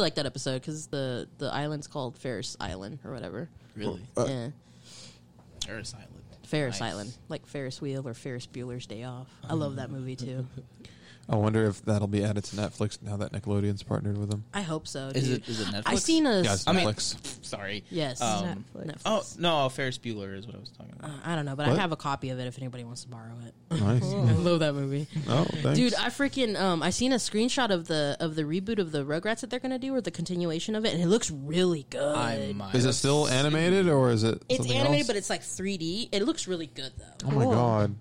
like that episode because the the island's called Ferris Island or whatever. Really? Uh, yeah, Ferris Island. Ferris nice. Island, like Ferris Wheel or Ferris Bueller's Day Off. I love that movie too. I wonder if that'll be added to Netflix now that Nickelodeon's partnered with them. I hope so. Is dude. it- is it Netflix? I seen a. Yeah, it's I mean- Netflix. Sorry. yes. Uh, Um, Netflix. Oh no, Ferris Bueller is what I was talking about. I don't know, but What? I have a copy of it if anybody wants to borrow it. nice. I love that movie. Oh, thanks. Dude, I freaking um I seen a screenshot of the of the reboot of the Rugrats that they're gonna do or the continuation of it and it looks really good. I might. is it still animated or is it? it's something animated else? but it's like 3D. It looks really good though. Oh my god!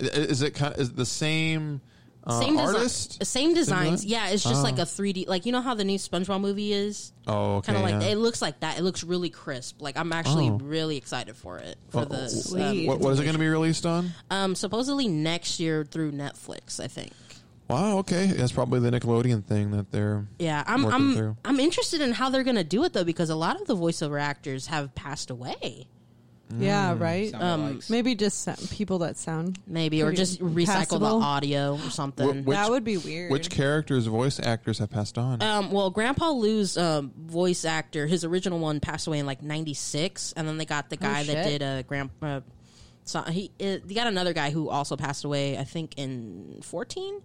I- Is it kind? Is it the same, uh, Same design, artist? same designs. design? Yeah, it's just Oh. like a 3D. Like you know how the new SpongeBob movie is, Oh, okay. kind of like yeah. it looks like that. It looks really crisp. Like I'm actually Oh. really excited for it. For Oh, the Sweet. what, what is it going to be released on? um, supposedly next year through Netflix, I think. Wow. Okay, that's probably the Nickelodeon thing that they're. Yeah, I'm working I'm through. I'm interested in how they're gonna do it though because a lot of the voiceover actors have passed away. yeah, Mm. right. Um, Sound alikes. Maybe just sa- people that sound Maybe, or pretty just recycle the passable. audio or something. Wh- which- that would be weird. Which characters, voice actors have passed on? um, well, Grandpa Lou's um, voice actor, his original one, passed away in like '96, and then they got the guy that Oh, shit. did a grand. Uh, so he uh, they got another guy who also passed away, I think in 14,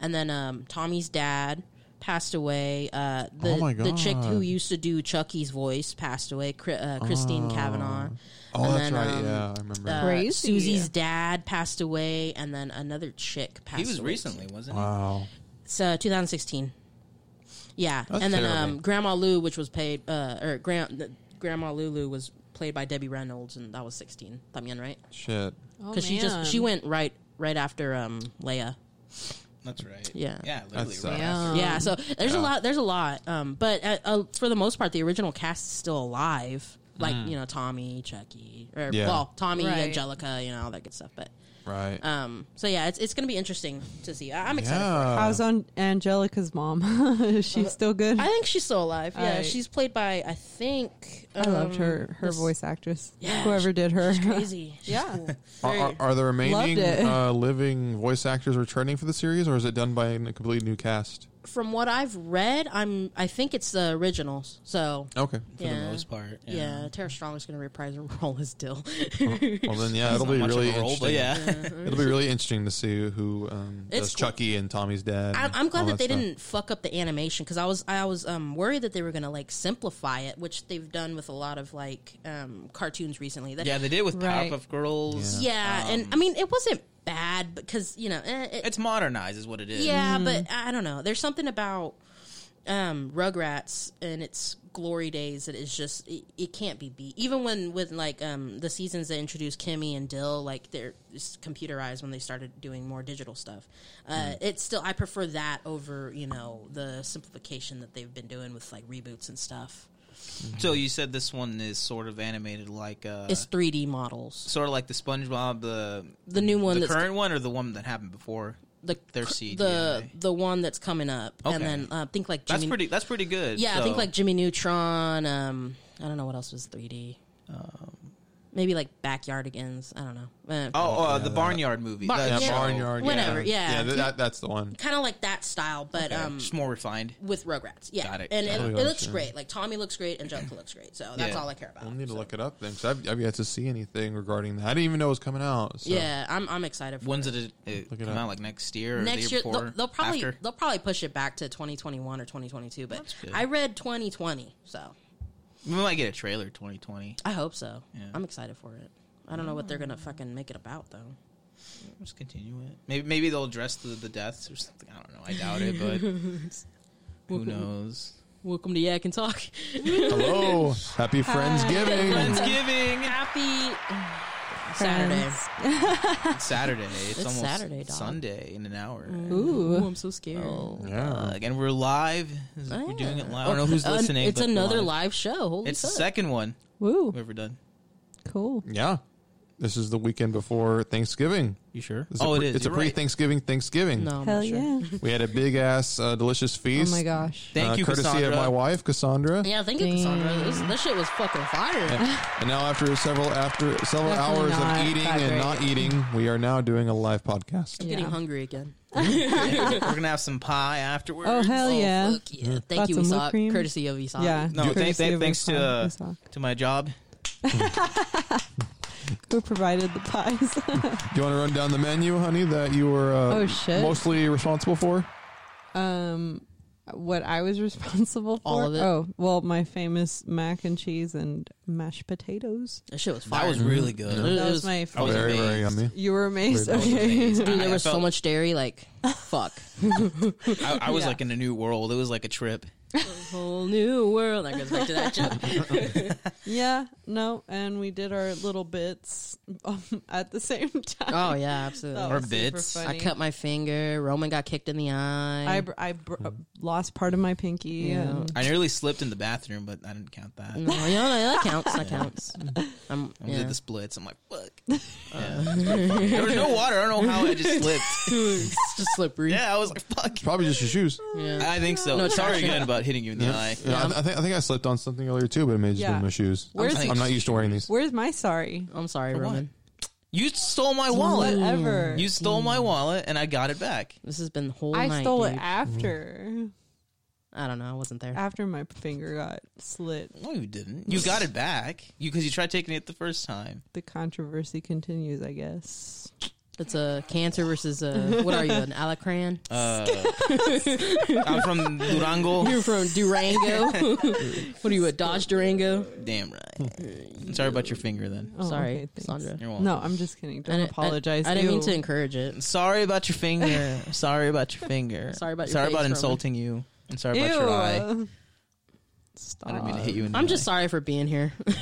and then um, Tommy's dad passed away. Uh, the Oh my the chick who God. used to do Chucky's voice passed away. Chri- uh, Christine Kavanaugh. oh, and that's then, right. um, yeah, I remember. uh, Crazy. Susie's dad passed away, and then another chick passed. He was away. recently, wasn't he? wow. It's uh, 2016. Yeah, That's and then terrible. um, Grandma Lou, which was paid, uh, or Gran- the- Grandma Lulu was played by Debbie Reynolds, and that was 16. Tamien, right? Shit. Oh, Because she man. just she went right right after um, Leia. That's right. Yeah. Yeah. Literally. That's right. Yeah. yeah, so there's a lot. There's a lot. Um, but uh, uh, for the most part, the original cast is still alive. Like you know, Tommy, Chucky, or Mm. Yeah. well, Tommy, Right. Angelica, you know, all that good stuff. But Right. um, so yeah, it's it's gonna be interesting to see. I- I'm excited. for it. yeah. How's on Angelica's mom? Is she still good? I think she's still alive. Yeah, I- she's played by I think I loved um, her her this- voice actress. Yeah, whoever she- did her. She's crazy. She's Yeah. cool. Uh, Are, are, are the remaining Loved it. uh, living voice actors returning for the series, or is it done by a completely new cast? From what I've read, I'm I think it's the originals. So Okay. Oh, For the Yeah. most part. yeah, Tara Strong is going to reprise her role as Dill. Oh. Well, then, yeah, it'll Not be much of really a role, interesting. but yeah. It'll be really interesting to see who um, It's does cool. Chucky and Tommy's dad. I'm, and I'm Oh, glad all that they stuff. didn't fuck up the animation because I was I was um, worried that they were going to like simplify it, which they've done with a lot of like um, cartoons recently. That, yeah. Um, They did with Right. Powerpuff Girls. yeah, and I mean it wasn't bad because you know eh, it, It's modernized, is what it is. Yeah, but I don't know. There's something about um, Rugrats and its glory days that is just it, it can't be beat. Even when with like um, the seasons that introduced Kimmy and Dill, like they're just computerized when they started doing more digital stuff. Uh, Hmm. It's still I prefer that over you know the simplification that they've been doing with like reboots and stuff. So you said this one is sort of animated, like uh, It's 3D models. sort of like the SpongeBob, the The new one the that's current one, or the one that happened before. the their the CGI. the one that's coming up, and Okay. then uh, think like That's Jimmy, pretty. That's pretty good. Yeah, I think So- like Jimmy Neutron. Um, I don't know what else was 3D. Maybe like Backyardigans. I don't know. Uh, oh, uh, the Barnyard movie. Bar- That Yeah, Yeah. show. Barnyard. Whatever, yeah. Yeah, th- that, that's the one. Kind of like that style, but Yeah, um, just more refined. with Rugrats. Yeah, Got it. and Got it, it. it looks Yeah. great. Like Tommy looks great, and Angelica looks great. So that's Yeah. all I care about. I need to So- look it up then, 'cause I've, I've yet to see anything regarding that. I didn't even know it was coming out. So. Yeah, I'm I'm excited. For When's it. it, it Look it come up. out? Like next year? Or Next the year, year, they'll, before? they'll probably After? they'll probably push it back to 2021 or 2022. But good. I read 2020, so we might get a trailer 2020. I hope so. Yeah. I'm excited for it. I don't know what they're gonna fucking make it about though. Just continue it. Maybe maybe they'll address the, the deaths or something. I don't know. I doubt it, but who knows? Welcome to Yak and Talk. Hello. Happy Friendsgiving. Thanksgiving Happy Saturday. It's Saturday. It's, It's almost Saturday, dog. Sunday in an hour. Ooh, Oh. Ooh. I'm so scared. Yeah. Uh, and we're live. We're doing it live. I don't know who's An- listening. Oh, uh, it's but we're another live. live show. Holy It's the fuck. second one Woo. we've ever done. Cool. Yeah. This is the weekend before Thanksgiving. You sure? It's Oh, a it pre- is. It's You're a pre right. Thanksgiving Thanksgiving. No, I'm Hell not sure. yeah. We had a big ass uh, delicious Oh feast. my gosh. Thank uh, you, courtesy Cassandra. of my wife, Cassandra. Yeah, thank you, Cassandra. This, that shit was fucking fire. And now, after several after several Definitely hours not of eating that and great. not eating, we are now doing a live podcast. I'm getting hungry again. We're gonna have some pie afterwards. Oh hell Oh, yeah! fuck yeah. Thank Lots you, of whipped Isak. cream. Courtesy of Isak. Yeah. No, thank- courtesy thank- of thanks to, Isak- uh, Isak, to my job. who provided the pies. Do you want to run down the menu, honey, that you were uh, Oh, shit. mostly responsible for? um, what I was responsible for? All of it. Oh well, my famous mac and cheese and mashed potatoes. That shit was fire. really good. It That was was- my. I Fa- was very, very amazed. yummy. you were amazed. Weird. Okay. Amazed. Dude, I- there I was so felt- much dairy, like, fuck. I, I was Yeah. like in a new world. It was like a trip. Whole new world. That goes back to that joke. Yeah. No. And we did our little bits um, at the same time. Oh, yeah, That absolutely. Or was super bits. I I funny. cut my finger. Roman got kicked in the eye. I, br- I br- uh, lost part of my pinky. Yeah. And I nearly slipped in the bathroom, but I didn't count that. no, yeah, that counts. That Mm, counts. I'm, I yeah. did the splits. I'm like, fuck. Yeah, that's pretty funny. there was no water. I don't know how I just slipped. it's just slippery. yeah, I was like, fuck. Probably just your shoes. Yeah. I think so. No, it's Sorry actually- again about hitting you in the Yeah. eye. Yeah, I, I think I think I slipped on something earlier too, but it may have just Yeah. been my shoes. Where's I'm, the- I'm not used to wearing these. Where's my sorry? I'm sorry, what? Roman. You stole my wallet. Whatever. You stole my wallet, and I got it back. This has been the whole I night. stole it dude. after I don't know. I wasn't there. Mm-hmm. after my finger got slit. No, you didn't. You got it back. You because you tried taking it the first time. The controversy continues, I guess. It's a cancer versus a what are you an alacran? Uh, I'm from Durango. You're from Durango. what are you a Dodge Durango? Damn right. Sorry about your finger then. Oh, Sorry, okay, thanks. Sandra. You're welcome. No, I'm just kidding. Don't I- I- apologize. I, didn't mean Ew. to encourage it. Sorry about your finger. sorry about your finger. Sorry about your sorry face, about Roman. insulting you. And sorry about your eye. Ew. I didn't mean to hit you in the I'm eye. just sorry for being here. You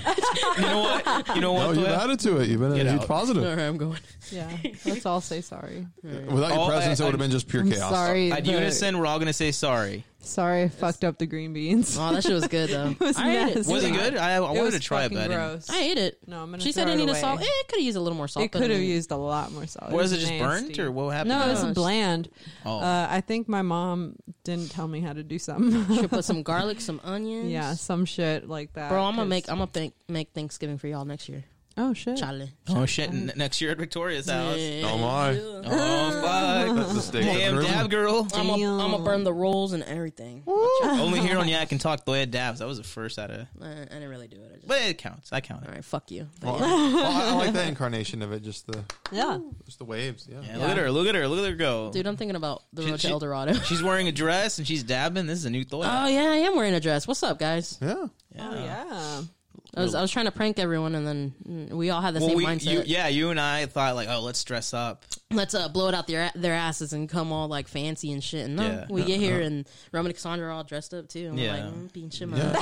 know what? You know No, what? you've Dwayne? added to it. You've been Get a huge out. All positive. right, I'm going. Yeah, let's all say sorry. Without your Oh, I- presence, it would have I- been just pure I'm chaos. sorry. At but- unison, we're all gonna say sorry. Sorry, I fucked up the green beans. Oh, that shit was good though. was I ate it. nasty. Was it good? I, I wanted was to try it, fucking but I didn't. gross. I ate it. No, I'm gonna. She throw said I it need a away. salt. Eh, it could have used a little more salt. It but I could have mean, used a lot more salt. Was it was just burnt nasty. or what happened? No, it was No, it's- bland. Oh, Uh, I think my mom didn't tell me how to do something. Should put some garlic, some onions. yeah, some shit like that. Bro, I'm gonna make 'cause- I'm gonna think, make Thanksgiving for y'all next year. oh shit. Charlie. oh shit! N- next year at Victoria's house. Oh my! Oh fuck! The steak Damn, risen. dab girl. I'm gonna I'm Damn. gonna burn the rolls and everything. Only here on Yeah I Can Talk the way it dabs. That was the first out of. I, I didn't really do it. I just, But it counts. I count all it. right, fuck you. Well, I, well, I- I like that incarnation of it. Just the Yeah. just the waves. Yeah. Yeah, Look at her. Look at her. Look at her go. Dude, I'm thinking about the She- road she- to El Dorado. She's wearing a dress and she's dabbing. This is a new thought. Oh yeah, I am wearing a dress. What's up, guys? Yeah. Oh yeah. I was I was trying to prank everyone, and then mm, we all had the Well, same we, mindset. you, yeah, you and I thought like, oh, let's dress up. Let's uh, blow it out their their asses and come all like fancy and shit. And no, Yeah. Uh-huh. we get here and Roman and Cassandra are all dressed up too. And Yeah. we're like, mm, being shit Yeah.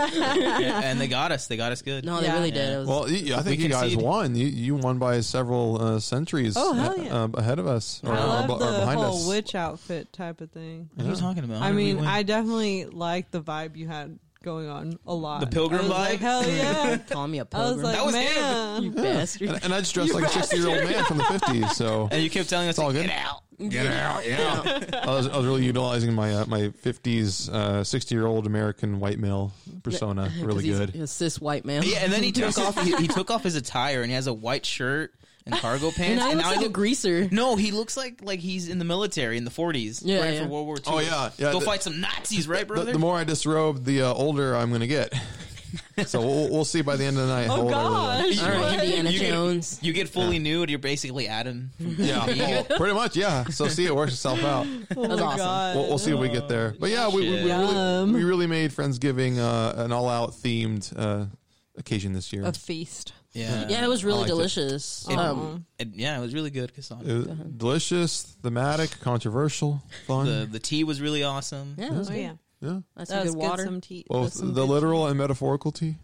mother. Yeah, and they got us. They got us good. No, they Yeah. really did. It was, Well, you, I think We you guys concede. won. You, you won by several uh, centuries Oh, hell uh, yeah. uh, ahead of us or, I or love bu- or the behind whole us. witch outfit type of thing. What are you talking about? I How did we mean, win? I definitely like the vibe you had going on a lot. The pilgrim I was Like, vibe? Hell yeah. call me a I pilgrim. was like, That was him. man. you bastard. And, and I just dressed like a sixty-year-old man from the '50s. So and you kept telling us all like, good. get out. Get out! Yeah, I was, I was really utilizing my uh, my fifties sixty year old American white male persona. 'Cause Really he's- good. He's a cis white man. Yeah, and then he took off. He, he took off his attire and he has a white shirt and cargo pants. And now he looks like a look- greaser. No, he looks like like he's in the military in the 40s, Yeah, right yeah. for World War II. Oh, yeah, yeah, go the- fight some Nazis, right, The, brother? the more I disrobe, the uh, older I'm going to get. so we'll, we'll see by the end of the night. how Oh old I really am. gosh. All right, Indiana You get- Jones. you get fully nude. You're basically Adam. Yeah, oh, pretty much. Yeah. So see, it works itself out. Oh was my awesome. God. We'll, we'll see if we get there. But yeah, we, we, we, really, Yum. Um, Oh, we really made Friendsgiving uh, an all-out themed uh, occasion this year. a feast. Yeah, yeah, it was I really liked it. delicious. Um, And, yeah, it was really good. Cassandra. It was delicious, thematic, controversial, fun. The the tea was really awesome. yeah, it was Oh good. yeah. yeah, That's That some was good water. Some tea. both that's some the good- literal and metaphorical tea.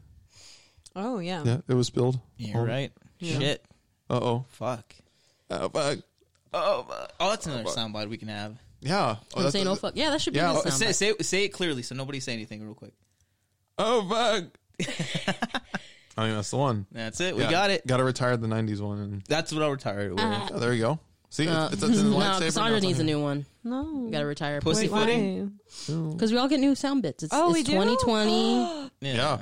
Oh yeah. Yeah, it was spilled. Oh. You're right. Shit. Uh-oh. Fuck. Uh fuck. Oh, uh, oh, that's another soundbite we can have. Yeah. I'm that's- saying, oh fuck. Yeah, that should be Yeah, yeah, oh, this Say, sound. say say it clearly so nobody say anything real quick. Oh fuck. I mean, that's the one. That's it. We Yeah, got it. Got to retire the '90s one. And, That's what I'll retire it with. Uh-huh. yeah, there you go. See, Uh, it's, it's, it's in the Ah. no, lightsaber. Cassandra now. needs a new one. No. We gotta retire. Pussy Wait, footing. why? Because we all get new sound bits. It's, Oh, it's we do? 2020. Yeah. Yeah.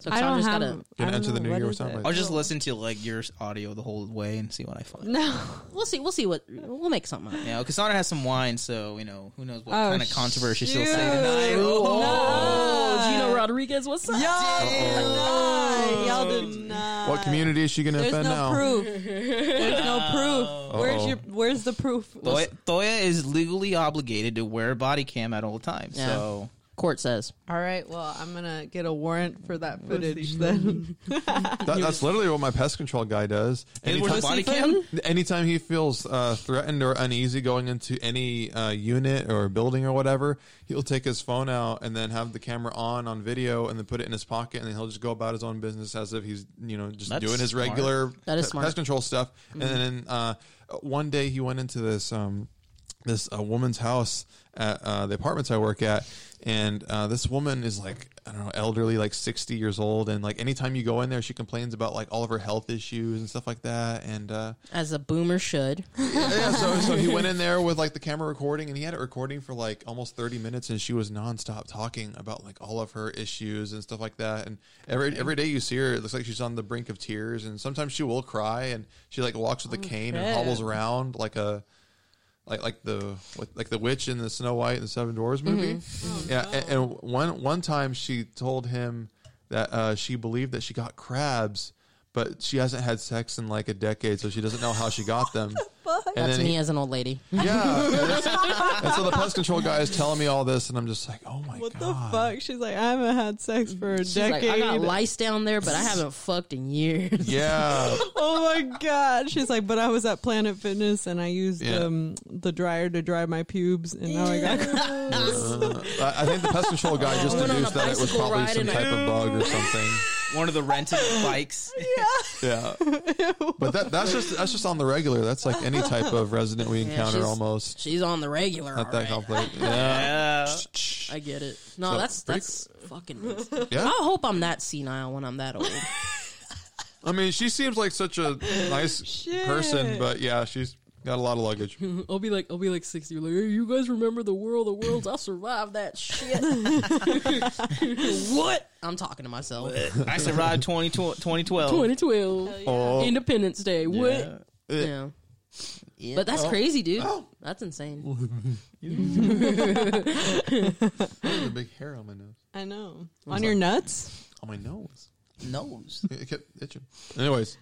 So I don't Cassandra's have. gotta Gonna I don't enter the know, new what year or is something it? like I'll just listen to like your audio the whole way and see what I find. No. We'll see. We'll see what we'll make something. Up. Yeah, well, Cassandra has some wine, so you know who knows what Oh, kind of controversy she'll shoot. say tonight. Oh, No. Oh, Gino Rodriguez, what's up? Y'all did not. Y'all did not. What community is she going to There's no offend now? proof. There's no proof. Where's your? Where's the proof? Thoya, Thoya is legally obligated to wear a body cam at all times. Yeah. So Court says. All right. Well, I'm gonna get a warrant for that footage then. That, that's literally what my pest control guy does. Hey, we're Anytime, body cam? Mm-hmm. anytime he feels uh, threatened or uneasy going into any uh, unit or building or whatever, he'll take his phone out and then have the camera on on video and then put it in his pocket and then he'll just go about his own business as if he's you know just That's doing his smart. regular That is pe- smart. Mm-hmm. pest control stuff. And then uh, one day he went into this. Um, this uh, woman's house at uh, the apartments I work at, and uh, this woman is like I don't know, elderly, like sixty years old, and like anytime you go in there, she complains about like all of her health issues and stuff like that. And uh, As a boomer should. yeah, so, so he went in there with like the camera recording, and he had it recording for like almost thirty minutes, and she was nonstop talking about like all of her issues and stuff like that. And every every day you see her, it looks like she's on the brink of tears, and sometimes she will cry, and she like walks with a cane and crap. hobbles around like a. Like like the what, like the witch in the Snow White and the Seven Dwarfs movie, yeah. And, and one one time she told him that uh, she believed that she got crabs, but she hasn't had sex in like a decade, so she doesn't know how she got them. And That's then me he- as an old lady. yeah. and it's- and so the pest control guy is telling me all this, and I'm just like, oh my what the god. fuck? She's like, I haven't had sex for a She's like, decade. I got lice down there, but I haven't fucked in years. Yeah. oh my god. She's like, but I was at Planet Fitness and I used Yeah. um, the dryer to dry my pubes, and now I got. Uh, I I think the pest control guy just Went on a deduced that it was bicycle probably ride some and type of bug or something. one of the rented bikes. Yeah. But that that's just that's just on the regular. That's like any type of resident we encounter she's- almost. She's on the regular. Not that all right. complicated. Yeah. Yeah. I get it. No, So, that's pretty that's fucking. Yeah. I hope I'm that senile when I'm that old. I mean, she seems like such a nice Shit. person, but yeah, she's got a lot of luggage. I'll be like, I'll be like sixty. Like, hey, you guys remember the world of worlds? I survived that shit. what? I'm talking to myself. I survived 20, 2012. 2012 Oh. Independence Day. Yeah. Yeah. Yeah. But Oh. that's crazy, dude. That's insane. The big hair on my nose. I know. On your nuts. On my nose. nose. It kept itching. Anyways.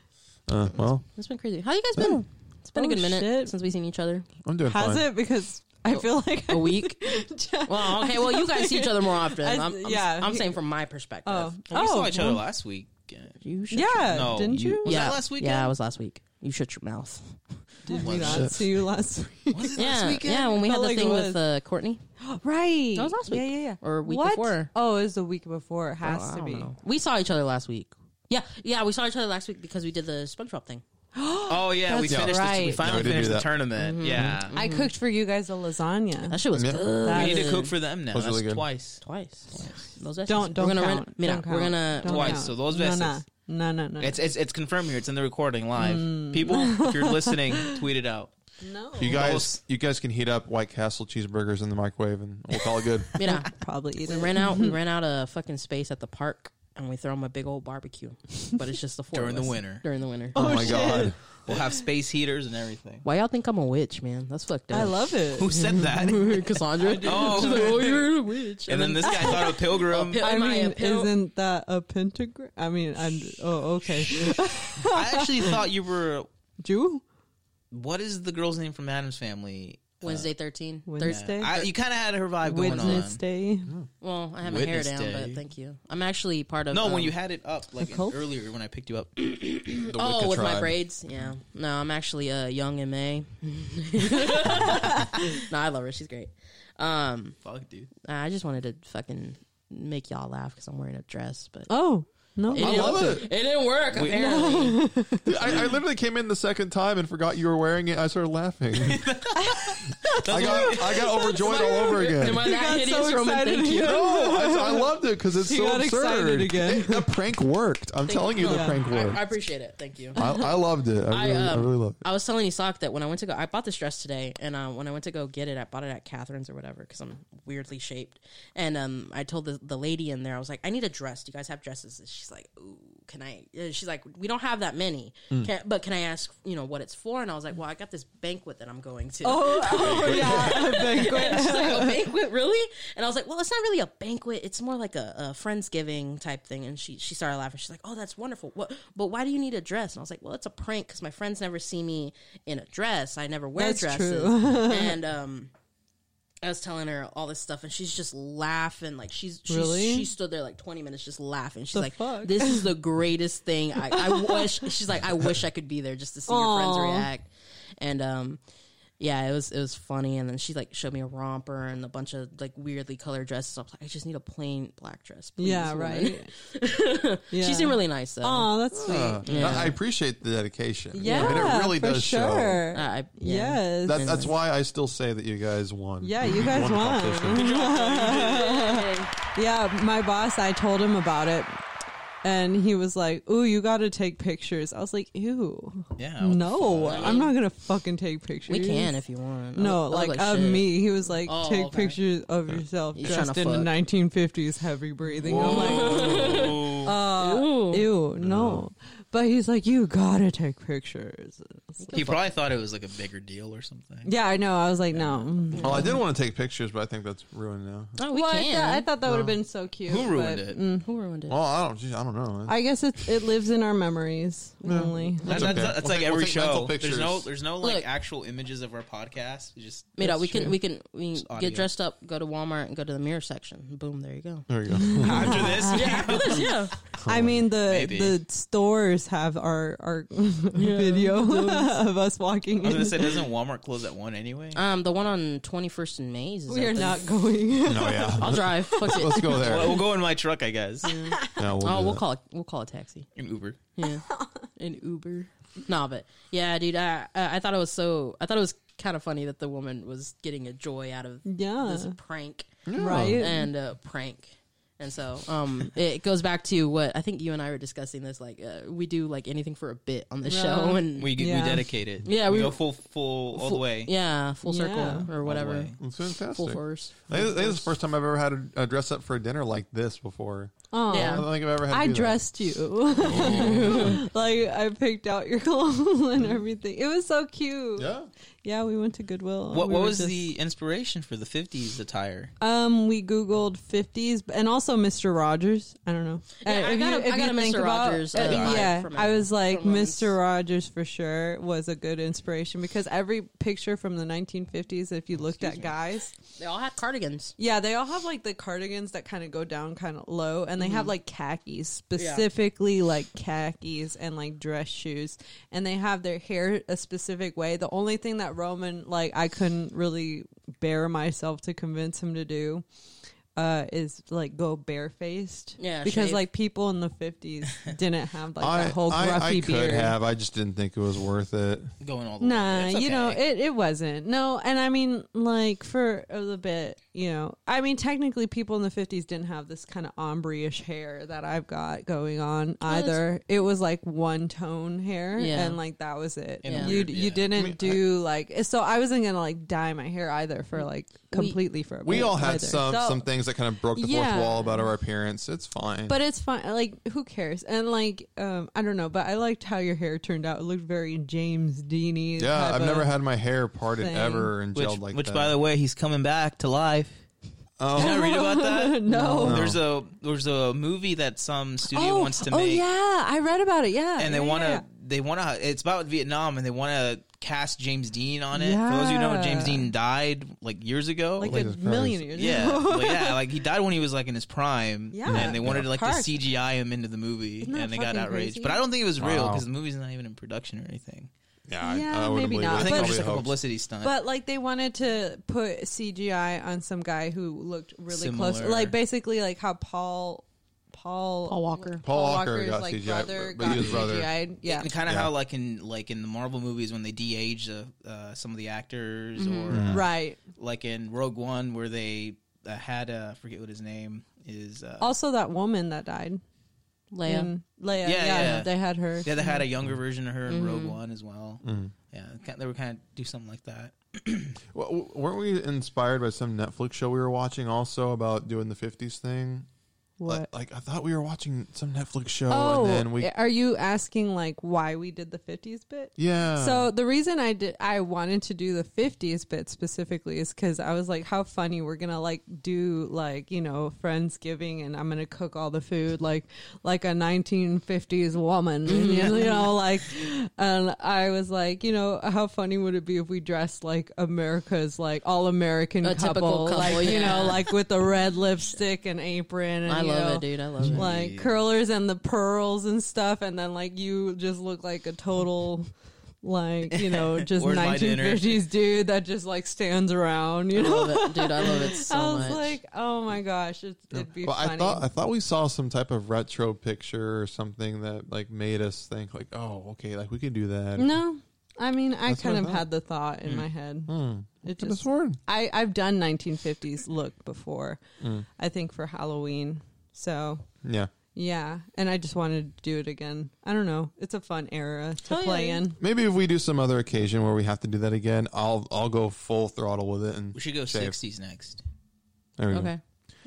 Uh, well, It's been crazy. How you guys been? It's been a Oh, good minute shit. since we've seen each other. I'm doing Has fine. it? Because I feel like A week. well, okay. Well, you guys see each other more often. I- I'm, I'm, yeah. I'm saying from my perspective. Oh, Well, we oh, saw each other well, last week. You shut your- Yeah, No, didn't you- you? Was that last weekend? Yeah, it was last week. You shut your mouth. Did we Was not it? see you last week? Was it Yeah, last weekend? yeah. When we had Felt the like thing it with was. uh, Courtney, right. That was last Yeah, week. yeah, yeah. Or week What? before. Oh, it was the week before. It has Oh, I to don't be. know. We saw each other last week. Yeah, yeah. We saw each other last week because we did the SpongeBob thing. Oh yeah, we That's finished. The, we right. Yeah, finally we did do finished the that. tournament. Yeah. Mm-hmm. I cooked for you guys a lasagna. That shit was Yeah. good. That We need to cook for them now. was That's really good. twice. twice. Those veggies. Don't don't we're gonna count. run- mira, Don't we're count. gonna Don't Twice, count. so those no, no. vests- no, no, no, It's it's it's confirmed here. It's in the recording live. People, if you're listening, tweet it out. no. Those- You guys, you guys can heat up White Castle cheeseburgers in the microwave, and we'll call it good. mira. Probably eat We it. ran out. We ran out of fucking space at the park, and we throw them a big old barbecue. But it's just the four During of the us. winter. During the winter. oh my god! We'll have space heaters and everything. Why y'all think I'm a witch, man? That's fucked up. I love it. Who said that? Cassandra. Oh. She's like, oh, you're a witch. and then this guy thought of pilgrim. Pil- I Am I a mean, pill- isn't that a pentagram? I mean, I'm. Oh, okay. I actually thought you were. Jew What is the girl's name from Adam's Family? Wednesday 13. Thursday. Wednesday, I, you kind of had her vibe going Wednesday. Mm. Well, I have my hair Witness down, Day. but thank you. I'm actually part of. on. No, um, when you had it up like Nicole? earlier when I picked you up. The Oh, Wicca with my tribe. braids, yeah. No, I'm actually uh, young and May. no, I love her. She's great. Um, Fuck, dude. I just wanted to fucking make y'all laugh because I'm wearing a dress, but Oh no, It didn't- love it. didn't work. Apparently, Dude, I, I literally came in the second time and forgot you were wearing it. I started laughing. I got, I got overjoyed all over again. am I that got so hideous, Roman? excited. Thank you. No, I, I loved it because it's He so got absurd. excited again. That prank worked. I'm telling you, the Yeah. prank I, I worked. appreciate it. Thank you. I, I loved it. I I, really, I um, really loved it. I was telling you, Sock, that when I went to go, I bought this dress today, and uh, when I went to go get it, I bought it at Catherine's or whatever because I'm weirdly shaped. And um, I told the, the lady in there, I was like, I need a dress. Do you guys have dresses? she's like, "Ooh, can I?" uh, She's like, "We don't have that many, can, but can I ask, you know, what it's for?" And I was like, "Well, I got this banquet that I'm going to." Oh, oh yeah, a banquet. She's like, a banquet, really? And I was like, well, it's not really a banquet. It's more like a, a friendsgiving type thing. And she she started laughing. She's like, oh, that's wonderful. What? But why do you need a dress? And I was like, well, it's a prank because my friends never see me in a dress. I never wear That's dresses. true. and um, I was telling her all this stuff, and she's just laughing. Like she's, she's Really? she stood there like twenty minutes just laughing. She's The like, fuck? this is the greatest thing. I, I wish. She's like, I wish I could be there just to see your friends Aw. react. And um, yeah, it was it was funny. And then she like showed me a romper and a bunch of like weirdly colored dresses. I was like, I just need a plain black dress. Please, Yeah, woman." right. She seemed really nice though. Oh, that's sweet. Uh, I appreciate the dedication. yeah, I mean, it really for does show. sure. Uh, I, yeah. Yes. That, that's why I still say that you guys won. Yeah, you guys the won. competition. yeah, my boss, I told him about it. And he was like, "Ooh, you got to take pictures." I was like, "Ew, Yeah. what the no, Oh, fuck? I'm not gonna fucking take pictures." we can if you want. I No, look- I like, look of shit. me. He was like, Oh, "Take okay. pictures of yourself He's dressed tryna in a fuck. 1950s heavy breathing." I'm like, Ooh. Uh, ew, no. But he's like, you gotta take pictures. It's like- he probably thought it was like a bigger deal or something. yeah, I know. I was like, no. Mm. Well, I did want to take pictures, but I think that's ruined now. Oh, we Well, I, can. thought- I thought that would have been so cute. Who ruined but- mm-hmm. it? Who ruined it? Well, I don't. geez, I don't know. I guess it it lives in our memories only. That's, okay. that's, that's We'll like take- every we'll take mental show. There's no, pictures. there's no like Look. actual images of our podcast. We just Made out. We That's can, we can we It's can audio. get dressed up, go to Walmart, and go to the mirror section. Boom, there you go. there you go. true. after this. yeah. I mean, the Maybe. the stores have our our video of us walking. I was in. gonna say, doesn't Walmart close at one anyway? Um, the one on Twenty First and Mays. Is we are open. not going. no, yeah. I'll drive. Fuck it. Let's go there. Well, we'll go in my truck, I guess. In No, we'll Oh, do we'll that. call it. We'll call a taxi. Uber. Yeah, an Uber. Nah, but yeah, dude. I I I thought it was so. I thought it was kind of funny that the woman was getting a joy out of Yeah. this prank Right? and uh, prank. And so, um, it goes back to what I think you and I were discussing. This like uh, we do like anything for a bit on the Yeah. show, and We Yeah. we dedicate it. Yeah, we, we- go full full all the way. yeah, full circle Yeah. or whatever, way. It's full fantastic. force. I think, I think it's the first time I've ever had a, a dress up for a dinner like this before. Aw. I Yeah. don't think I've ever had. to I do that. dressed you. Oh. like I picked out your clothes and everything. It was so cute. Yeah. Yeah, we went to Goodwill. What We what were was just- the inspiration for the '50s attire? Um, we googled fifties and also Mister Rogers. I don't know. Yeah, I if got a- I got a think Mr. Rogers, uh, vibe yeah, from I it, was like from Lens. Mister Rogers for sure was a good inspiration because every picture from the nineteen fifties, if you looked at guys, They all had cardigans. yeah, they all have like the cardigans that kind of go down kind of low, and they have Mm-hmm. like khakis, specifically like khakis and like dress shoes, and they have their hair a specific way. The only thing that Roman like I couldn't really bear myself to convince him to do. Uh, is like go barefaced, Yeah, because shave. like people in the fifties didn't have like I, that whole I, gruffy I could beard. have. I just didn't think it was worth it. Going all the Nah, way. That's you know okay. it. It wasn't no, and I mean like for a little bit, you know. I mean, technically, people in the fifties didn't have this kind of ombre-ish hair that I've got going on either. It was like one tone hair, Yeah. and like that was it. In a You weird- d- yeah. you didn't do like so. I wasn't gonna like dye my hair either for like completely for. A We bit all had either. some So- some things that kind of broke the Yeah. fourth wall about our appearance. It's fine. but it's fine. Like, who cares? And like, um, I don't know. But I liked how your hair turned out. It looked very James Deany. yeah, type I've never of- had my hair parted thing. ever and Which, gelled like which that. by the way, he's coming back to life. Oh. Did I read about that? no. Oh, There's a there's a movie that some studio wants to oh make, yeah, I read about it. Yeah, and they yeah, want to yeah. they want to. It's about Vietnam, and they want to cast James Dean on it. For those who don't know, James Yeah. Dean died like years ago. like Like, a Jesus Christ. million years. yeah, ago. like, yeah, like he died when he was like in his prime. Yeah. and they wanted to like to Park. CGI him into the movie, Isn't that and they got fucking outraged. crazy? But I don't think it was real Wow. because the movie's not even in production or anything. yeah, I- Yeah, I, wouldn't maybe believe It. not. I It's think it was probably just like a hoax. publicity stunt. but like they wanted to put CGI on some guy who looked really close, Similar. like basically like how Paul. Paul, Paul Walker. Paul Walker Walker's, got like, CGI, brother but- but got he was brother. CGI'd. Yeah, and kind of Yeah. how like in like in the Marvel movies when they de-age the, uh, some of the actors, Mm-hmm. or Mm-hmm. uh, right. like in Rogue One where they uh, had uh, I forget what his name is. Uh, Also, that woman that died, Leia. in Leia. Yeah, Yeah, yeah. they had her. yeah, they had a younger version of her in Rogue One as well. Mm-hmm. Yeah, ki- they were kind of do something like that. Well, w- weren't we inspired by some Netflix show we were watching also about doing the fifties thing? What? Like, like, I thought we were watching some Netflix show, oh, and then we, are you asking like why we did the 50s bit? yeah. So the reason I did I wanted to do the 50s bit specifically is cuz I was like how funny we're going to like do like you know friendsgiving and I'm going to cook all the food like like a 1950s woman you know like and I was like you know how funny would it be if we dressed like America's like all American A couple, typical couple, like you yeah. know like with the red lipstick and apron and I you love know, it, dude. I love it. like curlers and the pearls and stuff, and then like you just look like a total, like you know, just Where's my nineteen dinner? fifties dude that just like stands around, you I know. love it, dude. I love it so I was much. like, oh my gosh, it's, it'd be well, funny. I thought I thought we saw some type of retro picture or something that like made us think like, oh, okay, like we could do that. no, I mean, I That's what kind I of thought. had the thought in my head. Hmm. It Could have just, sworn. I I've done nineteen fifties look before. Hmm. I think for Halloween, so. Yeah. Yeah, and I just wanted to do it again. I don't know. It's a fun era to Oh, yeah. play in. Maybe if we do some other occasion where we have to do that again, I'll I'll go full throttle with it and We should go Shave. sixties next. there we go. okay.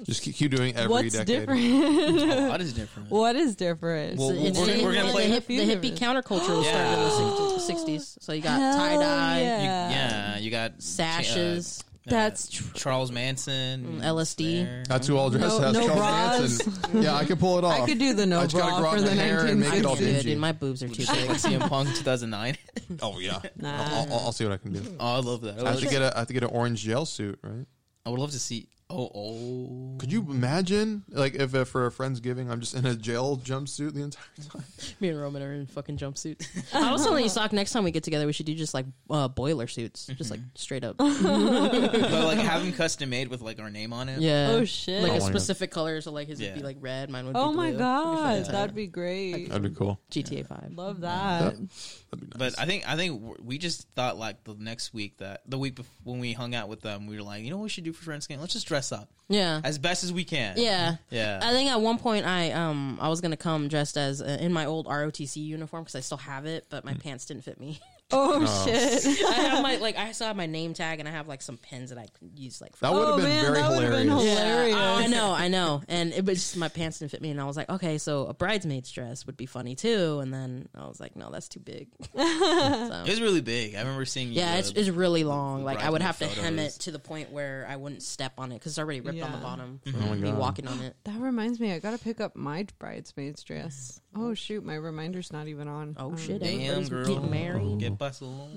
Just keep, keep doing every What's decade. different? A lot oh, is different. What is different? Well, So it's- we're- it- we're gonna the play- hip- the hippie counterculture was started in the sixties. So you got tie dye, You- yeah. yeah, you got sashes. uh, That's uh, Charles Manson, LSD. there. That's who I'll dress No- as. no Charles bras. Manson. yeah, I could pull it off. I could do the no I just gotta bra grow out for my the hair and make it all 1950s. Dude, dingy. dude, my boobs are too Just big. like CM Punk 2009. Oh yeah, Nah. I'll, I'll, I'll see what I can do. Oh, I love that. I, I have would to love- get a I have to get an orange gel suit, right? I would love to see. Oh, oh. Could you imagine, like, if uh, for a friendsgiving, I'm just in a jail jumpsuit the entire time? Me and Roman are in fucking jumpsuits. I was telling you, Sock, next time we get together, we should do just like uh, boiler suits, Mm-hmm. just like straight up. but like have him custom made with like our name on it. Yeah. Oh, shit. Like Oh, why a not? specific color, so like his would be Yeah. like red, mine would be Oh blue. my god, It'd be fun. that'd be great. That'd be cool. GTA Five. Love that. That'd be nice. But I think I think w- we just thought like the next week that the week bef- when we hung out with them, we were like, you know what we should do for friends game? Let's just dress up Yeah. as best as we can. Yeah. Yeah. I think at one point I um I was gonna come dressed as uh, in my old ROTC uniform because I still have it, but my pants didn't fit me. Oh shit. I have my like I still have my name tag and I have like some pins that I use like. For that would have Oh, been man, very that would've Oh, hilarious. been hilarious. Yeah, Oh, I know, I know, and it was just my pants didn't fit me, and I was like, okay, so a bridesmaid's dress would be funny too, and then I was like, no, that's too big. It was really big. I remember seeing. you, Yeah, uh, it's, it's really long. Like I would bridesmaid have to hem it photos. to the point where I wouldn't step on it because it's already ripped on the Yeah. bottom. Oh my Me God. walking on it. That reminds me, I gotta pick up my bridesmaid's dress. Oh shoot, my reminder's not even on. Oh Um, shit! Damn, everybody's girl. getting married. get bustled.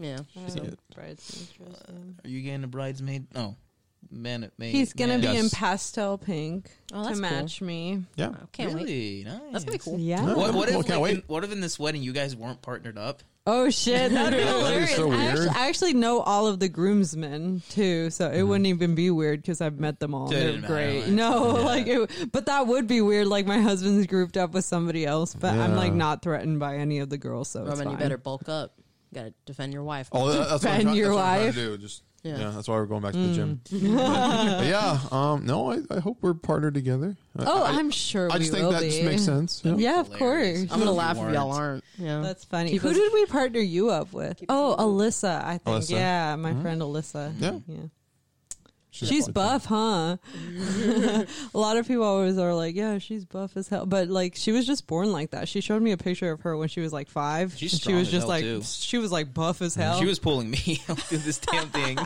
Yeah. I See have it. a Bridesmaid's dress. on. Are you getting a bridesmaid? Oh, man, maid. He's gonna man. be in Yes. pastel pink Oh, that's to match me. Yeah. Can't wait. really nice. That's pretty cool. Yeah. No. What, what if Well, can't like, wait. In, what if in this wedding you guys weren't partnered up? Oh shit, that'd be That'd be hilarious. so I, actually, weird. Mm-hmm. I actually know all of the groomsmen too, so it wouldn't even be weird because I've met them all. It They're didn't matter, great. like- no, like, it, but that would be weird. Like my husband's grouped up with somebody else, but I'm like Yeah. not threatened by any of the girls, so it's Roman, you fine. better bulk up. You gotta defend your wife. Oh, that, that's what I'm Defend trying, your that's what I'm trying wife. Mm. to do. Just Yeah. yeah. that's why we're going back to the gym. But yeah. Um. No, I, I hope we're partnered together. I- oh, I, I, am sure. I we just think will that be. just makes sense. Yeah. Yeah, of Hilarious. course. I'm gonna You laugh if y'all weren't. aren't. Yeah. That's funny. Keep Who us- did we partner you up with? Oh, Alyssa, I think. Alyssa. Yeah, my Mm-hmm. friend Alyssa. Yeah. Yeah. She's She's fun. buff, huh? a lot of people always are like, "Yeah, she's buff as hell," but like she was just born like that. She showed me a picture of her when she was like five. She's and she strong was as just hell, like too. she was like buff as hell. She was pulling me out through this damn thing.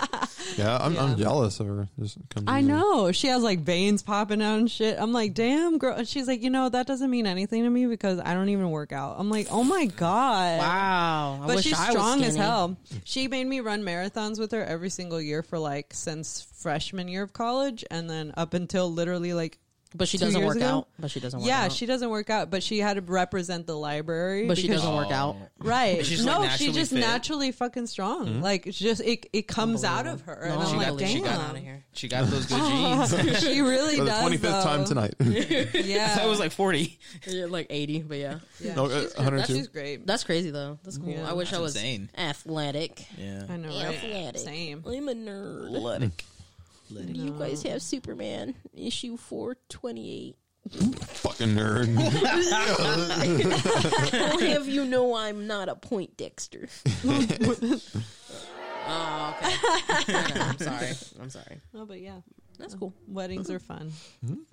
Yeah. I'm, Yeah. I'm jealous of her. Just comes I Mm-hmm. easy. know she has like veins popping out and shit. I'm like, damn, girl. And she's like, you know, that doesn't mean anything to me because I don't even work out. I'm like, oh my god, wow. I but wish she's I was strong as skinny. hell. She made me run marathons with her every single year for like since freshman year of college, and then up until literally like But she Two doesn't years work ago? out. But she doesn't work yeah, out. she doesn't work out, but she had to represent the library. But she because- doesn't work out. Right? She's, like, no, naturally she's just fit. Hmm? naturally fucking strong. Like it's just it, it comes out of her, and No, I'm She like, got, Unbelievable. damn, she she, got Outta here. She got those good jeans. really For the does. twenty fifth time though. tonight. uh, Yeah, I was like forty. Yeah, like 80, but yeah. yeah. no, uh, she's, great. 102. She's great. That's crazy, though. That's cool. Yeah. I wish That's I was insane. athletic. Yeah. I know, right? Athletic. Same. I'm a nerd. Athletic. You guys have Superman issue 428. Fucking nerd. I'll have you know I'm not a point Dexter. oh, okay. I know, I'm sorry. I'm sorry. Oh, but yeah, That's cool. Weddings are fun.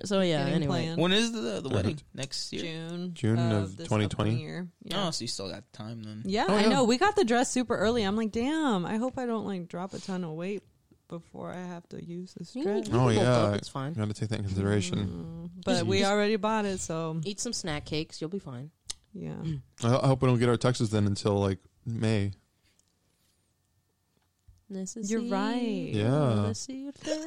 So yeah. Getting anyway, planned. When is the the wedding? Perfect. Next year. June. June of this 2020? upcoming year. Yeah. Oh, so you still got time then. Yeah, Oh, I yeah. know. We got the dress super early. I'm like, damn. I hope I don't like drop a ton of weight before I have to use this you can- dress. Mm. you Oh, can bulk yeah. up, it's You fine. got to take that into consideration. But we already bought it, so Eat some snack cakes. You'll be fine. yeah. I, I hope we don't get our tuxes then until like May. This is You're right. Yeah. Bless you. Is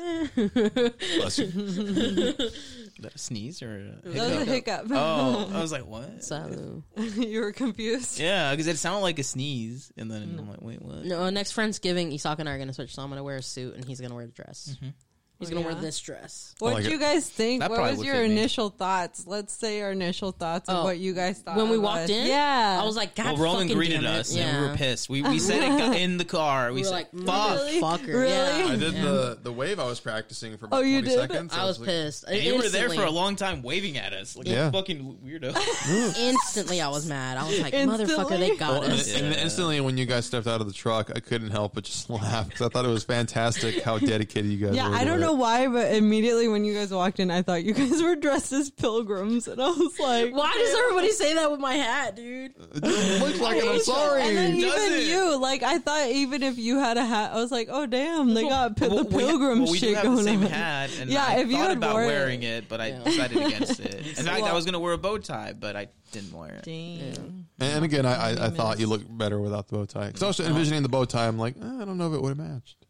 that a sneeze or a That was a hiccup? hiccup. Oh, I was like, what? so you were confused. Yeah, because it sounded like a sneeze, and then I'm like, wait, what? no, next Friendsgiving, Isak and I are gonna switch. So I'm gonna wear a suit, and he's gonna wear the dress. He's Oh, gonna wear yeah? this dress. What like did it. you guys think? That what probably was would your fit me. initial thoughts? Let's say our initial thoughts Oh. of what you guys thought when we of walked us. in, Uh, Yeah, I was like, God, Well, Roland fucking greeted damn it. us, yeah. and we were pissed. We we said it got in the car. We, We were said, like, fuck. really? fucker. Really? Yeah. I did the the wave I was practicing for about Oh, you 20 did? seconds. I was like- pissed. And you were there for Instantly- a long time waving at us, like Yeah. a fucking weirdo. Instantly, I was mad. I was like, motherfucker, Instantly? they got Oh, Well, and, us. and then instantly, when you guys stepped out of the truck, I couldn't help but just laugh 'cause I thought it was fantastic how dedicated you guys yeah. were. I to don't it. know why, but immediately when you guys walked in, I thought you guys were dressed as pilgrims, and I was like, Why does everybody say that with my hat, dude? It doesn't look like it. I'm And then sorry. even doesn't. you, like, I thought even if you had a hat, I was like, oh damn, they got pi- Well, the pilgrim we, well, we do shit have going the same on. hat, and Yeah, I if you thought had about wore it- decided it, but I decided against it. In fact, I Well- was going to wear a bow tie, but I didn't wear it. Damn. And, and again, I, I, I thought you looked better without the bow tie. Because I Oh. was envisioning the bow tie. I'm like, eh, I don't know if it would have matched.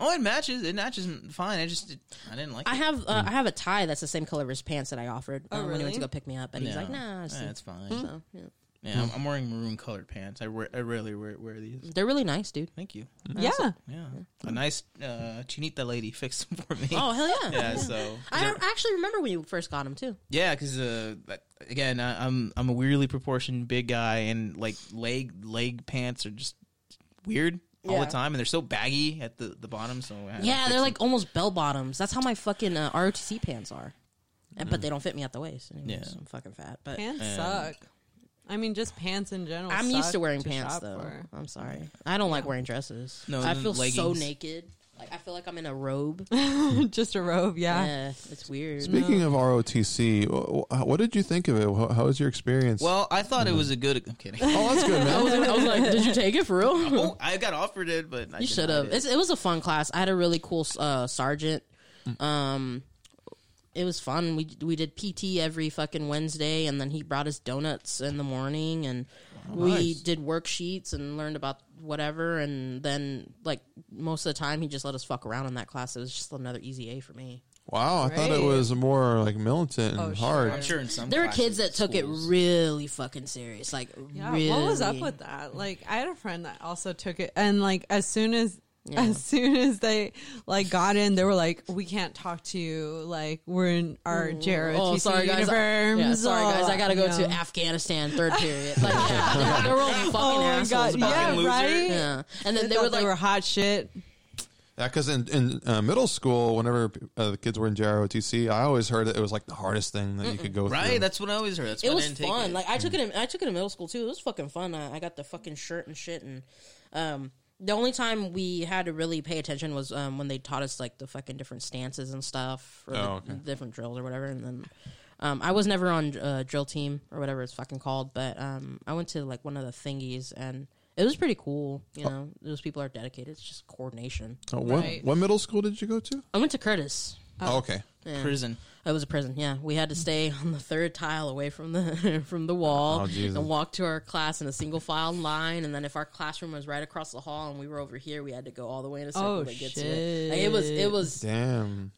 Oh, it matches. It matches fine. I just I didn't like. I it. have uh, I have a tie that's the same color as pants that I offered Oh, uh, when he went to really? go pick me up, and he's No. like, Nah, it's- Yeah, that's fine. so, yeah. Yeah, I'm, I'm wearing maroon colored pants. I, wear, I rarely wear, wear these. they're really nice, dude. Thank you. Yeah. Yeah, a nice uh, chinita lady fixed them for me. Oh hell yeah! yeah, so I don't- I actually remember when you first got them too. yeah, because uh, like, again, I, I'm I'm a weirdly proportioned big guy, and like leg leg pants are just weird all Yeah. the time, and they're so baggy at the, the bottom. So I had to Yeah, fix they're them. like almost bell bottoms. That's how my fucking uh, ROTC pants are, And but they don't fit me at the waist. Anyways, Mm. Yeah. I'm fucking fat, but Pants suck. I mean, just pants in general. I'm used suck to wearing pants shop though. for. I'm sorry, I don't like wearing dresses. No, I the feel so leggings. naked. Like I feel like I'm in a robe. just a robe. Yeah. yeah, it's weird. Speaking of ROTC, wh- wh- what did you think of it? Wh- How was your experience? Well, I thought it was a good. I'm kidding. oh, that's good, man. I was like, did you take it for real? oh, I got offered it, but I You should have. It's- It was a fun class. I had a really cool uh, sergeant. Mm. Um, it was fun. We we did PT every fucking Wednesday, and then he brought us donuts in the morning, and we Nice. did worksheets and learned about whatever. And then like most of the time, he just let us fuck around in that class. It was just another easy A for me. Wow, I thought it Great. was more like militant and Oh, hard. I'm sure in some There were classes kids that at took it schools. really fucking serious. Like, Yeah, really. what was up with that? Like, I had a friend that also took it, and like, as soon as as soon as they like got in, they were like, "We can't talk to you. Like, we're in our Jared Oh, sorry guys. I, uniforms. Oh, yeah, sorry guys. I gotta go to Yeah. Afghanistan third period. Like, yeah, they're, they're all fucking Oh my assholes. about god! it. Yeah, fucking loser. right. Yeah, and then They, they, were thought like, they were hot shit. Yeah, because in, in uh, middle school, whenever uh, the kids were in JROTC, I always heard that it was like the hardest thing that you could go through. Right, that's what I always heard. That's why it I was didn't take fun. It. Hmm. Like I took it, in, I took it in middle school too. It was fucking fun. I, I got the fucking shirt and shit, and um, the only time we had to really pay attention was um, when they taught us like the fucking different stances and stuff, or Oh, the, okay. different drills or whatever, and then. Um, I was never on uh, drill team or whatever it's fucking called, but um, I went to like one of the thingies and it was pretty cool. You Oh. know, those people are dedicated. It's just coordination. Uh, what, Right. what middle school did you go to? I went to Curtis. Oh, okay. prison. It was a prison. Yeah, we had to stay on the third tile away from the from the wall Oh, Jesus. and walk to our class in a single file line. And then if our classroom was right across the hall and we were over here, we had to go all the way in a circle Oh, to get to it. Like, it was it was Damn.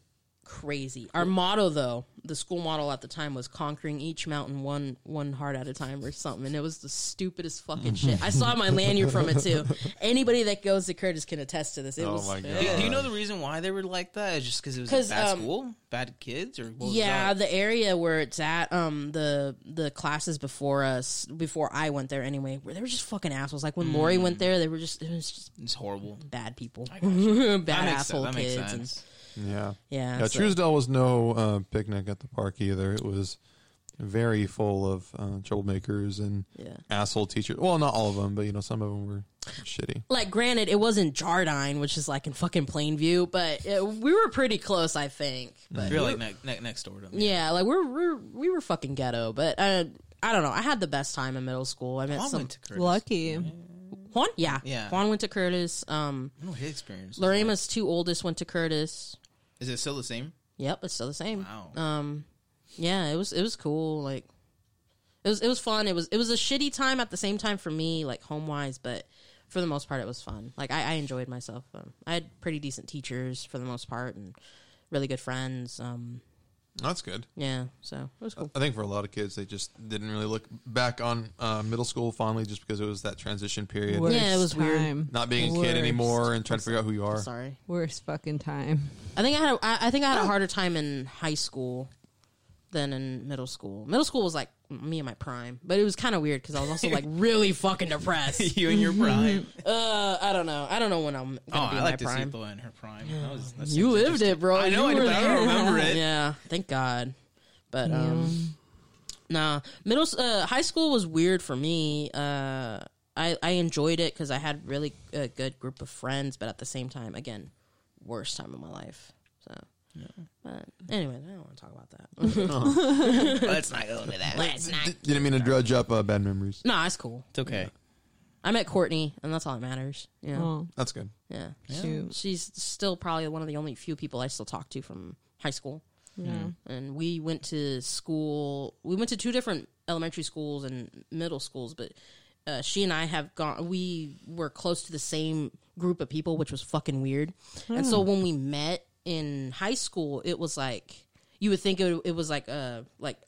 crazy. Our motto though, the school motto at the time was conquering each mountain one one heart at a time or something. And it was the stupidest fucking shit. I saw my lanyard from it too. Anybody that goes to Curtis can attest to this. It Oh was my God. Do, do you know the reason why they were like that? Is just because it was a 'Cause, bad um, school, bad kids, or what was yeah that? the area where it's at um the the classes before us before i went there anyway where they were just fucking assholes like when lori went Mm. there they were just it was just it's horrible. bad people bad That makes asshole sense. That makes kids sense. and Yeah. yeah, Yeah, so- Truesdell was no uh, picnic at the park either. It was very full of uh, troublemakers and Yeah. asshole teachers. Well, not all of them, but you know, some of them were shitty. Like, granted, it wasn't Jardine, which is like in fucking Plainview, but uh we were pretty close, I think. But We were like ne- ne- next door to them. yeah, like we're, we're we were fucking ghetto, but uh, I don't know. I had the best time in middle school. I met Mom some went to Curtis. Lucky. Juan, yeah, Yeah. Juan went to Curtis. Um, I don't know what his experience. was like. Lorima's two oldest went to Curtis. Is it still the same? Yep, it's still the same. Wow. Um, yeah, it was it was cool. Like, it was it was fun. It was it was a shitty time at the same time for me, like home wise, but for the most part, it was fun. Like I, I enjoyed myself. Um, I had pretty decent teachers for the most part, and really good friends. Um, That's good. yeah, so it was cool. I think for a lot of kids, they just didn't really look back on uh, middle school fondly, just because it was that transition period, Worst Yeah, it was weird. time. not being a kid Worst. anymore, and trying to figure out who you Uh, are. Sorry, Worst fucking time. I think I had a, I, I think I had a harder time in high school than in middle school. Middle school was like me in my prime, but it was kind of weird because I was also like really fucking depressed. you and your prime. Uh, I don't know. I don't know when I'm gonna oh, be I in like my to see prime. Thor in her prime. That was, that You sounds lived interesting. it, bro. I know You it, were but I there. don't remember it. Yeah, thank God. But um, nah, middle s- uh, high school was weird for me. Uh, I I enjoyed it because I had really a good group of friends, but at the same time, again, worst time of my life. So, but anyway, I don't want to talk about that. Let's not go into that. Let's not. Didn't mean to drudge up uh, bad memories. Nah, it's cool. It's okay. I met Courtney, and that's all that matters. Yeah, Oh, That's good. yeah. shoot. She's still probably one of the only few people I still talk to from high school. Yeah. and we went to school. We went to two different elementary schools and middle schools, but uh, she and I have gone. We were close to the same group of people, which was fucking weird. And so Hmm. when we met in high school, it was like you would think it, it was like uh like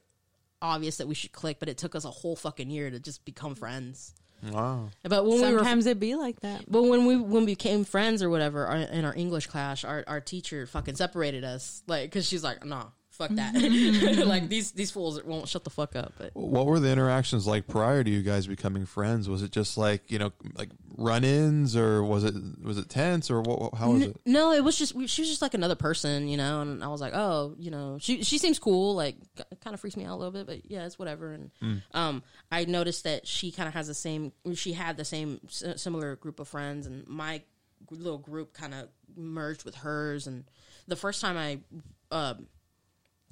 obvious that we should click, but it took us a whole fucking year to just become friends. Wow. But when we were Sometimes it be like that. but when we when we became friends or whatever our, in our English class, our our teacher fucking separated us, like because she's like, nah, fuck that, like these these fools won't shut the fuck up. But What were the interactions like prior to you guys becoming friends? Was it just like you know, like run-ins, or was it was it tense, or what? what- How was it? no, it was just we, she was just like another person, you know. And I was like, oh, you know, she she seems cool, like kind of freaks me out a little bit, but yeah, it's whatever. And um, I noticed that she kind of has the same, she had the same s- similar group of friends, and my g- little group kind of merged with hers. And the first time I um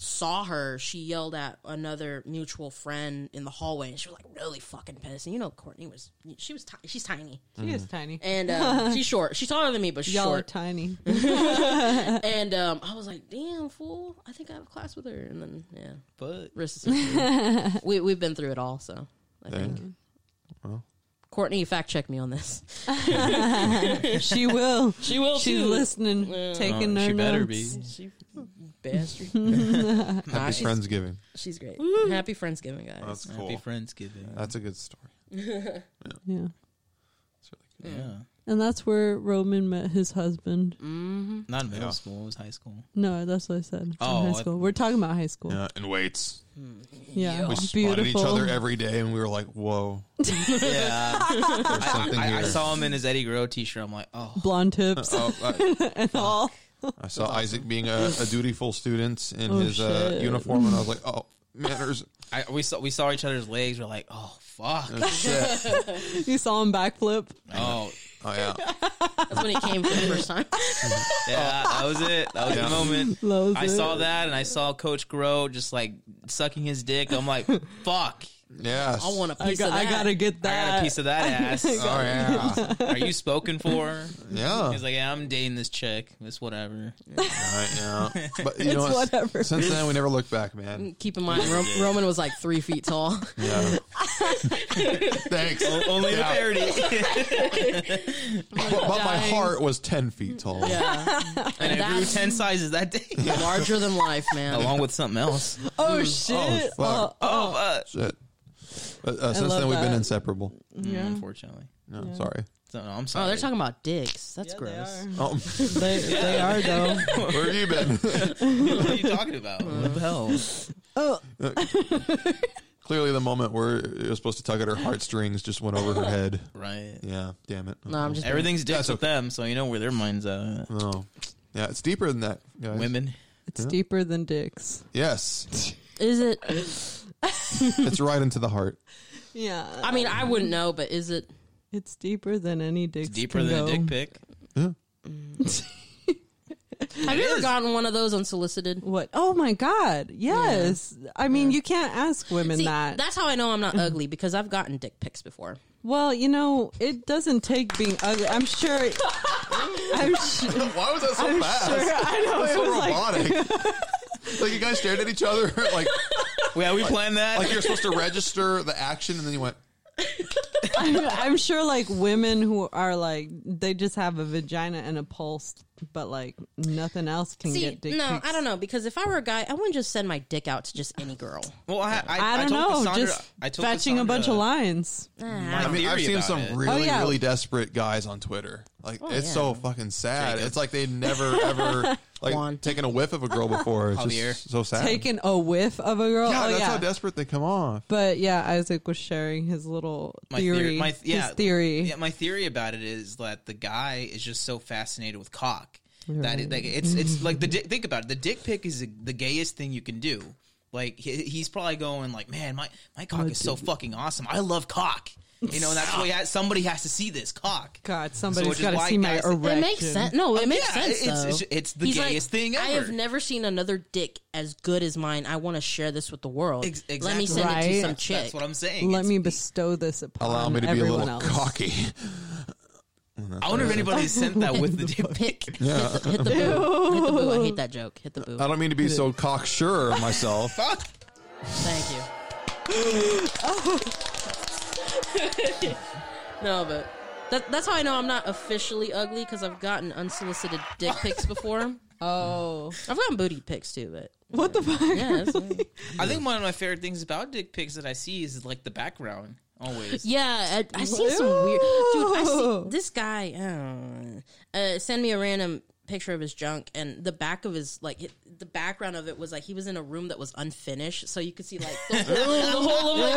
saw her, she yelled at another mutual friend in the hallway, and she was like really fucking pissed. And you know, Courtney was she was ti- she's tiny, She Mm. is tiny. and uh, she's short, she's taller than me, but she's Y'all are short. tiny. And um, I was like, "Damn fool! I think I have a class with her." And then, yeah, But wrist. we we've been through it all, so Mm-hmm. I think. Dang. Well. Courtney, fact check me on this. she will. She will She's listening, taking Oh, no she better notes. be. She bastard. Nah, Happy she's, friendsgiving. she's great. Happy Friendsgiving, guys. That's Happy cool. Friendsgiving. That's a good story. Yeah. That's really good. yeah. And that's where Roman met his husband. Mm. Not in middle Yeah. school. It was high school. No, that's what I said. Oh, in I- high school. We're talking about high school. Yeah, and waits. Yeah. Oh, We spotted each other every day, and we were like, "Whoa, Yeah. there's something I, here." I saw him in his Eddie Guerrero t-shirt. I'm like, oh, uh, Blonde tips Oh, I, and all. I saw Isaac being a, a dutiful student in Oh, his uh, shit. uniform, and I was like, "Oh, manners." I, we saw we saw each other's legs. We're like, oh fuck, Oh, shit. You saw him backflip. oh oh yeah. That's when it came for the first time. yeah, that was it. That was Yeah. the moment. That was I it. saw that, and I saw Coach Grow just like sucking his dick. I'm like, fuck, Yes. I want a I, piece got, of I that. gotta get I that. got a piece of that ass. Oh yeah. Are you spoken for? Yeah. He's like, yeah, I'm dating this chick. It's whatever. Right, yeah. But you It's know, what? whatever. since then we never looked back, man. Keep in mind, Ro- Roman was like three feet tall. Yeah. Thanks. O- Only the Yeah. parody. But, but my heart was ten feet tall. Yeah, and I grew That's- ten sizes that day, larger than life, man. along with something else. oh shit! Uh, fuck. Oh, Oh, fuck. Shit. But, uh, since love then we've been that. inseparable. Yeah. Unfortunately, No, sorry. so, no, I'm sorry. Oh, they're talking about dicks. That's gross. Oh, They, they are though. where have you been? What are you talking about? What the hell? Oh, Clearly, the moment where it was supposed to tug at her heartstrings just went over her head. Right. Yeah. Damn it. Oh, No, I'm just being- Everything's dicks That's with them, so you know where their minds uh, are. at. No. Yeah, it's deeper than that, guys. Women. it's deeper than dicks. Yes. Is it? it's right into the heart. Yeah. I mean, I wouldn't know, but is it? it's deeper than any dick. It's deeper than a dick pic. Yeah. Have you ever is. gotten one of those unsolicited? What? Oh my god. Yes. I mean, you can't ask women See, that. that's how I know I'm not ugly because I've gotten dick pics before. Well, you know, it doesn't take being ugly. I'm sure. It, I'm sure. Why was that so I'm fast? sure. I know. It so was like robotic. like you guys stared at each other, like Yeah, we planned that. like you're supposed to register the action, and then you went. I'm, I'm sure like women who are like they just have a vagina and a pulse, but like nothing else can See, get dick no, pics. I don't know because if I were a guy, I wouldn't just send my dick out to just any girl. well, I, I, I don't told know. Cassandra- just I told fetching a bunch of Cassandra lines. my I mean, I've theory seen about some it. really, yeah. really desperate guys on Twitter. Like it's so fucking sad. Jacob. It's like they've never ever like Juan. taken a whiff of a girl before. It's Javier. just so sad. Taking a whiff of a girl. yeah, oh that's yeah. how desperate they come off. but yeah, Isaac was sharing his little my theory. theory, my, yeah, his theory. Yeah, my theory about it is that the guy is just so fascinated with cock that it, like it's it's like the di- think about it. The dick pic is the gayest thing you can do. Like he, he's probably going like, man, my my cock is so fucking awesome. I love cock. You know, and that's why he has- somebody has to see this cock. God, which somebody's is got to why see my guys- It erection. It makes sense. No, it makes Oh, yeah, sense. it's- though. it's- it's the like, gayest thing I have ever." never seen another dick as good as mine. I want to share this with the world. Ex- Let me exactly. send it to Right. some That's, chick. that's what I'm saying. Let It's- me bestow this upon Allow me to be a everyone little else. cocky. I wonder if anybody sent that with the dick pic. hit, the, hit the boo. Hit the boo. I hate that joke. Hit the boo. I don't mean to be so cocksure of myself. Fuck. Thank you. no, but that, that's how I know I'm not officially ugly because I've gotten unsolicited dick pics before. I've Oh, gotten booty pics too, but what the fuck? yeah, that's- I think one of my favorite things about dick pics that I see is like the background always. yeah. I, I see some weird dude. I see Ew. this guy. Uh, uh, send me a random picture of his junk and the back of his like it, the background of it was like he was in a room that was unfinished so you could see like the whole, the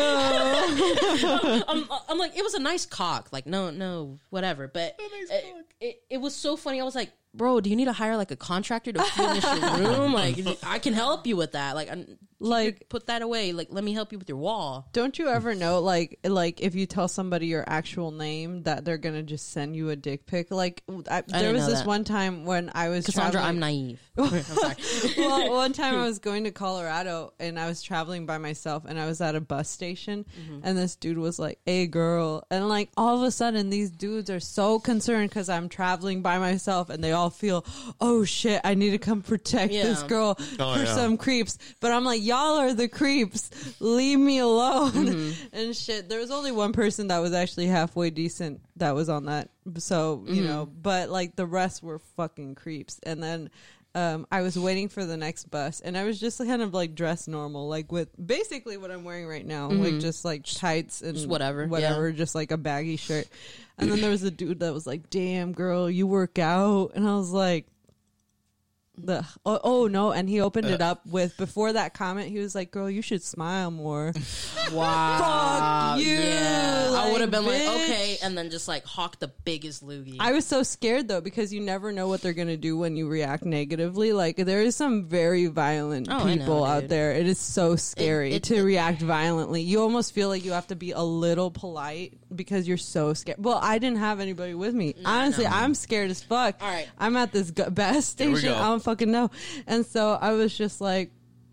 whole of like I'm, I'm like, it was a nice cock. Like, no, no, whatever. But it, it, it was so funny. I was like, bro, do you need to hire like a contractor to finish your room? Like, I can help you with that. Like, I'm, Like- put that away. Like, let me help you with your wall. Don't you ever know, like, like if you tell somebody your actual name, that they're gonna just send you a dick pic? Like, I, there didn't was know this that. one time when I was Cassandra, traveling- I'm naive. I'm sorry. well, one time I was going to Colorado and I was traveling by myself and I was at a bus station and this dude was like, "Hey, girl," and like all of a sudden these dudes are so concerned because I'm traveling by myself and they all feel, "Oh shit, I need to come protect this Yeah. girl Oh, for yeah. some creeps." But I'm like, "Y'all are the creeps. Leave me alone." Mm-hmm. and shit, there was only one person that was actually halfway decent that was on that. So Mm-hmm. you know, but like the rest were fucking creeps. And then um, I was waiting for the next bus, and I was just kind of like dressed normal, like with basically what I'm wearing right now, Mm-hmm. like just like tights and whatever, yeah. whatever, just like a baggy shirt. And then there was a dude that was like, "Damn, girl, you work out," and I was like. The, oh, oh no! And he opened Uh. it up with before that comment. He was like, "Girl, you should smile more." Fuck you! Ah, yeah. I like, would have been like, bitch. okay, and then just like hawk the biggest loogie. I was so scared though because you never know what they're gonna do when you react negatively. Like there is some very violent Oh, I know, people out dude. there. It is so scary it- to react violently. You almost feel like you have to be a little polite because you're so scared. Well, I didn't have anybody with me. Honestly, I'm scared as fuck. All right. I'm at this gu- bus we station. go. I don't fucking know. And so I was just like,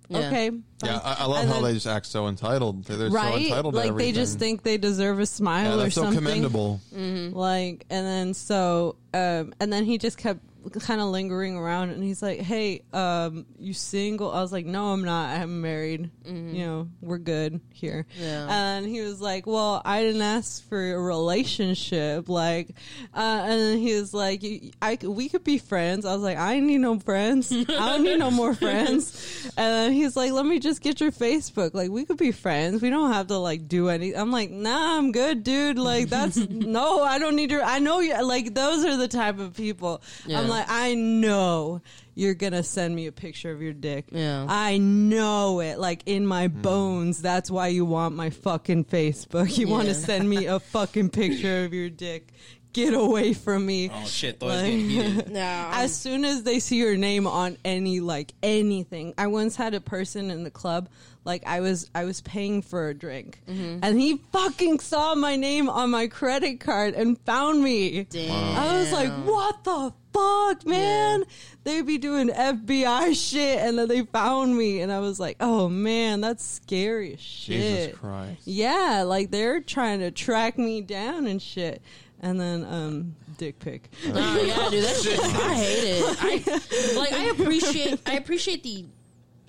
Yeah. okay. Yeah, fine. I, I love And how then- they just act so entitled. They're, they're so right. entitled. to like they just everything. think they deserve a smile Yeah, or that's so something. commendable. Like, and then so, um, and then he just kept kind of lingering around and he's like, Hey, um, you single? I was like, No, I'm not. I'm married. You know, we're good here. Yeah. And he was like, Well, I didn't ask for a relationship. Like, uh, and then he was like, "You- I, c- We could be friends. I was like, I ain't need no friends. I don't need no more friends. And then he's like, Let me just get your Facebook. Like, we could be friends. We don't have to like do any. I'm like, Nah, I'm good, dude. Like, that's no, I don't need your. I know you. Like, those are the type of people. Yeah. I'm like, I know you're gonna send me a picture of your dick. Yeah. I know it. Like in my Hmm. bones. That's why you want my fucking Facebook. You want Yeah. to send me a fucking picture of your dick. get away from me. Oh shit, Thor's getting heated. No, I'm- as soon as they see your name on any like anything i once had a person in the club like i was i was paying for a drink and he fucking saw my name on my credit card and found me damn. i was like what the fuck man they be doing fbi shit and then they found me and i was like oh man that's scary as shit Jesus Christ. yeah like they're trying to track me down and shit and then um dick pic Oh yeah, dude, that shit. I hate it. I, like I appreciate. I appreciate the.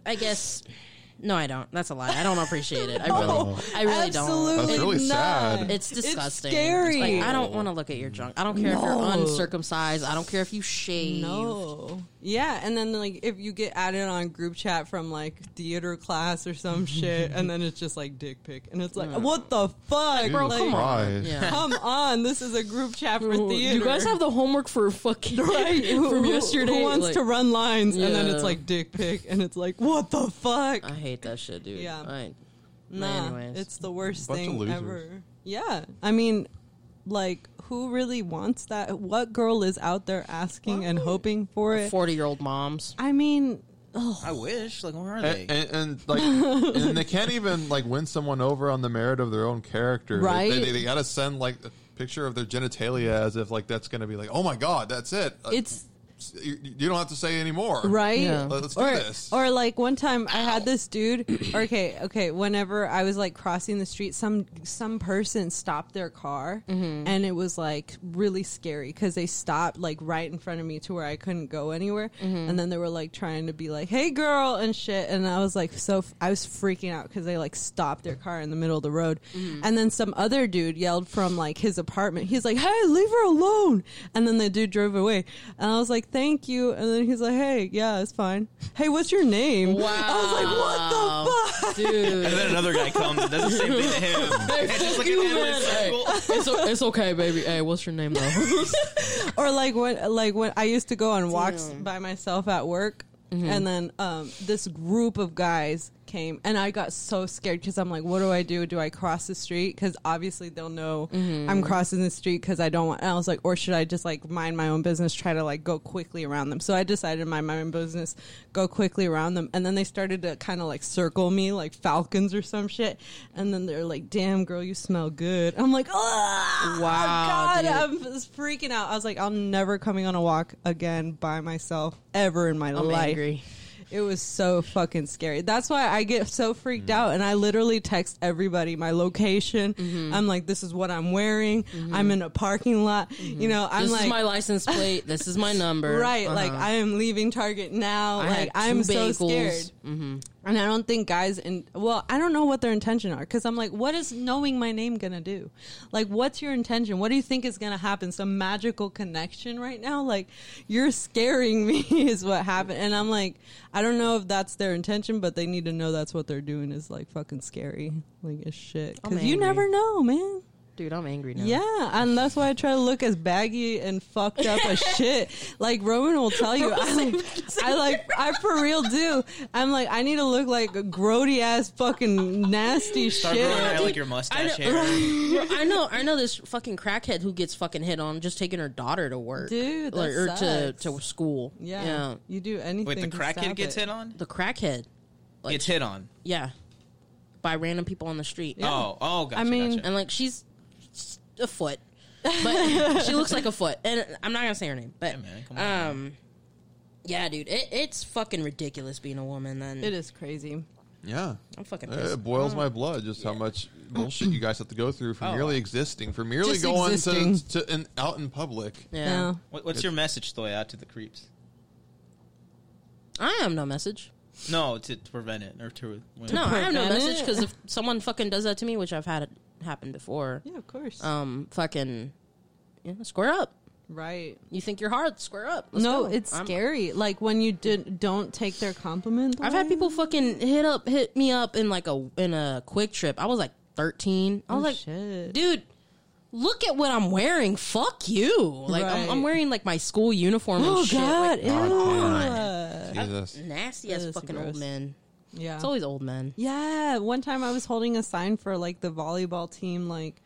I guess. No, I don't. That's a lie. I don't appreciate it. I really, I really Absolutely don't. That's really not. sad. It's disgusting. scary. Like, I don't want to look at your junk. I don't care if No. you're uncircumcised. I don't care if you shave. No. Yeah, and then like if you get added on group chat from like theater class or some shit, and then it's just like dick pic, and it's like what the fuck, Jesus Like, come on. Christ. Yeah. come on, this is a group chat for Ooh, theater. You guys have the homework for fucking right who, from who- yesterday. Who wants like- to run lines, and then Yeah. it's like dick pic, and it's like what the fuck. I hate that shit, dude. Yeah. I, Nah, Uh, anyways. it's the worst Bunch of thing losers. ever. Yeah, I mean, like who really wants that? What girl is out there asking and hoping for it? forty-year-old moms. I mean, I wish. Like, where are they? And, and, and like, and they can't even like win someone over on the merit of their own character. They- Right. They, they, got to send like a picture of their genitalia as if like that's going to be like, oh my god, that's it. Uh, it's you, you don't have to say anymore. right? Yeah. Let- Let's do or, this. or like one time I had this dude. Okay, okay. Whenever I was like crossing the street, some some person stopped their car, and it was like really scary because they stopped like right in front of me to where I couldn't go anywhere, and then they were like trying to be like, "Hey, girl," and shit, and I was like, so f- I was freaking out because they like stopped their car in the middle of the road, and then some other dude yelled from like his apartment. He's like, "Hey, leave her alone!" And then the dude drove away, and I was like, "Thank you," and then he's like, "Hey, yeah, it's fine. Hey, what's your name?" Wow. I was like, "What the fuck?" dude? and then another guy comes and does the same thing to him. It's just like an you, endless man. circle. it's, o- it's okay, baby. Hey, what's your name though? or like when like when I used to go on walks by myself at work, Mm-hmm. and then um, this group of guys came, and I got so scared because I'm like, what do I do? Do I cross the street? Because obviously they'll know Mm-hmm. I'm crossing the street because I don't want. And I was like, or should I just like mind my own business, try to like go quickly around them? So I decided to mind my own business, go quickly around them, and then they started to kind of like circle me like falcons or some shit, and then they're like, damn girl, you smell good. I'm like, ah, Wow, God, dude. I'm was freaking out. I was like, I'm never coming on a walk again by myself ever in my I'm life. angry. It was so fucking scary. That's why I get so freaked out and I literally text everybody my location. Mm-hmm. I'm like, this is what I'm wearing. I'm in a parking lot. You know, Mm-hmm. I'm This like is my license plate. This is my number. Right, Uh-huh. like I am leaving Target now. I had like two I'm so bagels. Mm-hmm. scared, and I don't think guys and well, I don't know what their intention are because I'm like, what is knowing my name gonna do? Like, what's your intention? What do you think is gonna happen? Some magical connection right now? Like, you're scaring me is what happened, and I'm like, I don't know if that's their intention, but they need to know that's what they're doing is like fucking scary, like as shit, I'm because you angry. never know, man. dude, I'm angry now. Yeah, and that's why I try to look as baggy and fucked up as shit. Like Roman will tell you, I, I like, I for real do. I'm like, I need to look like a grody ass fucking nasty Start shit. growing out like your mustache hair. Bro, I know, I know this fucking crackhead who gets fucking hit on just taking her daughter to work, Dude, that Like, or to sucks. to school. yeah, you do anything. Wait, the to crackhead stop gets it. hit on? the crackhead. Like, Gets hit on. yeah, by random people on the street. Oh, oh, gotcha, I mean- gotcha. and like she's a foot, but she looks like a foot. And I'm not gonna say her name, but Yeah, man, come on, um, yeah, dude, it, it's fucking ridiculous being a woman. Then It is crazy. yeah. I'm fucking Uh, pissed. It boils Oh. my blood just how much bullshit you guys have to go through for merely existing, for merely Just going existing. to, to in, out in public. yeah. Yeah. What, what's your message, Thoy, out to the creeps? I have no message. No, to, to prevent it or to. No, I have no prevent message it. because if someone fucking does that to me, which I've had it happen before, Yeah, of course. um, fucking, yeah, square up. right. You think you're hard? Square up. Let's No, go. it's I'm- scary. Like when you did, don't take their compliment. I've had people fucking hit up, hit me up in like a in a quick trip. I was like 13. I was Oh, like, shit. dude. Look at what I'm wearing. Fuck you. Like I'm, I'm Right. wearing like my school uniform and Oh shit. God! Like, God ew. Jesus. nasty as That's fucking gross. old men. Yeah. It's always old men. Yeah, one time I was holding a sign for like the volleyball team like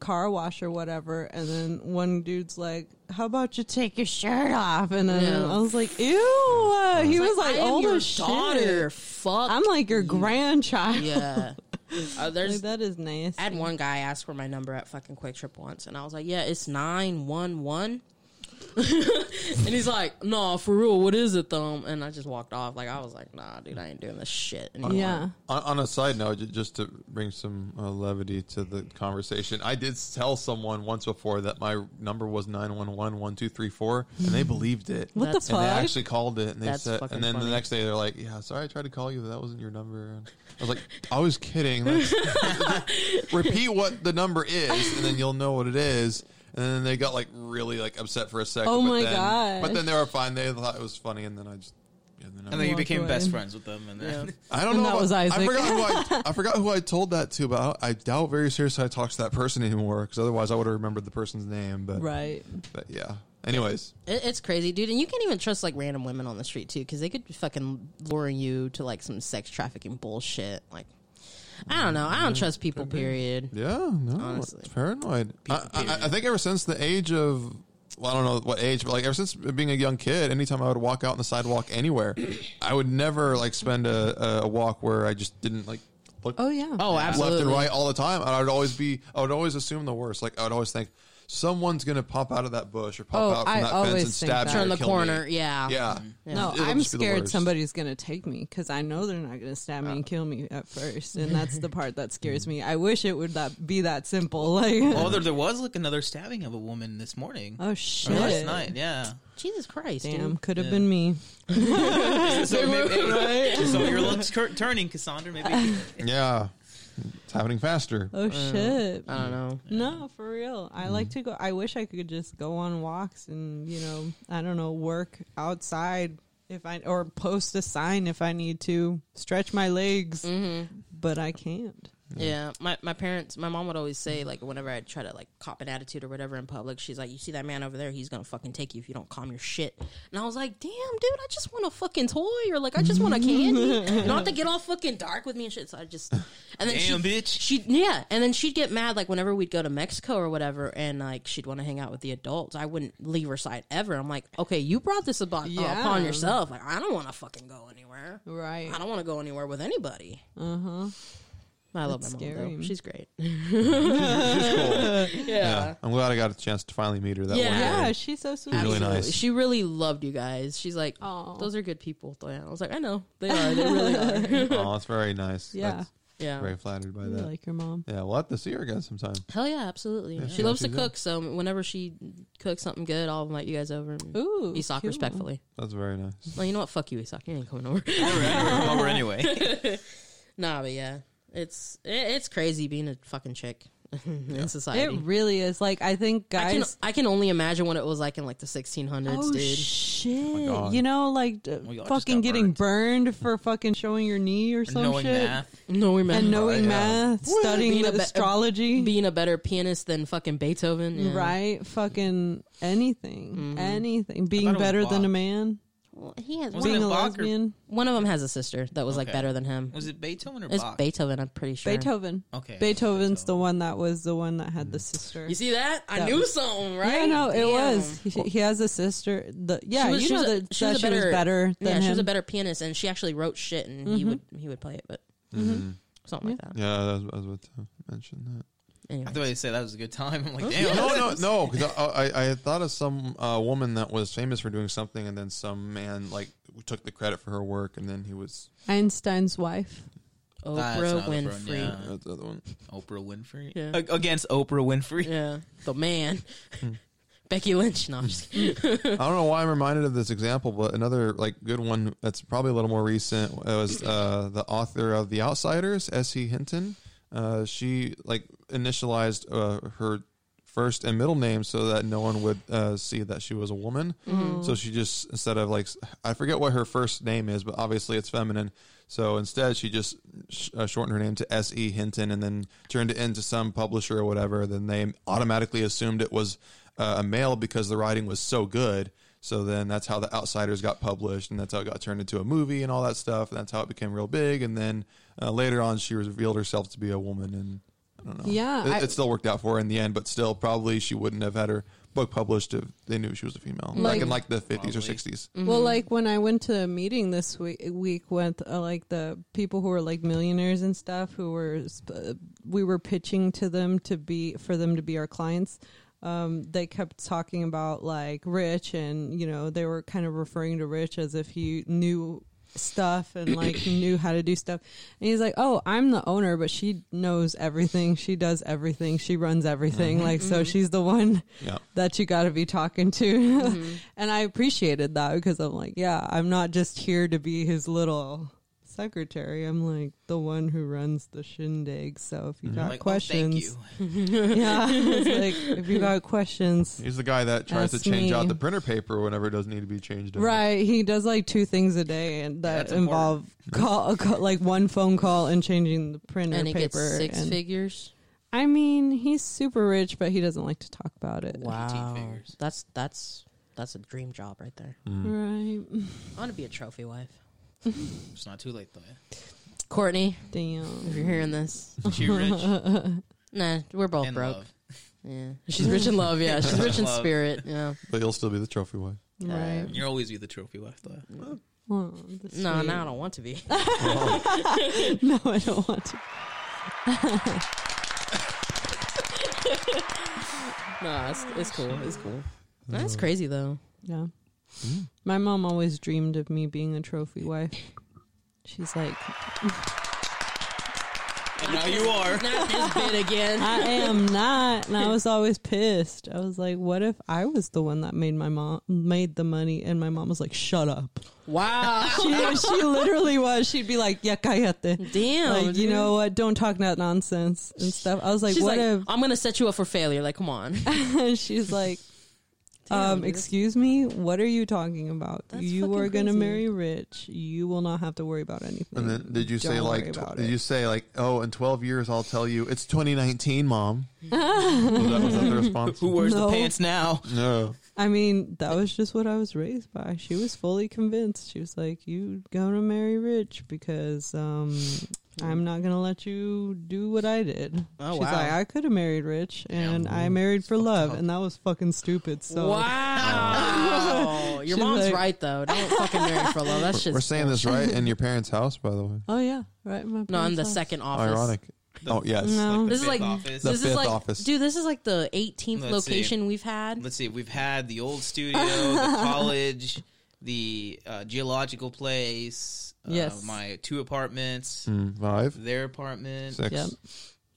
car wash or whatever, and then one dude's like, "How about you take your shirt off?" And then Yeah. I was like, "Ew!" uh," He was like, I am "Older your shit." daughter. Fuck. I'm like your grandchild. yeah. Uh, Like, there's that is nice. I had one guy ask for my number at fucking Quick Trip once, and I was like, "Yeah, it's nine one one." And he's like, "No, for real, what is it though?" And I just walked off. Like I was like, "Nah, dude, I ain't doing this shit." Anymore. Yeah. On, on a side note, ju- just to bring some uh, levity to the conversation, I did tell someone once before that my number was 911 1234, and they believed it. What That's the and fuck? they actually called it, and they That's said, fucking and then funny. the next day they're like, "Yeah, sorry, I tried to call you, but that wasn't your number." And I was like, "I was kidding." That's- repeat what the number is, and then you'll know what it is. And then they got like really like upset for a second. Oh but my then, gosh. But then they were fine. They thought it was funny, and then I just. yeah, then I And then you Walked became away. best friends with them, and then I don't know. And that what- was Isaac. I forgot who I, I forgot who I told that to, but I, I doubt very seriously I talked to that person anymore because otherwise I would have remembered the person's name. But Right. but yeah. Anyways, It, it's crazy, dude. And you can't even trust like random women on the street too, because they could be fucking luring you to like some sex trafficking bullshit. Like, I don't know. I Mm-hmm. don't trust people. Period. yeah, no, Honestly. it's paranoid. I, I, I think ever since the age of. Well, I don't know what age, but like ever since being a young kid, anytime I would walk out on the sidewalk anywhere, I would never like spend a, a walk where I just didn't like look Oh yeah. Oh, absolutely. left and right all the time. And I would always be, I would always assume the worst. Like I would always think someone's going to pop out of that bush or pop Oh, out from I that fence always and think stab that. me or Turn the kill me. corner. Yeah. Yeah. No, It'll I'm just be the scared worst. somebody's going to take me because I know they're not going to stab me and kill me at first, and that's the part that scares me. I wish it would that be that simple. Like, oh, there, there was like another stabbing of a woman this morning oh or shit, last night. Yeah, Jesus Christ, damn, dude. could have been me. so, maybe- so your luck's cur- turning, Cassandra. Maybe Yeah. It's happening faster. Oh shit, I don't know. no, for real. I like to go. I wish I could just go on walks and you know, I don't know, work outside if I or post a sign if I need to stretch my legs, but I can't. Yeah, my my parents, my mom would always say like whenever I try to like cop an attitude or whatever in public, she's like, "You see that man over there? He's gonna fucking take you if you don't calm your shit." And I was like, "Damn, dude, I just want a fucking toy or like I just want a candy, not to get all fucking dark with me and shit." So I just and then she, Damn, bitch. she yeah, and then she'd get mad like whenever we'd go to Mexico or whatever, and like she'd want to hang out with the adults. I wouldn't leave her side ever. I'm like, okay, you brought this about, Yeah. upon yourself. Like I don't want to fucking go anywhere. Right. I don't want to go anywhere with anybody. Uh huh. I love That's my mom scary. though. She's great. She's cool. Yeah. Yeah. I'm glad I got a chance to finally meet her that Yeah. one day. Yeah, she's so sweet. Really nice. She really loved you guys. She's like, Aw. those are good people. Thoya." I was like, I know. They are. They really are. Oh, that's very nice. Yeah. That's Yeah. very flattered by I that. like your mom. yeah, we'll have to see her again sometime. Hell yeah, absolutely. Yeah, she she loves to loves you cook, so whenever she cooks something good, I'll invite you guys over and Ooh, Esoc cool. respectfully. That's very nice. Well, you know what? Fuck you, Esoc. You ain't coming over. over anyway. nah, but yeah. It's it, it's crazy being a fucking chick in It society. really is. Like I think I can guys. I can only imagine what it was like in like the 1600s, Oh dude. shit! God. you know, like d- y'all just fucking got getting burned for fucking showing your knee or some Knowing shit, math, no, and remember knowing yeah. math, studying Being a the be- astrology, being a better pianist than fucking Beethoven. Yeah. Mm-hmm. right? Fucking anything, anything. Being thought it was better than a Bach. man, Well, he has Was one, it being a Bach or- lesbian. one of them has a sister that was like Okay. better than him. was it Beethoven or It's Bach? Beethoven, I'm pretty sure. Beethoven. Okay, Beethoven's the one that was the one that had Mm. the sister. You see that? I That knew was- something, right? Yeah, no, it Damn. was. He, he has a sister. The, yeah, She was- you she know was a- that that she was better, than yeah, him. Mm-hmm. she was a better pianist, and she actually wrote shit, and he would he would play it, but something like that. Mm-hmm. Yeah, that was, I was about to mention that. Anyway, I thought they said that was a good time. Oh, I'm like, damn. no, no, no. Because I, I, I thought of some uh, woman that was famous for doing something, and then some man like took the credit for her work, and then he was Einstein's wife. Ah, it's Oprah not Oprah, Winfrey, yeah. yeah. uh, that's the other one. Oprah Winfrey Yeah. A- against Oprah Winfrey. the man, Hmm. Becky Lynch. No, I'm just kidding. I don't know why I'm reminded of this example, but another like good one that's probably a little more recent uh, was uh, the author of The Outsiders, S.E. Hinton. Uh, she like initialized uh, her first and middle name so that no one would uh, see that she was a woman. Mm-hmm. So she just instead of like s- I forget what her first name is, but obviously it's feminine. So instead, she just sh- uh, shortened her name to S.E. Hinton and then turned it into some publisher or whatever. Then they automatically assumed it was uh, a male because the writing was so good. So then that's how The Outsiders got published, and that's how it got turned into a movie and all that stuff. And that's how it became real big. And then uh, later on, she revealed herself to be a woman, and I don't know. Yeah, it, I- it still worked out for her in the end, but still, probably she wouldn't have had her book published if they knew she was a female, like, Like- in like the fifties or Probably. sixties. Well, like when I went to a meeting this week, week with uh, like the people who were like millionaires and stuff, who were sp- we were pitching to them to be for them to be our clients. Um, they kept talking about like Rich, and you know they were kind of referring to Rich as if he knew stuff and like knew how to do stuff. And he's like, "Oh, I'm the owner, but she knows everything. She does everything. She runs everything. Like so, she's the one." Yeah, that you got to be talking to. Mm-hmm. and I appreciated that because I'm like, yeah, I'm not just here to be his little secretary. I'm like the one who runs the shindig. So if you got like, questions, Oh, thank you. yeah, it's like if you got questions. he's the guy that tries That's to change me. out the printer paper whenever it doesn't need to be changed. out. Right, he does like two things a day, and that that's involve call, call, like one phone call and changing the printer and it paper. gets six and- figures. I mean, he's super rich, but he doesn't like to talk about it. Wow, figures. that's that's that's a dream job right there. Mm. Right, I want to be a trophy wife. It's not too late though. Courtney, if damn. you're hearing this, She rich and nah, we're both broke. love. Yeah, she's rich in love. Yeah, she's rich in Love. spirit. Yeah, But he'll still be the trophy wife. Right. You'll always be the trophy wife though. Oh, that's no, sweet. no, I don't want to be. No, I don't want to. no, it's, it's cool. It's cool. That's crazy though. Yeah. My mom always dreamed of me being a trophy wife. She's like, And now you are. Not this bit again. I am not, and I was always pissed. I was like, what if I was the one that made my mom made the money? And my mom was like, shut up. Wow. She, she literally was. She'd be like, yeah, cállate. Damn. Like, you dude. know what? Don't talk that nonsense and stuff. I was like, she's what like, Um, I'm gonna set you up for failure. Like, come on. if? She's like, Damn, um, dude. excuse me, what are you talking about? That's you fucking are going to crazy. marry rich. You will not have to worry about anything. And then did you say Don't worry like about tw- it. did you say like oh in twelve years I'll tell you it's 2019, mom? was, that, was that the response? Who wears No. the pants now? No, I mean, that was just what I was raised by. She was fully convinced. She was like, "You gonna marry rich because um, I'm not gonna let you do what I did." Oh, She's wow. like, "I could have married rich, and I married for love, and that was fucking stupid." So wow. Your She's mom's like- right though. Don't fucking marry for love. That shit's we're saying this right in your parents' house, by the way. oh yeah, right. My no in the parents' house. second office. Ironic. Oh yes. No. This is like office. The this is fifth like office. dude. This is like the 18th Let's location we've had. Let's see. We've had the old studio, the college, the uh, geological place. Uh, Yes. My two apartments, Mm, Five, their apartment, six. Yep.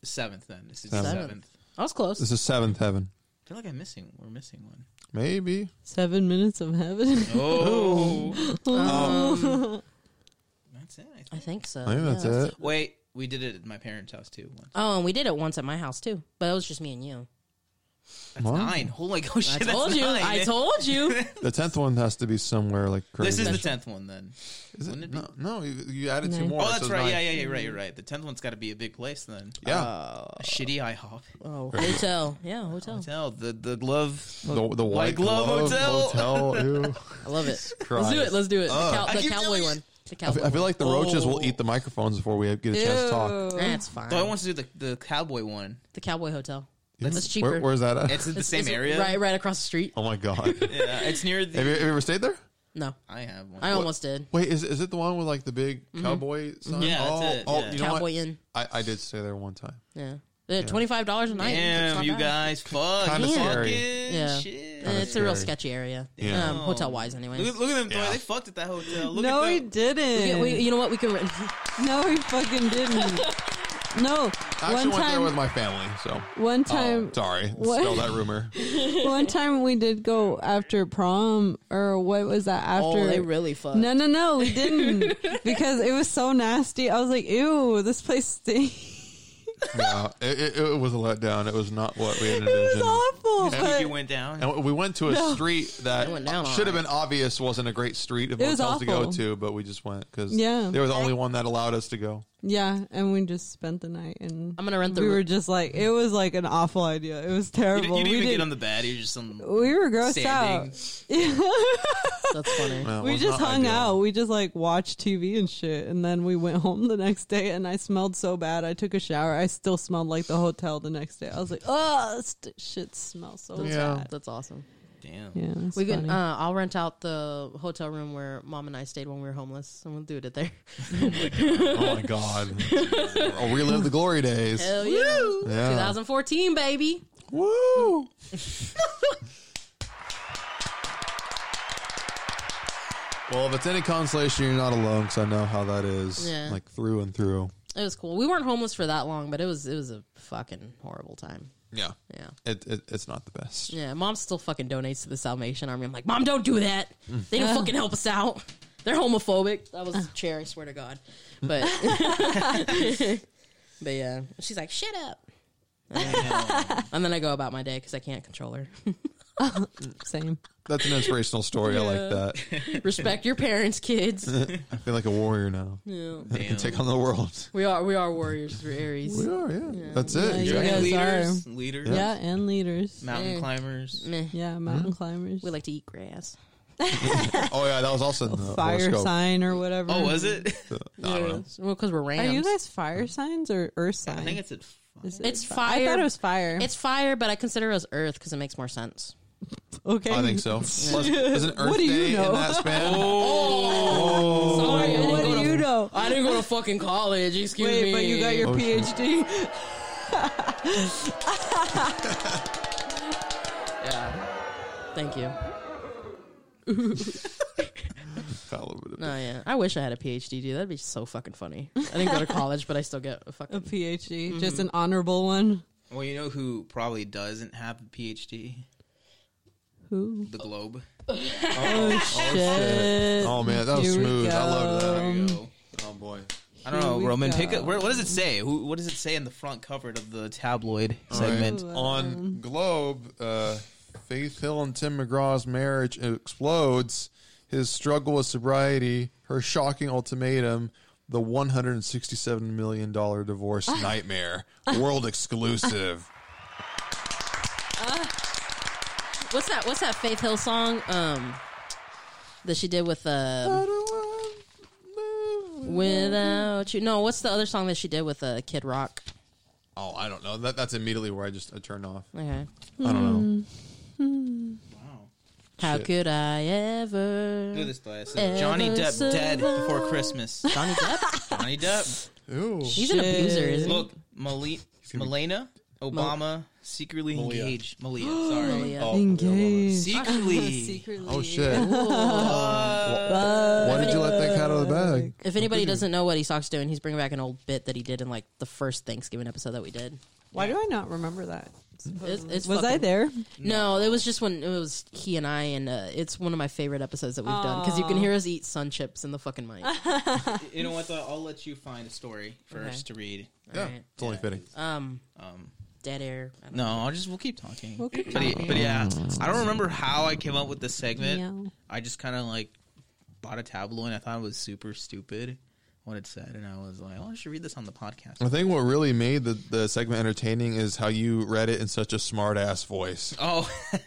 seventh. Then this is the Seventh. seventh. I was close. This is seventh heaven. I feel like I'm missing. We're missing one. Maybe. seven minutes of heaven. Oh, Um, that's it. I I think. think so. I think yeah. that's it. Wait, we did it at my parents' house too. Once. Oh, and we did it once at my house too, but it was just me and you. That's Wow. nine. Holy oh I shit! that's told you. nine. I told you. The tenth one has to be somewhere like This crazy. is the tenth one then. Is it? Wouldn't it be- No, no, you, you added two Nine. more. Oh, that's so it's right. nine. Yeah, Uh, yeah, yeah. Right, you're right. The tenth one's got to be a big place then. Yeah. A shitty IHOP Oh, hotel. Yeah, hotel. hotel. The the glove. The, the white White Glove glove Hotel. hotel. Ew. I love it. Let's Christ. do it. Let's do it. the cow- Uh, I the keep cowboy telling you- one. The I cowboy. feel, I feel like the roaches will Oh. eat the microphones before we get a chance to talk. Ew. That's fine. So I want to do the, the cowboy one. the cowboy hotel. Ew. That's cheaper. Where- where's that at? It's in the It's- same it's area. Right, right across the street. oh my god. have, you, Yeah, it's near the. have you ever stayed there? No, I have one. I almost did. Wait, is is it the one with like the big cowboy sign? Mm-hmm. Yeah, oh, that's it, oh, yeah. you know Cowboy what? Inn. I, I did stay there one time. Yeah, yeah twenty five dollars a night. It's Damn, not you bad. guys, fuck, Kinda fucking scary. Yeah. shit. Eh, it's a real scary. sketchy area. Yeah. Um, hotel wise, anyway. Look, at- look at them. Thor. They fucked at that hotel. Look No, at he them. didn't. you know what? We can. Re- no, he fucking didn't. No, I one actually went there time, with my family, so one Oh, time, sorry, What? spell that rumor. one time we did go after prom or what was that after oh, they really fucked. no no no we didn't because it was so nasty i was like ew this place stinks yeah, it, it, it was a letdown. It was not what we had it was envisioned. awful Look at you but went down. And we went to a No. street that It went down all should have right. been obvious wasn't a great street of It was hotels to go awful. to, but we just went because Yeah. they were the only one that allowed us to go. Yeah, and we just spent the night, and I'm gonna run We through- were just like, it was like an awful idea. It was You, didn't- terrible. you didn't we even didn't- get on the bed. You're just on we were grossed standing. out. That's funny. Well, it We was just not hung ideal. out. We just like watched TV and shit, and then we went home the next day. And I smelled so bad. I took a shower. I still smelled like the hotel the next day. I was like, oh, this t- shit smells so Yeah. bad. That's awesome. Damn. Yeah, that's We can. funny. Uh, I'll rent out the hotel room where mom and I stayed when we were homeless, and we'll do it there. Oh my god! I'll relive the glory days. Hell yeah. Yeah. 2014, baby. Woo! well, if it's any consolation, you're not alone because I know how that is, Yeah. like through and through. It was cool. We weren't homeless for that long, but it was it was a fucking horrible time. Yeah, Yeah. it, it it's not the best. Yeah, mom still fucking donates to the Salvation Army. I'm like, mom, don't do that. They don't fucking help us out. They're homophobic. Mm. That was a chair. I swear to God. But but yeah, she's like, shut up. And then I go about my day because I can't control her. Same. That's an inspirational story. I like that. Respect your parents, kids. I feel like a warrior now. Yeah. I can take on the world. We are we are warriors. We're Aries. We are, yeah. That's it. Yeah, you exactly. leaders, guys leaders, Yeah, and leaders. mountain Yeah. climbers. Meh. Hmm? Yeah, mountain climbers. We like to eat grass. Oh yeah, that was also in the fire horoscope. sign or whatever. Oh, was it? No, I don't know. Well, because we're Are rams. you guys fire signs or earth sign? I think it's at Is it It's I fire. thought it was fire. It's fire, but I consider it as Earth because it makes more sense. okay. I think so. Plus, isn't Earth What do you Day know? in that span? Oh, Sorry, I What do you know? I didn't go to fucking college. Excuse Wait, but you got your Oh, shit. PhD. Thank you. No, yeah. I wish I had a PhD, dude. That'd be so fucking funny. I didn't go to college, but I still get a A fucking. PhD, just an honorable one. Well, you know who probably doesn't have a PhD? Who? The Globe. Oh shit! Oh man, that was Here we smooth. I loved go. that. There you go. Oh boy. I don't know, we Roman. Pick go. up. Where, what does it say? Who, what does it say in the front cover of the tabloid segment? On Globe, uh, Faith Hill and Tim McGraw's marriage explodes. His struggle with sobriety, her shocking ultimatum, the $167 million divorce nightmare, world exclusive. What's that? What's that Faith Hill song? Um, that she did with uh, Oh, without you. No, what's the other song that she did with uh, Kid Rock? Oh, I don't know. That, that's immediately where I just I turned off. Okay. Hmm. I don't know. How Shit. could I ever? Look at this guy. It says, Johnny Ever Depp dead survive. before Christmas. Johnny Depp. Johnny Depp. Ooh. He's an abuser, isn't he? Look, Mali- Melena Obama secretly engaged. Malia, sorry. Yeah. Oh, Engaged. Secretly. oh shit. Uh, Why did you let that cat out of the bag? If anybody doesn't know what Esoc's doing, he's bringing back an old bit that he did in like the first Thanksgiving episode that we did. Why do I not remember that? It's, it's Was fucking- I there? No, it was just when it was he and I, and uh, it's one of my favorite episodes that we've done because you can hear us eat sun chips in the fucking mic. You know what? Though? I'll let you find a story first to read. Yeah, Alright. it's only fitting. Um, Um, dead air. I don't no, I'll just we'll keep talking. but, yeah- but yeah, I don't remember how I came up with this segment. Yeah. I just kind of like bought a tabloid. and I thought it was super stupid what it said, and I was like, oh, I should read this on the podcast. I think what really made the, the segment entertaining is how you read it in such a smart ass voice. Oh, I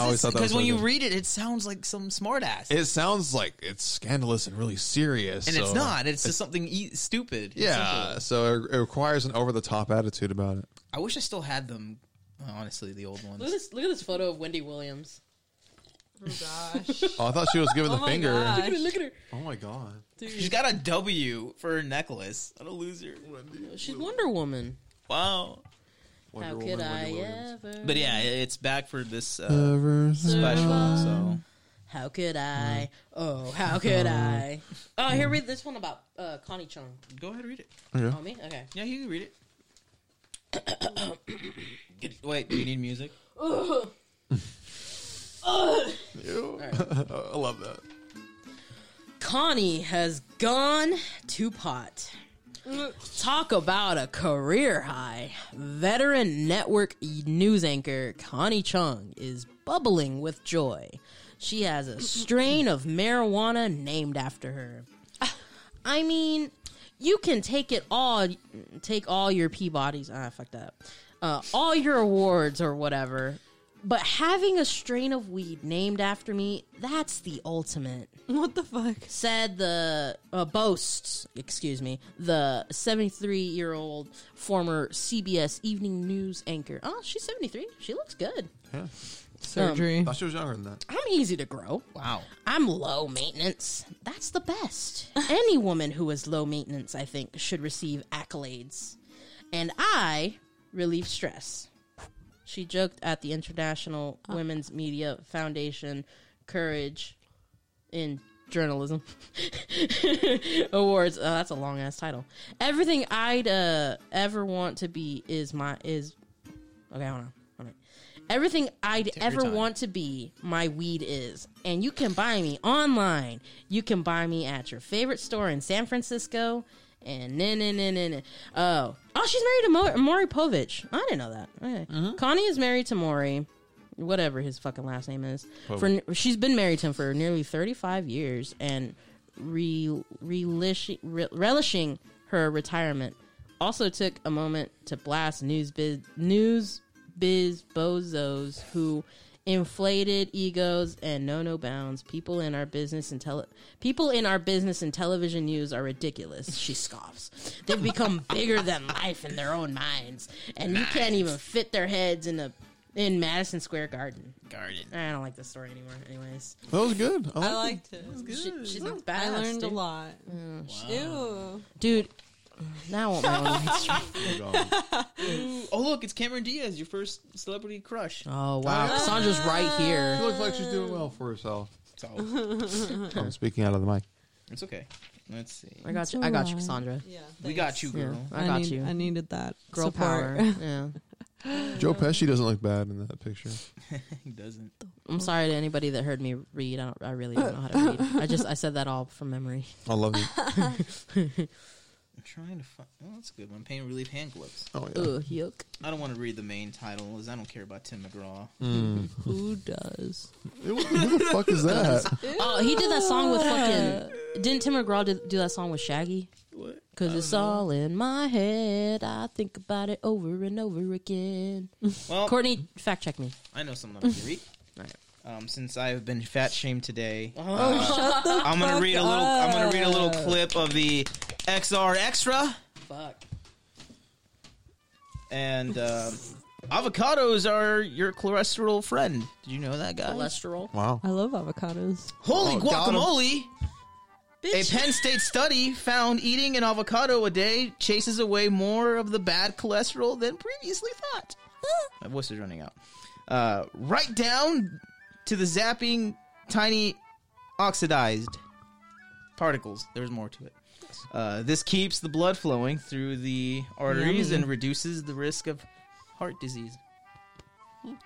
always thought that was because when really you good. read it, it sounds like some smartass, It sounds like it's scandalous and really serious. and it's so- not. It's just something e- stupid. Yeah, Simple. so it, it requires an over the top attitude about it. I wish I still had them. Honestly, the old Look at ones. this. Look at this photo of Wendy Williams. Oh, I thought she was giving the my finger. God. Dude, look at her. Oh my god. She's got a W for her necklace. What a loser! She's Wonder Woman. Wow. Wonder How Woman, could Wendy I Williams. ever? But yeah, it's back for this uh, Ever since- special. So How could I? Oh, how could Mm. I? Oh, here, read this one about uh, Connie Chung. go ahead, read it. Okay. Oh, me? Okay. Yeah, you can read it. Get- Wait, do you need music? Ew. I love that. Connie has gone to pot. Talk about a career high. Veteran network news anchor Connie Chung is bubbling with joy. She has a strain of marijuana named after her. I mean, you can take it all, take all your Peabodys. Ah, fuck that. up. Uh, all your awards or whatever. But having a strain of weed named after me, that's the ultimate. What the fuck? Said the uh, boasts, excuse me, the 73 year old former CBS Evening News anchor. Oh, she's 73. She looks good. Yeah. Surgery. Thought she was younger than that. I'm easy to grow. Wow. I'm low maintenance. That's the best. Any woman who is low maintenance, I think, should receive accolades. And I relieve stress. She joked at the International Women's Media Foundation Courage in Journalism Awards. Oh, that's a long ass title. Everything I'd uh, ever want to be is my is. Okay, hold on. Hold on. Everything I'd ever time. want to be, my weed is. And you can buy me online. You can buy me at your favorite store in San Francisco. And then, then, then, then. Oh. Oh, she's married to Mo- Maury Povich. I didn't know that. Okay. Connie is married to Maury, whatever his fucking last name is. For She's been married to him for nearly 35 years and re- relishing, re- relishing her retirement. Also took a moment to blast news biz, news biz bozos who inflated egos and know no bounds. People in our business and tele- people in our business and television news are ridiculous. She scoffs. They've become bigger than life in their own minds, and you can't even fit their heads in a in Madison Square Garden. Garden. I don't like this story anymore. Anyways, That was good. I I like liked it. she, she's not badass. I learned a dude. lot. Ew. dude. Now I want my own weed strain. Oh look, it's Cameron Diaz, your first celebrity crush. Oh wow, Cassandra's right She here. looks like she's doing well for herself. So I'm speaking out of the mic. it's okay. Let's see. I got you. I got you, Cassandra. Yeah. We got you, Yeah, girl. I got need, you. I needed that Girl support. power. Yeah. Joe Pesci doesn't look bad in that picture. He doesn't. I'm sorry to anybody that heard me read. I, don't, I really don't know how to read. I just I said that all from memory. I love you. I'm trying to find. Oh, that's a good one. Pain relief hand gloves. Oh yeah. Ugh, yuck. I don't want to read the main title, as I don't care about Tim McGraw. Who does? Who who the fuck is that? Oh, he did that song with fucking. Didn't Tim McGraw do, do that song with Shaggy? What? Cause it's all in my head. I think about it over and over again. Well, Courtney, fact check me. I know something I'm gonna read. Um, since I have been fat shamed today, uh, I'm gonna read a little. I'm gonna read a little clip of the XR Extra. Fuck. And um, avocados are your cholesterol friend. Did you know that, guy? Cholesterol. Wow. I love avocados. Holy Oh, God. guacamole! A Penn State study found eating an avocado a day chases away more of the bad cholesterol than previously thought. My voice is running out. Uh, right down to the zapping tiny oxidized particles. There's more to it. Uh, this keeps the blood flowing through the arteries and reduces the risk of heart disease.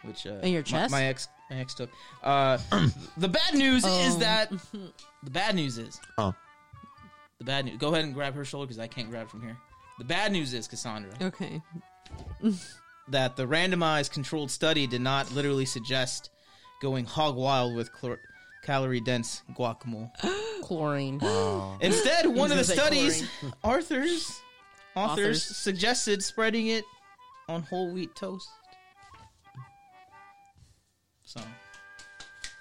Which uh, In your my- chest? My, ex, my ex took. Uh, the bad news Oh. is that the bad news is Oh. the bad news. Go ahead and grab her shoulder because I can't grab from here. The bad news is Cassandra Okay. that the randomized controlled study did not literally suggest going hog wild with chlor- calorie dense guacamole. Chlorine. Oh, Instead, one of the He's gonna say studies, Arthur's, authors, Authors. suggested spreading it on whole wheat toast. So,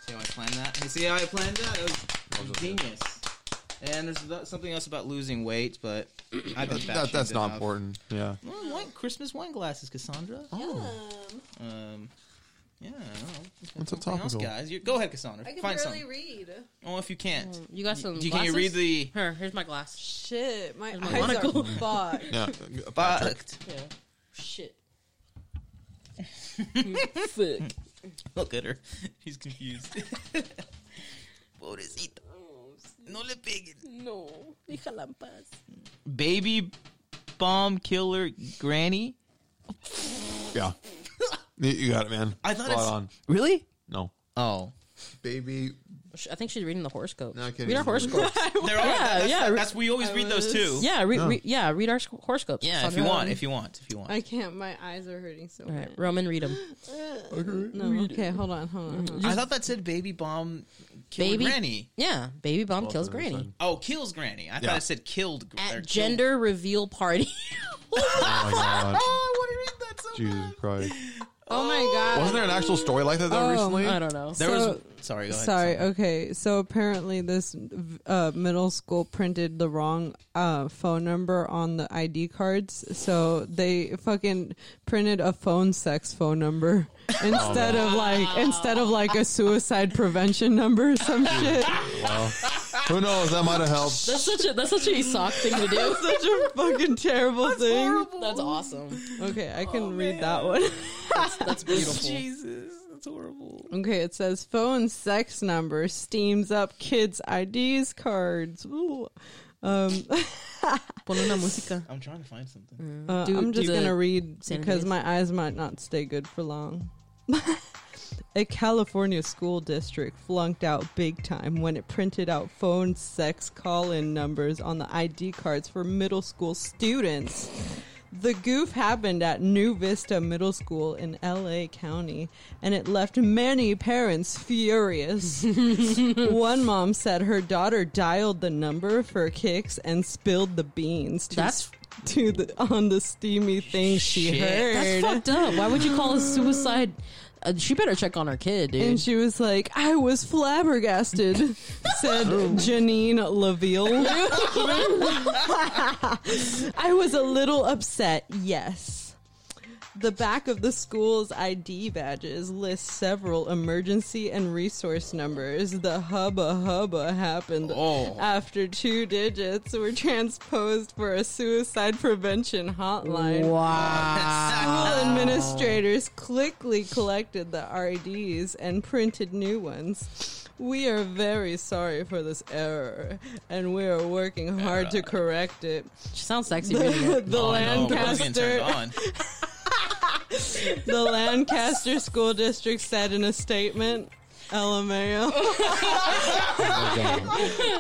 see how I planned that? You see how I planned that? It was genius. And there's th- something else about losing weight, but I That, that- that's not important. Yeah. Well, wine, Christmas wine glasses, Cassandra. Um, yeah. I don't know. That's a Something else, topical. guys. You- go ahead, Cassandra. Find something. read. oh, if you can't. You got some. Do you, can you read glasses? the Here, here's my glass. Shit, my my eyes monocle. are fucked. Yeah. fucked? Yeah. Shit. Look at her. She's confused. Pobrecito. No le peguen. No. Déjala en paz. Baby bomb killer granny. Yeah. You- You got it, man. I thought Spot it's- on. Really? No. Oh. Baby. Sh- I think she's reading the horoscope. No, I can't read our even read it. horoscope. They're all, that's, yeah, yeah. re- That's we always read those too. um, yeah, re- re- yeah, read our sc- horoscopes. Yeah, if you want, if you want, if you want. I can't. My eyes are hurting so All bad. right, Roman, read them. No, okay, hold on, hold on. Hold on. I thought that said baby bomb Killer baby Granny. Yeah, baby bomb kills they're the Granny same. Oh, kills Granny. I Yeah. thought it said killed. gr- or at killed- gender reveal party. Oh my god. Oh, I want to read that so Jesus bad. Christ. Mm-hmm. Oh my god. Wasn't there an actual story like that though Oh, recently? I don't know. There So- was. Sorry. Go ahead. Sorry. Okay. So apparently, this uh, middle school printed the wrong uh, phone number on the ID cards, so they fucking printed a phone sex phone number instead of like instead of like a suicide prevention number or some shit. Who knows? That might have helped. That's such a that's such a sock thing to do. Such a fucking terrible thing. That's awesome. Okay, I Oh, can read that one. That's beautiful. Jesus, that's horrible. Okay, it says phone sex number steams up kids' IDs cards. Ooh. Um, Pon una música. I'm trying to find something. Uh, Do- I'm just do the going to read San because Andreas. my eyes might not stay good for long. A California school district flunked out big time when it printed out phone sex call in numbers on the ID cards for middle school students. The goof happened at New Vista Middle School in LA County, and it left many parents furious. One mom said her daughter dialed the number for kicks and spilled the beans to That's to the on the steamy thing she Shit. that's heard. fucked up. Why would you call a suicide? Uh, she better check on her kid, dude. and she was like, I was flabbergasted, said Janine LaVille. I was a little upset, yes. The back of the school's ID badges lists several emergency and resource numbers. The hubba hubba happened Oh. after two digits were transposed for a suicide prevention hotline. School administrators quickly collected the RDs and printed new ones. We are very sorry for this error, and we are working hard to correct it. She sounds sexy. video. The, the Oh, no, but I was getting turned Lancaster, on. the Lancaster School District said in a statement. LMAO.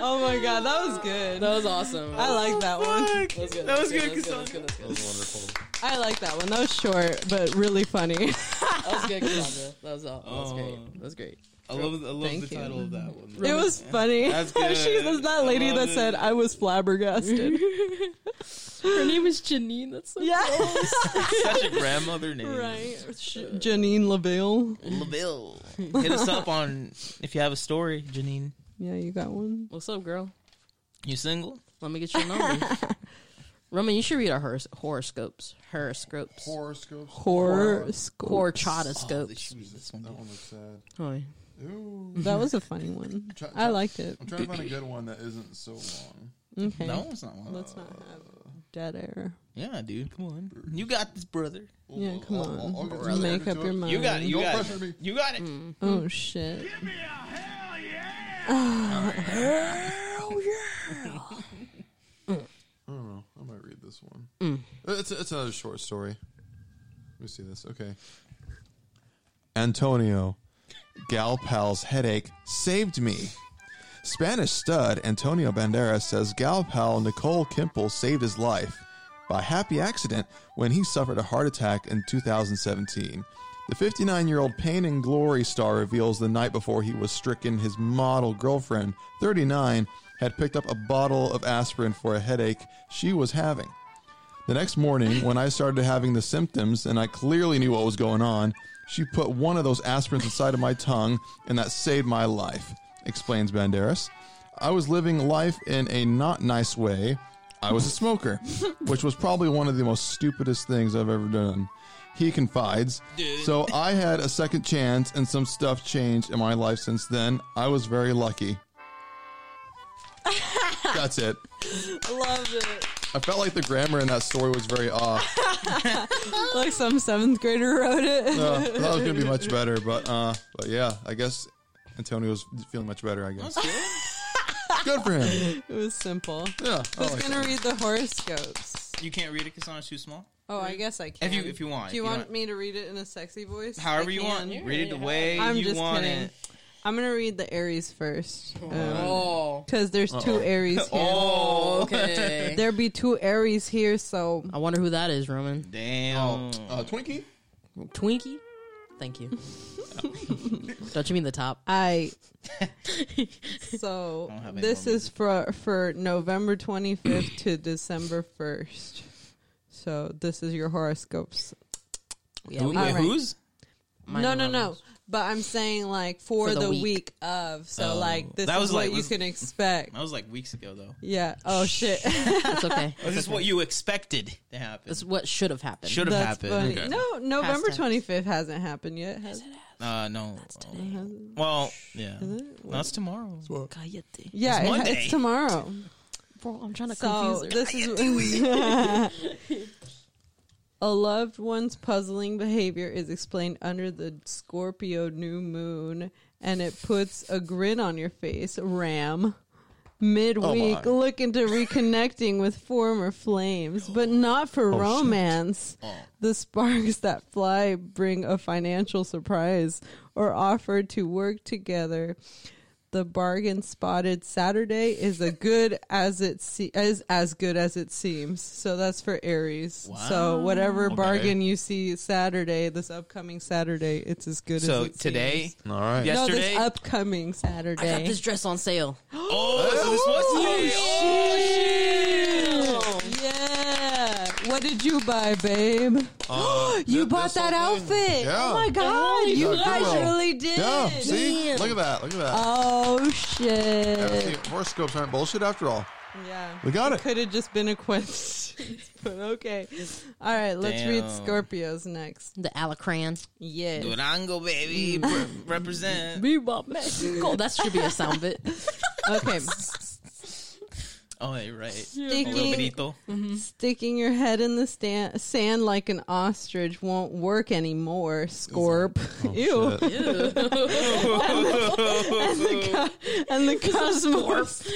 oh my god, that was good. That was awesome. I like that one. That was good, That was good. That was good. That was good. I like that one. That was short, but really funny. That was good, Cassandra. That was all. That was great. That was great. I love, I love Thank the you. title of that one. It was funny. That's she good. was I that lady love that it. said, "I was flabbergasted." Her name is Janine. That's so yes, Such a grandmother name. Janine Laville. LaVille. Hit us up on if you have a story, Janine. Yeah, you got one. What's up, girl? You Oh, single? Let me get your number. Roman, you should read our horos- horoscopes. Horoscopes. Horoscopes. Horror score. Horchata scopes. read this one. That one looks sad. Oh, Ooh. That was a funny one. I liked it. I'm trying to find a good one that isn't so long. Okay, No, it's not one. let's not have dead air. Yeah, dude, come on. You got this, brother. Yeah, come on. get to it, Make get up to your it. mind. You got it. You Don't got pressure me. it. You got it. Oh shit. I don't know. I might read this one. Mm. It's it's another short story. Let me see this. Okay. Antonio, gal pal's headache saved me. Spanish stud Antonio Banderas says gal pal Nicole Kimple saved his life by happy accident when he suffered a heart attack in 2017. The 59 year old Pain and Glory star reveals the night before he was stricken, his model girlfriend, 39, had picked up a bottle of aspirin for a headache she was having. The next morning, when I started having the symptoms and I clearly knew what was going on, she put one of those aspirins inside of my tongue and that saved my life, explains Banderas. I was living life in a not nice way. I was a smoker, which was probably one of the most stupidest things I've ever done. He confides. So I had a second chance and some stuff changed in my life since then. I was very lucky. That's it. Loved it. I felt like the grammar in that story was very off. Like some seventh grader wrote it. Uh, that was gonna be much better, but uh, but yeah, I guess Antonio's feeling much better. I guess good for him. It was simple. Yeah, I Oh, Who's like gonna that. read the horoscopes? You can't read it because it's too small. Oh, I guess I can. If you- if you want, Do you if you want, want. me to read it in a sexy voice? However I you can. want. Read it the way I'm you just want kidding. it. I'm gonna read the Aries first. oh. because there's two Aries here. Oh, okay. There be two Aries here, so Oh. I wonder who that is, Roman. Damn. Uh, Oh, Twinkie. Twinkie? Thank you. Don't you mean the top? I so I don't have any this more is for for November 25th to December 1st. So this is your horoscopes. Yeah, Who- we- wait, Alright. who's? mine no, are no, not no. ones. But I'm saying like for, the, week. of. So Oh. like this That was is like- what was- you can expect. That was like weeks ago though. Yeah. Oh shit. It's okay. This is what you expected to happen. It's what should have happened. Should have That's happened. funny. No, November Past tense. 25th hasn't happened yet. Has it? Uh, no. Well, yeah. That's tomorrow. Cállate. Yeah, It's it- Monday. it's tomorrow. Bro, I'm trying to So confuse her. this is a loved one's puzzling behavior is explained under the Scorpio new moon, and it puts a grin on your face. Ram. Midweek, my. look into reconnecting with former flames, but not for romance. The sparks that fly bring a financial surprise or offer to work together. The bargain spotted Saturday is a good as it se- is as good as it seems. So that's for Aries. So whatever bargain you see Saturday, this upcoming Saturday, it's as good So as it today, seems. All right. Yeah. No, yesterday? this upcoming I got Saturday. this dress on sale. Oh, so this was today. Oh, yeah. What did you buy, babe? you thi- bought Uh, this that whole thing. outfit. Yeah. Oh my god, you Yeah, guys girl. really did. Yeah. See, Damn. look at that. Look at that. Oh Haven't shit. seen- horoscopes aren't bullshit after all. Yeah. We got it. Could have just been a question. but okay. All right, let's read Damn. Scorpios next. The Alacran. Yes. Durango, baby, Re- represent. Viva Mexico. Cool. That should be a sound bit. Okay. Oh, you're right. Oh, Little Mm-hmm. Sticking Benito. sticking your head in the stand, sand like an ostrich won't work anymore, Scorp. Ew. Oh, Shit. and the cosmos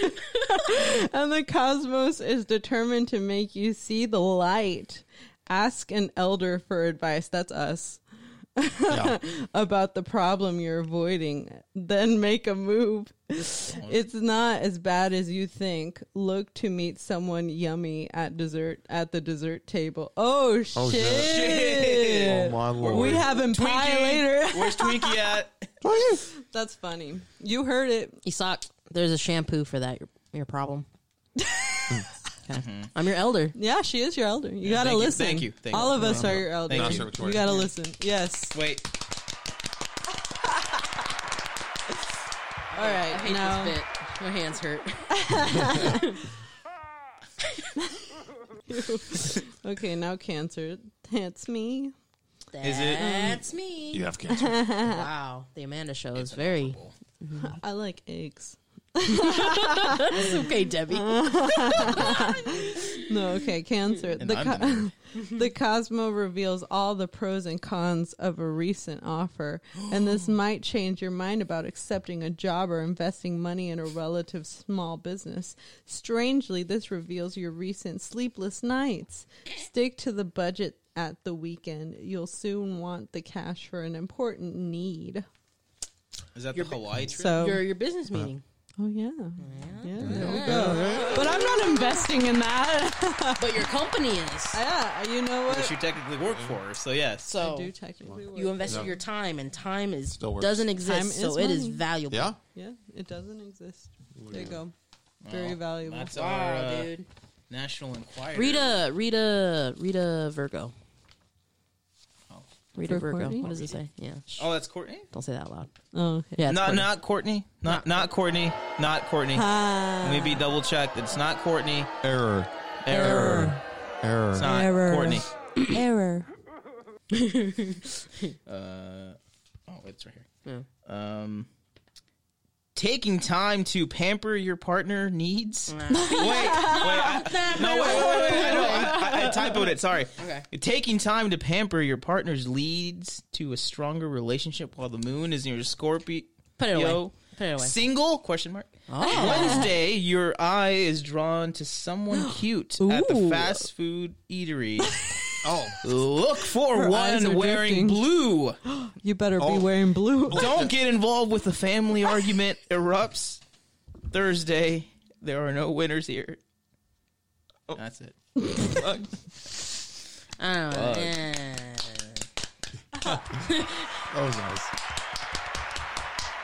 and the cosmos is determined to make you see the light ask an elder for advice that's us Yeah. about the problem you're avoiding then make a move it's not as bad as you think look to meet someone yummy at dessert at the dessert table oh shit, shit. Oh my lord. we having pie later Where's Twinkie at? that's funny you heard it Isak, there's a shampoo for that. Your, your problem. Okay. Mm-hmm. I'm your elder. Yeah, she is your elder. You gotta thank you, listen. thank you, thank All you. of us are your elder. Thank you. you. gotta listen. Yes. Wait. All right. I hate now, this bit. My hands hurt. okay, now Cancer. That's me. Is it- That's me. You have cancer. Wow, the Amanda show is very I like eggs. okay, Debbie. No, okay, Cancer. And The, I'm co- the nerd. the Cosmo reveals all the pros and cons of a recent offer, and this might change your mind about accepting a job or investing money in a relative small business. Strangely, this reveals your recent sleepless nights. Stick to the budget at the weekend. You'll soon want the cash for an important need. Is that the Hawaii trip? So, your your uh, business meeting, oh yeah, yeah, there we go. But I'm not investing in that. Uh, but your company is. yeah, you know Which what? you technically work for, so yes. I So do technically work. you invested your time, and time is Still works. doesn't exist, Time so is it is money. valuable. Yeah. Yeah, it doesn't exist. There you go. Very valuable. that's our Wow, uh, dude. National Enquirer. Rita, Rita, Rita Virgo. Oh. Rita For Virgo. Courtney? What does it say? Yeah. Shh, Oh, that's Courtney. Don't say that loud. Oh, okay. Yeah. it's Not Courtney. not Courtney. Not not Courtney. Not Courtney. Ah, Maybe double check. It's not Courtney. Error. Error. Error. It's not Error. Courtney. error. Uh, oh, it's right here. Um, taking time to pamper your partner needs. wait, wait, I, no, wait, wait, wait, wait, I, know, I, I, I typoed it. Sorry. Okay. Taking time to pamper your partner's leads to a stronger relationship while the moon is in your Scorpio. Put it away. Put it away. Oh. Single question mark. Wednesday, your eye is drawn to someone cute at the Ooh. fast food eatery. Oh. Look for eyes one are wearing drifting. blue. You better Oh. be wearing blue. Don't get involved with the family argument erupts Thursday. There are no winners here. That's it. Oh, yeah. That was nice.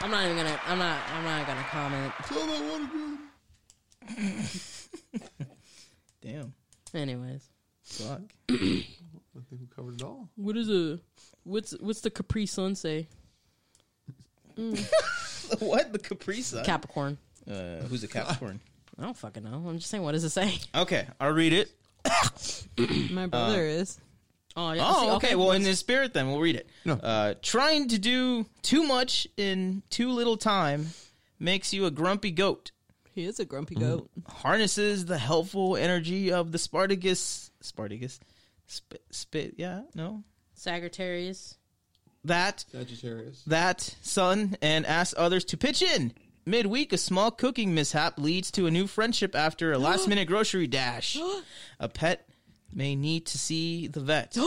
I'm not even gonna. I'm not. I'm not gonna comment. Tell that one again. Damn. Anyways, Fuck. I think we covered it all. What is a what's what's the Capri Sun say? what? The Capri Sun? Capricorn. uh, who's a Capricorn? I don't fucking know. I'm just saying. What does it say? okay, I'll read it. My brother is. Oh, yeah, see, Oh, okay. Well, in the spirit, then we'll read it. No. Uh, trying to do too much in too little time makes you a grumpy goat. He is a mm. grumpy goat. Harnesses the helpful energy of the Spartacus. Spartacus. Spit. Spit. Yeah. No. Sagittarius. That Sagittarius. that son and asks others to pitch in. Midweek, a small cooking mishap leads to a new friendship after a last minute grocery dash. a pet may need to see the vet. Twinkie.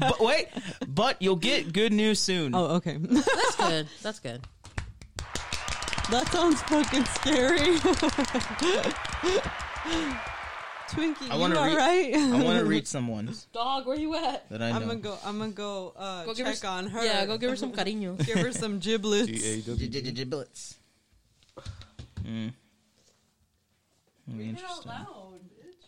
but wait, but you'll get good news soon. Oh, okay. That's good. That's good. that sounds fucking scary. Twinkie, I you all want to read. right? I want to read someone Dog, where you at? that I know. I'm gonna go. I'm gonna go, uh, Go give her s- check on her. Yeah, go give her some cariño. give her some giblets. D A W. Giblets. Mm. That'd be interesting.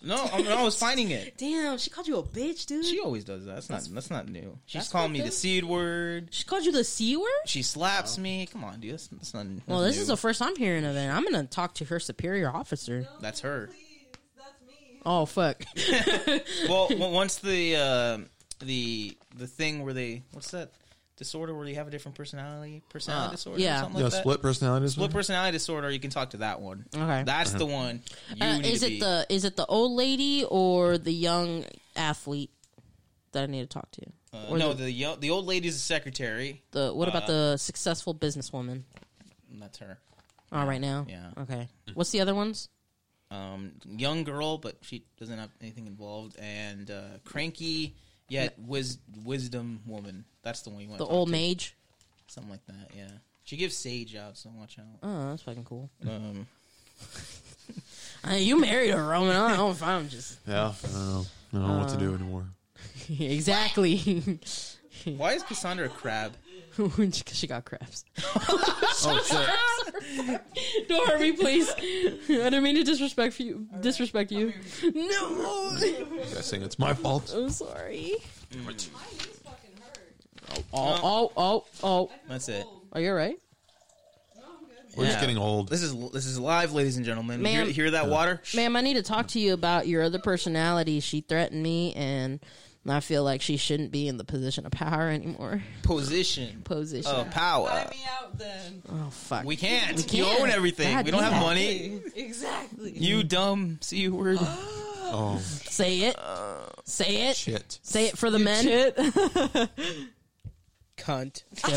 No, I, I was finding it. Damn, she called you a bitch, dude. She, She always does that. That's not. That's not new. She's that's calling not me the good. seed word. called you the c word. She slaps me. Come on, dude. That's, that's not. That's Well, this new. is the first I'm hearing of it. I'm gonna talk to her superior officer. That's her. Oh fuck. well, w- once the uh, the the thing where they what's that disorder where you have a different personality personality Uh, disorder yeah. or something Yeah, like that. split personality. Split personality disorder. You can talk to that one. Okay. That's the one. You Uh, need is to it be. the is it the old lady or the young athlete that I need to talk to? Uh, or no, uh, the, the yo- the old lady's a secretary. the- what about the successful businesswoman? And That's her. Oh, right now. yeah. Okay. What's the other ones? Um, young girl, but she doesn't have anything involved. And uh, cranky yet wis- wisdom woman. That's the one you want. The to talk old to. mage. something like that. Yeah, she gives sage out, so watch out. Oh, that's fucking cool. Um, Uh, you married a Roman. I don't know. I'm just Yeah, I don't know. I don't know Uh, what to do anymore. exactly. why is Cassandra a crab? Because she got crabs. Oh shit! Don't hurt me, please. I didn't mean to disrespect you. Disrespect you. No, I think it's my fault. I'm sorry. Oh, oh, oh, oh. That's it. Are you all right? We're Yeah. just getting old. This is this is live, ladies and gentlemen. Hear, Ma'am. hear that water? Shh. Ma'am, I need to talk to you about your other personality. She threatened me, and I feel like she shouldn't be in the position of power anymore. Position Position. of power. Buy me out then. Oh, fuck. We can't. You can't. own everything. God we don't have damn. money. Exactly. You dumb c word. Oh Say it. Say it. shit! Say it for the men. Cunt. I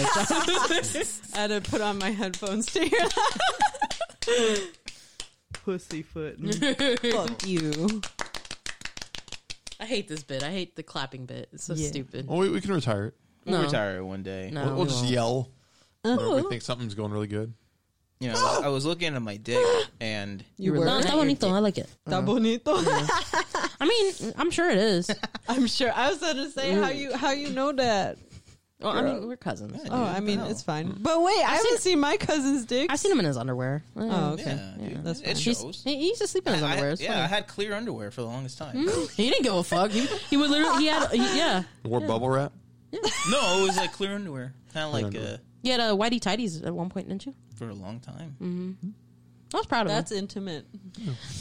had to put on my headphones to hear that. Pussyfoot. Fuck you. I hate this bit. I hate the clapping bit. It's so Yeah. stupid. Well, we, we can retire it. We'll No. retire one day. No, We'll, we we'll just won't. yell. whenever Uh-huh. We think something's going really good. You know, I was looking at my dick and You No, were. Uh-huh. it's not bonito. I like it. Está bonito. I mean, I'm sure it is. I'm sure. I was going to say how you how you know that. Well, I mean, we're cousins. Oh, I mean, it's fine. But wait, I haven't seen my cousin's dick. I've seen him in his underwear. Oh, okay. yeah, dude, that's it fine. He's, shows. he he used to sleep in his I- underwear. It's yeah, I had clear underwear for the longest time. Hmm. funny. He didn't give a fuck. He, he would literally, he had, he- yeah. Wore bubble wrap. no, it was like clear underwear, kind of like uh, underwear. You had uh, whitey tidies at one point, didn't you? for a long time. Hmm. I was proud of That's That's, intimate.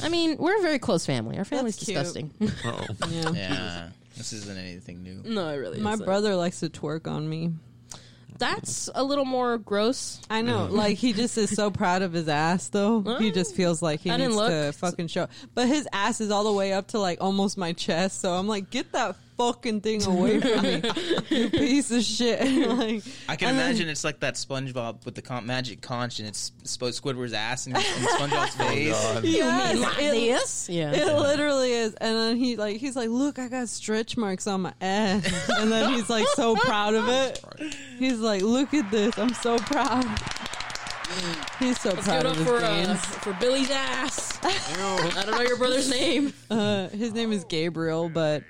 I mean, we're a very close family. Our family's That's cute. disgusting. Oh, Yeah. Yeah, this isn't anything new. Hmm. no, it really My isn't. brother likes to twerk on me. That's a little more gross. I know, like he just is so proud of his ass, though. He just feels like he I needs didn't look. to fucking show. But his ass is all the way up to like almost my chest, so I'm like, get that fucking thing away from me, you piece of shit! like, I can and then- imagine it's like that SpongeBob with the con- magic conch, and it's Sp- Squidward's ass and, and SpongeBob's face. Oh, God. Yes, it- Yeah. It literally is. And then he like he's like, Look, I got stretch marks on my ass and then he's like so proud of it. He's like, Look at this, I'm so proud. He's so proud of his gains. for uh, Billy's ass. I don't know your brother's name. Uh, his name is Gabriel, but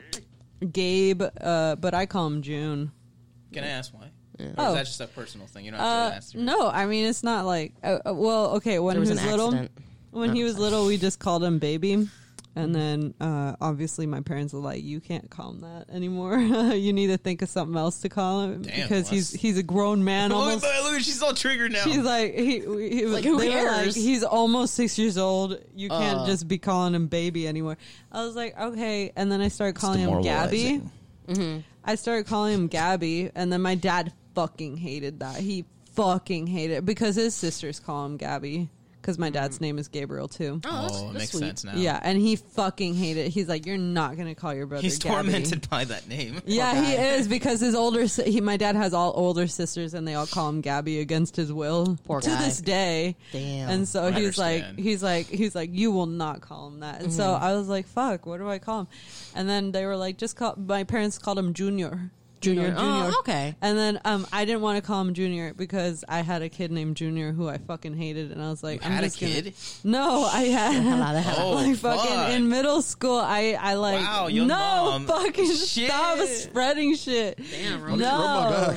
Gabe, uh, but I call him June. Can I ask why? Or is Oh. that just a personal thing? You don't have to Uh, ask. no, I mean it's not like uh, uh, well, okay. When There was he an was little, accident. Oh, when he was little, we just called him baby, Mm-hmm. and then uh, obviously my parents were like, "You can't call him that anymore. you need to think of something else to call him Damn, because he's Les. he's a grown man Look, almost." look, look, she's all triggered now. Oh, He's like he, he was, Um, Like, who they were like, cares? he's almost six years old. You can't Uh. just be calling him baby anymore. I was like, okay, and then I started calling him Gabby. demoralizing. Mm-hmm. I started calling him Gabby, and then my dad fucking hated that. He fucking hated it because his sisters call him Gabby because my dad's name is Gabriel too. Mm. Oh, that's, oh, it that's makes sweet. sense now. Yeah, and he fucking hated it. He's like, you're not gonna call your brother. he's Gabby." tormented by that name. Yeah, he guy. is because his older si- he my dad has all older sisters and they all call him Gabby against his will Poor to guy. this day. Damn. And so I he's like understand. he's like he's like you will not call him that. And so Mm-hmm. I was like fuck, what do I call him? And then they were like just call my parents called him Junior. Junior, Junior. Oh, okay. And then um, I didn't want to call him Junior because I had a kid named Junior who I fucking hated, and I was like, You I'm had a just gonna- kid? No, I had Hell outta hell. Oh, like fucking fuck. in middle school, I I like Wow, your no mom. fucking Shit. stop spreading shit. Damn, Roman. No,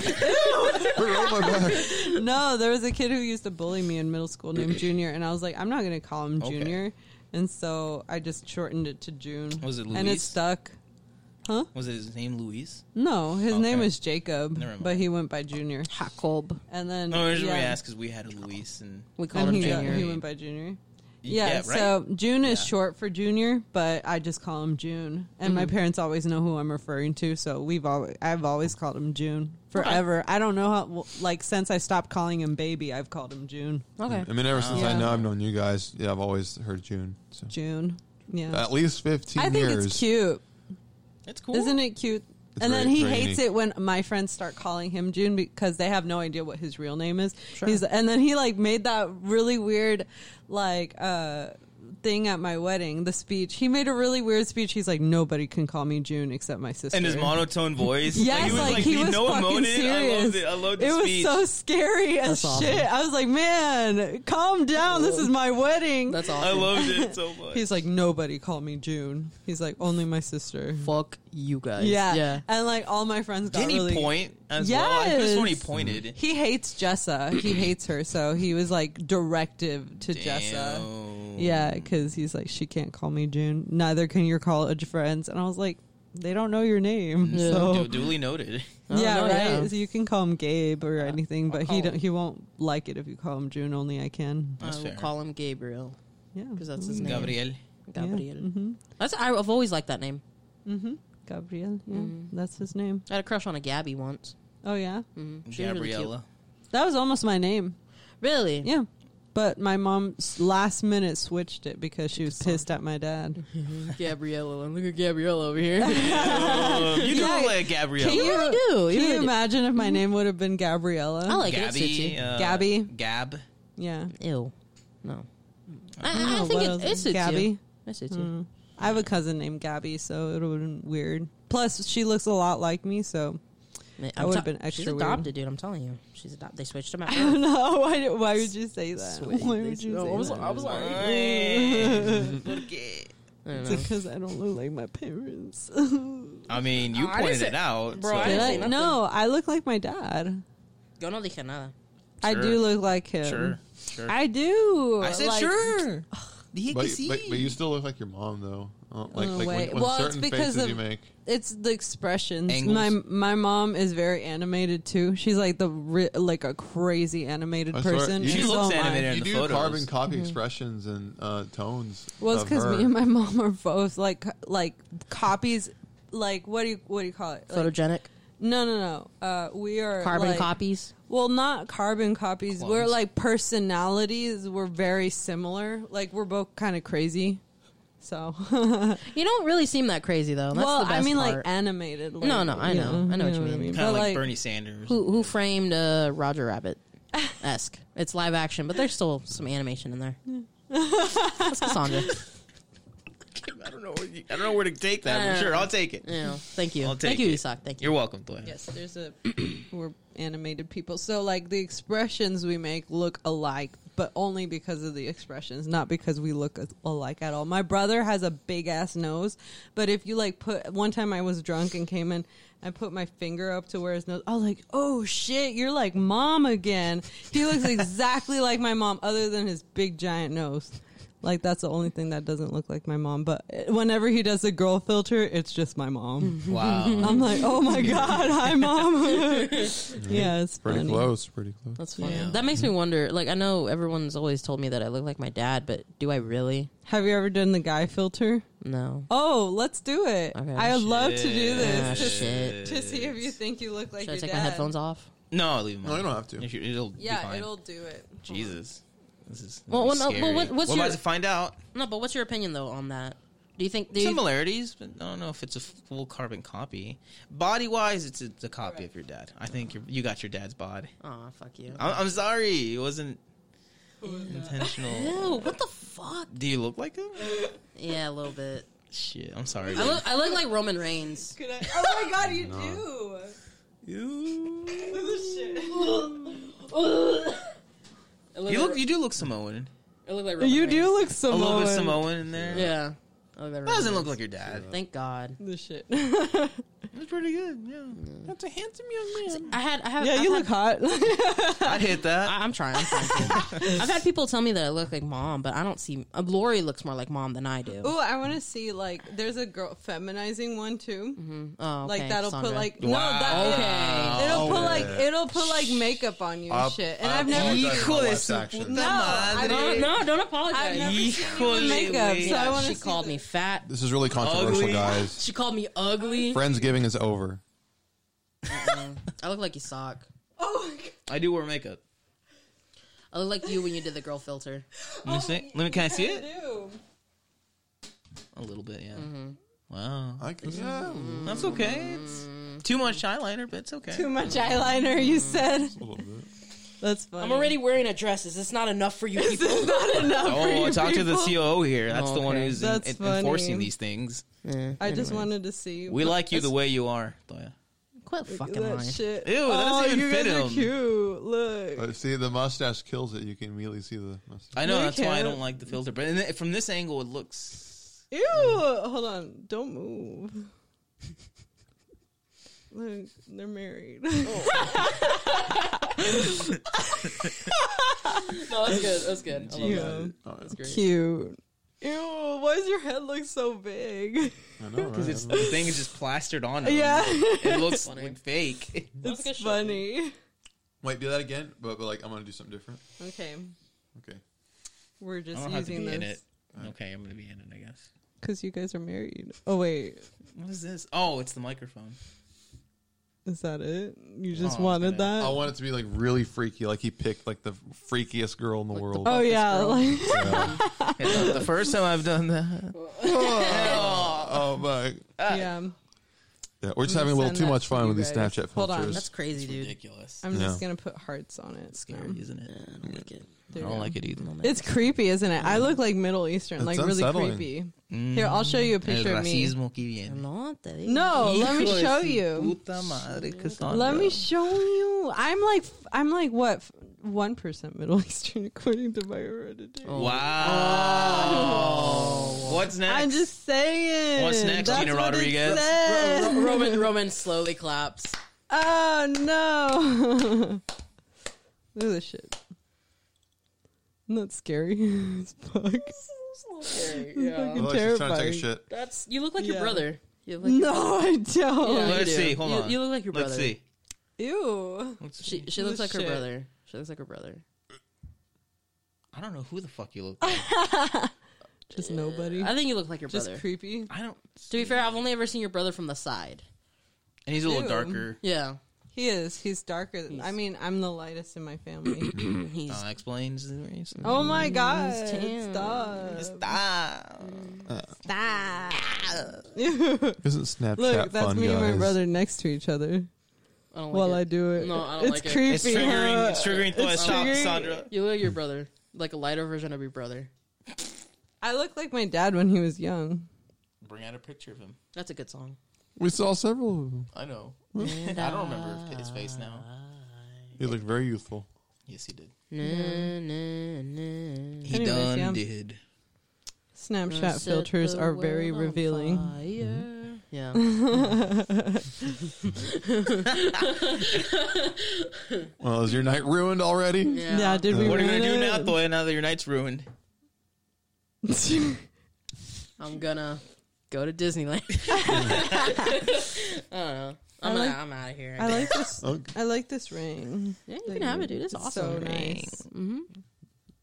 Rub my back. no, there was a kid who used to bully me in middle school named Junior, and I was like, I'm not gonna call him Okay. Junior, and so I just shortened it to June. Was it And it Luis? stuck. Was it his name Luis? No, his Okay. name was Jacob, Never mind. but he went by Junior. Jacob. And then No, the reason yeah, we asked because we had a Luis and We called and him he, got- Junior. he went by Junior. yeah, Yeah, right. so June is Yeah. short for junior, but I just call him June. And my parents always know who I'm referring to, so we've always I've always called him June forever. I don't know how well, like since I stopped calling him baby, I've called him June. okay. I mean, ever since I Yeah. know I've known you guys, yeah, I've always heard June. So. June. Yeah. At least fifteen I think years. it's cute. it's cool, Isn't it cute? It's and very- then he very hates unique. it when my friends start calling him June because they have no idea what his real name is. He's and then he like made that really weird like uh thing at my wedding, the speech. He made a really weird speech. He's like nobody can call me June except my sister. And his monotone voice. Yes, like, he the was no fucking emotion. I serious. loved it. I loved the it was speech. so scary as That's shit. I was like, man, calm down. This is my wedding. That's I awesome. loved it so much. He's like, nobody call me June. He's like, only my sister. Fuck you guys. Yeah. Yeah. And like all my friends got Didn't he really point as well? I just when he Yes. pointed. He hates Jessa. He hates her, so he was like directive to Jessa. Damn. Yeah, because he's like, she can't call me June. Neither can your college friends. And I was like, they don't know your name, so Du- duly noted. Oh, yeah, no, right. yeah. So you can call him Gabe or anything, but call he don't, him- he won't like it if you call him June. Only I can. I That's will fair. call him Gabriel Yeah, Mm-hmm. because that's his name. Gabriel. Gabriel. That's I, I've always liked that name. Gabriel. Yeah, Mm. that's his name. I had a crush on a Gabby once. Mm-hmm. Oh yeah, She was really cute. Gabriella. that was almost my name. Really? Yeah. But my mom s- last minute switched it because she was pissed at my dad. Gabriella. And look at Gabriella over here. Um, you do Yeah. look like Gabriella. you- really do. You Can you really do. Mm-hmm. imagine if my name would have been Gabriella? I like it. It Gabby. suits you. uh, Gabby. Gab. yeah. Ew. No. I, don't I, know think what it, else- it suits you. Gabby? Mm. It suits you. I have a cousin named Gabby, so it would have been weird. Plus, she looks a lot like me, so Man, I I'm would've tell- been extra She's weird. adopted, dude. I'm telling you, she's adopted. They switched him out. I don't know. Why, did- why would you say that? Why would you say that? I'm sorry. Because I don't look like my parents. I mean, you I didn't pointed say- it out. Bro, I so- didn't I, say nothing. no, I look like my dad. Yo no dije nada. I Sure. do look like him. Sure. Sure. I do. I said like, sure. The But, Hickey but, but you seed. still look like your mom, though. Uh, like Oh, like when, wait. when Well, it's certain because faces of- you make. It's the expressions. Angles. My my mom is very animated too. She's like the ri- like a crazy animated I swear, person. you- She and Oh, looks am I. animated. in You the do photos. carbon copy expressions and uh, tones. Mm-hmm. Well, it's of because her. me and my mom are both like like copies. Like what do you what do you call it? Like, Photogenic no, no, no. Uh, we are carbon like- copies. Well, not carbon copies. We're Clones. like personalities. We're very similar. Like we're both kind of crazy. So You don't really seem that crazy though. That's well, the best I mean, part. like animated. Like, No, no, I you know. I know what you mean. Kind But, of like, like- Bernie Sanders. who who framed uh, Roger Rabbit esque. It's live action, but there's still some animation in there. That's Cassandra. I don't know. where you- I don't know where to take that. but Uh, sure, I'll take it. Yeah, thank you, I'll thank take you, it. Isak. Thank you. You're welcome, Toy. Yes, there's a we're animated people. So like the expressions we make look alike but only because of the expressions, not because we look as- alike at all. My brother has a big ass nose, but if you like put one time I was drunk and came in, I put my finger up to where his nose. I was like, "Oh shit, you're like mom again." He looks exactly like my mom, other than his big giant nose. Like that's the only thing that doesn't look like my mom. But whenever he does the girl filter, it's just my mom. Wow. I'm like, oh my god, hi mom. yeah, it's Pretty funny. close. Pretty close. That's funny. That makes me wonder. Like, I know everyone's always told me that I look like my dad, but do I really? Have you ever done the guy filter? No. Oh, let's do it. Okay. I would love to do Ah, this shit. to, to see if you think you look like Should I your take dad. my headphones off? No, leave him. No, on. you don't have to. If you- It'll be Yeah, fine. it'll do it. Jesus. This is Well, well, well, no, well, well, what- what's We're your- about to find out No, but what's your opinion though on that? Do you think? Do you, similarities, but I don't know if it's a full carbon copy. Body wise, it's a, it's a copy of your dad. I think you're, you got your dad's body. oh, fuck you. I'm, I'm sorry, it wasn't intentional. Ew, what the fuck? Do you look like him? Yeah, a little bit. Shit, I'm sorry. I look, I look like Roman Reigns. Could I, oh my god, you do. you, I look you like- look, you do look Samoan. I look like Roman You Reigns. do look A Samoan. little bit Samoan in there. Yeah. I look like That doesn't Roman look Reigns. like your dad. Thank God. The shit. That's pretty good. Yeah, that's a handsome young man. I had. I have. yeah, I've you had- look hot. I'd hit that. I, I'm trying. I'm trying to. I've had people tell me that I look like mom, but I don't see. Uh, Lori looks more like mom than I do. Ooh, I want to see like there's a girl feminizing one too. oh, Like okay, that'll Sandra. put like Wow. Oh, no, that, Okay. it'll, it'll put Oh, like yeah. it'll put like makeup on you and Oh, shit. And I I have never apologize for my Hijo de wife's su actions. puta No, I madre. mean- No, don't apologize. I've never seen you Híjole, with makeup, güey. so I want she to see. called me fat. This is really controversial, Ugly. guys. She called me ugly. Friendsgiving is over. I look like you sock. Oh, my God. I do wear makeup. I look like you when you did the girl filter. Let me see. Let me. Can I see I it? do. A little bit. Yeah. Wow. I can, yeah, That's okay. It's too much eyeliner, but it's okay. Too much eyeliner, you said. a little bit. That's funny. Mm. I'm already wearing a dress. Is this not enough for you people? not enough. for oh, you talk to the people. COO here. That's the one Okay. who's in- That's in- funny. enforcing these things. I just wanted to see. We like you the way you are, Toya. Quit fucking that lying. shit. Ew, that oh, doesn't even you fit guys him. are cute. Look. But Uh, see, the mustache kills it. You can immediately see the mustache. I know No, you that's why I can't. don't like the filter, but in the- from this angle, it looks. Ew. Hold on. Don't move. Look, they're married. Oh, No, that's good. That's good. I love that. Ew. Oh, Cute. Ew. Why does your head look so big? I know, right? It's, the thing is just plastered on. him. yeah. Um, it looks like fake. That's a good it's shot. funny. Wait, do that again, but, but like I'm gonna do something different. Okay. Okay. We're just I don't have to using be in this it. Okay, I'm gonna be in it, I guess. because you guys are married. Oh wait, What is this? Oh, it's the microphone. is that it? You just Oh, I was wanted gonna- that? I want it to be like really freaky, like he picked like the freakiest girl in the world. oh yeah, like yeah. It's not the first time I've done that. oh my. yeah. Yeah, we're just having a little send too that much to fun you with these guys. Snapchat Hold on, filters. That's crazy, dude. Ridiculous. I'm just Yeah. gonna put hearts on it. Scary, isn't it? I don't like it. I don't like it either. It's creepy, isn't it? I look like Middle Eastern, It's like really unsettling. creepy. Here, I'll show you a picture of me. Mm, racismo que viene. No, te digo. No, let Hijo me de show su you. puta madre, Cassandra. Let me show you. I'm like I'm like what one percent Middle Eastern according to my heredity. Oh, Wow. What's next? I'm just saying. What's next, That's Gina what it Rodriguez? says. Ro- Roman Roman slowly claps. Oh no! Look at this shit. Isn't that scary as I fuck? yeah. like Oh, she's trying to take a terrifying. shit. That's you look like your Yeah. brother. You look like, No, I don't. Let's you do. see. Hold You- on. you look like your Let's brother. see. Ew. Let's see. she she looks the like her shit. brother. She looks like her brother. I don't know who the fuck you look like. Just nobody. I think you look like your Just brother. creepy. I don't. to be fair, I've only ever seen your brother from the side. And he's a little Ew. darker. Yeah, He is. He's darker. Than, I mean, I'm the lightest in my family. he's Uh, explains the reason. oh my god! tan. Stop! Stop. Stop! Isn't Snapchat Look, that's fun, me guys? and my brother next to each other I don't like while it. I do it. Oh No, I don't like it's it. creepy. It's triggering. huh? It's triggering. It's Stop, triggering. Sandra. You look like your brother, like a lighter version of your brother. I look like my dad when he was young. Bring out a picture of him. That's a good song. We saw several of them. I know. I don't remember his face now. You look very youthful. Yes, he did. Na, na, na. He Anyways, done yeah. did. Snapchat Set filters the are very world on revealing. Mm-hmm. fire. Yeah. Well, is your night ruined already? Yeah, did we What are you ruin gonna do now, it? boy? Now that your night's ruined. I'm gonna go to Disneyland. I don't know. I'm, I gonna- like- I'm out of here. I like this. Okay. I like this ring. yeah, you can have it, dude. It's It's awesome. so nice. hmm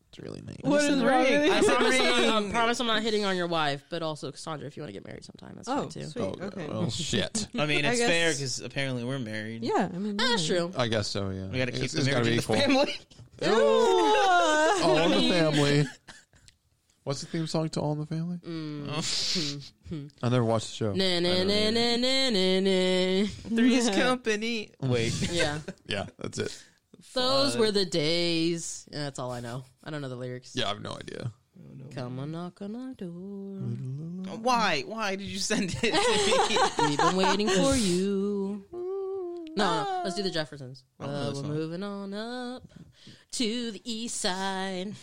It's really neat. What is wrong with I it? promise, I'm, I promise I'm not hitting on your wife, but also Cassandra, if you want to get married sometime, that's Oh, fine too. sweet. okay. Well, shit. I mean, I it's guess- fair because apparently we're married. Yeah, I mean, That's true. I guess so. Yeah. we got to keep It's- the it's gotta marriage in the family. Ah! All in the family. What's the theme song to All in the Family? I never watched the show. Na, na, na, na, na, na, na. Three's Company. Wait, Yeah, Yeah, that's it. those Fuck. were the days. Yeah, that's all I know. I don't know the lyrics. Yeah, I have no idea. Come a knock on our door. why? Why did you send it to me? We've been waiting for you. No, no, let's do the Jeffersons. don't know Uh, this we're song. moving on up to the east side,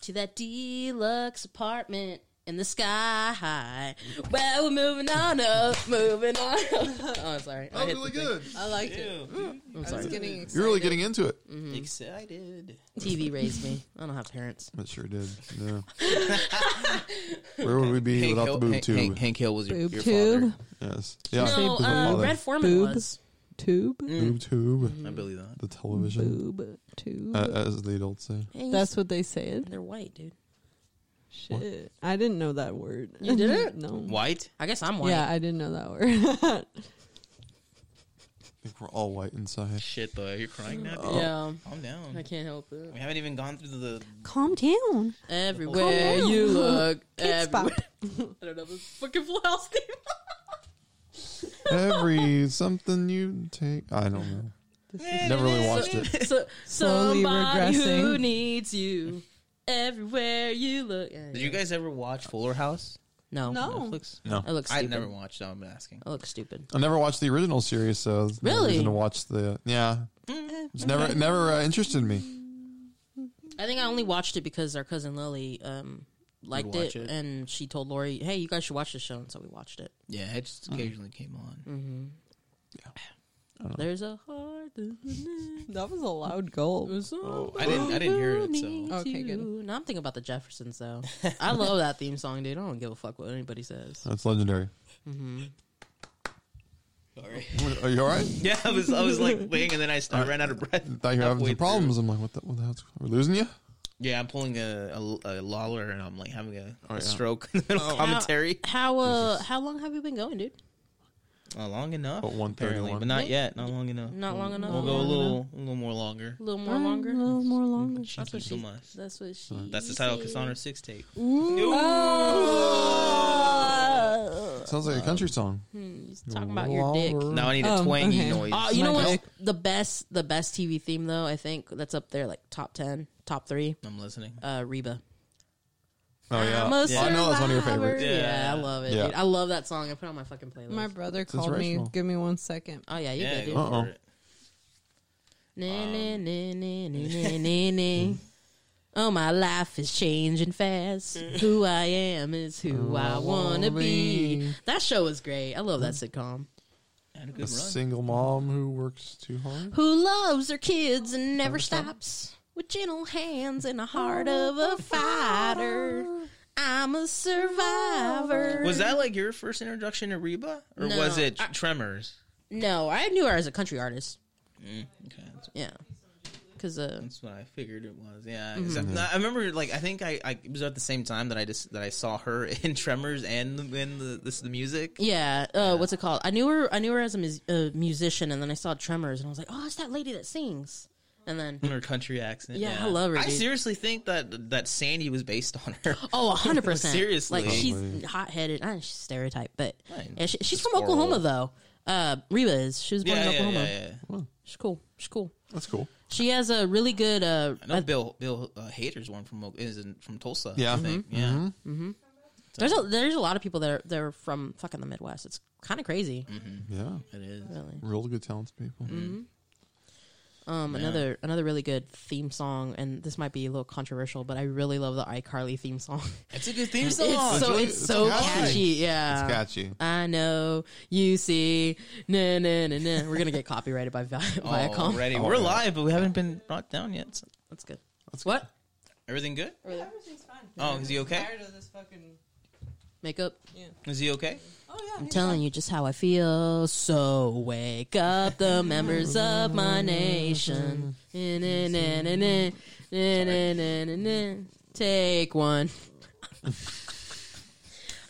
to that deluxe apartment in the sky. Well, we're moving on up, moving on up. Oh, I'm sorry. I hit the thing. I liked it. Ew, I'm I was sorry. getting You're really getting into it. dude. Excited. TV raised me. I don't have parents. It sure did. Yeah. Where would we be without the Hill- boob Hank- tube? Hank, Hank Hill was your, boob your tube. father. Yes. Yeah. No, boob. um, Father. Red Foreman Boob? was. Tube. Boob tube. I believe that. The television, Mm. Boob. Tube. uh, as the adults say. Hey, That's what they said. they're white, dude. Shit, I didn't know that word. You didn't? no. White? I guess I'm white. Yeah, I didn't know that word. I think we're all white inside. Shit, though. You're crying now. dude. Oh. Yeah, Calm down. I can't help it. We haven't even gone through the. Calm down. Everywhere Come on. you look, Kids everywhere. bop. I don't know this fucking full house name. Every something you take, I don't know. Never really watched it. so, Slowly somebody who regressing. needs you everywhere you look. Yeah, Did you guys ever watch Fuller House? No, No. Netflix? No, I look I stupid. never watched. I've been asking. I look stupid. I never watched the original series, so there's no Really? Mm-hmm. reason to watch the yeah. It's never it never uh, interested me. I think I only watched it because our cousin Lily um, liked it, watch it. and she told Lori, "Hey, you guys should watch this show," and so we watched it. Mm-hmm. Yeah, it Oh. just occasionally came on. There's a heart. That was a loud gulp. Oh, I didn't. I didn't hear it. So Okay, good. Now I'm thinking about the Jeffersons though. I love that theme song, dude. I don't give a fuck what anybody says. Mm-hmm. That's legendary. sorry. Are you all right? Yeah, I was. I was like waiting, and then I, st- I ran out of breath. Thought you were having halfway some through. problems. I'm like, what the, what the hell's We're losing you? Yeah, I'm pulling a, a, a Lawler, and I'm like having a, Oh, yeah. a stroke in the middle commentary. How uh how long have we been going, dude? Uh, long enough, But 131. apparently, but not yet. Not long enough. Not long enough. We'll go a little, a little more longer. A little more longer. A little more longer. That's what Cheeky she. Mm. so much. That's what she. That's the title of Cassandra Six Tape. Oh! Sounds like a country song. Uh, She's Hmm, talking about your dick. Now I need a Oh, twangy okay. noise. Oh, you know My what? dick. The best, the best TV theme though. I think that's up there, like top ten, top three. I'm listening. Uh, Reba. Oh yeah, I'm a I know that's one of your survivor. favorites. Yeah, I Yeah. love it. Yeah. Dude. I love that song. I put it on my fucking playlist. My brother called me. inspirational. Give me one second. oh yeah, you yeah, good, dude. go Uh-oh. for it. Na, na, na, na, na, na, na, na. Oh, my life is changing fast. who I am is who I wanna be. That show is great. I love that sitcom. Had a good A run. single mom who works too hard. who loves her kids and never stops with gentle hands and a heart of a fighter. I'm a survivor. Was that like your first introduction to Reba, or No, was it Tremors? No, I knew her as a country artist. Mm, Okay, that's, Yeah, because uh, that's what I figured it was. Yeah, 'cause I'm not- I remember. Like, I think I, I it was at the same time that I just that I saw her in Tremors and the- in the this the music. yeah, uh, what's it called? I knew her. I knew her as a mus- uh, musician, and then I saw Tremors, and I was like, oh, it's that lady that sings. And then Her country accent. Yeah, I love her, I dude. seriously think that that Sandy was based on her. Oh, a hundred percent. Seriously. like she's hot headed. I don't know, she's stereotype, but Fine. yeah, she, she's Just from oral. Oklahoma though. Uh, Reba is. She was born yeah, in yeah, Oklahoma. yeah, yeah. She's cool. She's cool. That's cool. She has a really good. Uh, I know Bill Bill uh, Hader's one from O- is in, from Tulsa. Yeah. I think. Mm-hmm. yeah. there's a there's a lot of people that are they're from fucking the Midwest. Mm-hmm. It's kind of crazy. Yeah, It is. Really. Mm-hmm. real good talented people. Um, another another really good theme song, and this might be a little controversial, but I really love the iCarly theme song. It's a good theme song. It's so really- it's it's so catchy. catchy. yeah. It's catchy. I know you see, no no no no. We're gonna get copyrighted by Vi- Viacom. Already, we're live, but we haven't been brought down yet. so- That's good. what Everything good? Everything's fine. Oh, is he okay? Tired of this fucking. makeup? Is he okay? Oh yeah. I'm telling you just how I feel. So wake up, the members of my nation. Na, na, na, na, na. Na, na, na, na, na. Take one.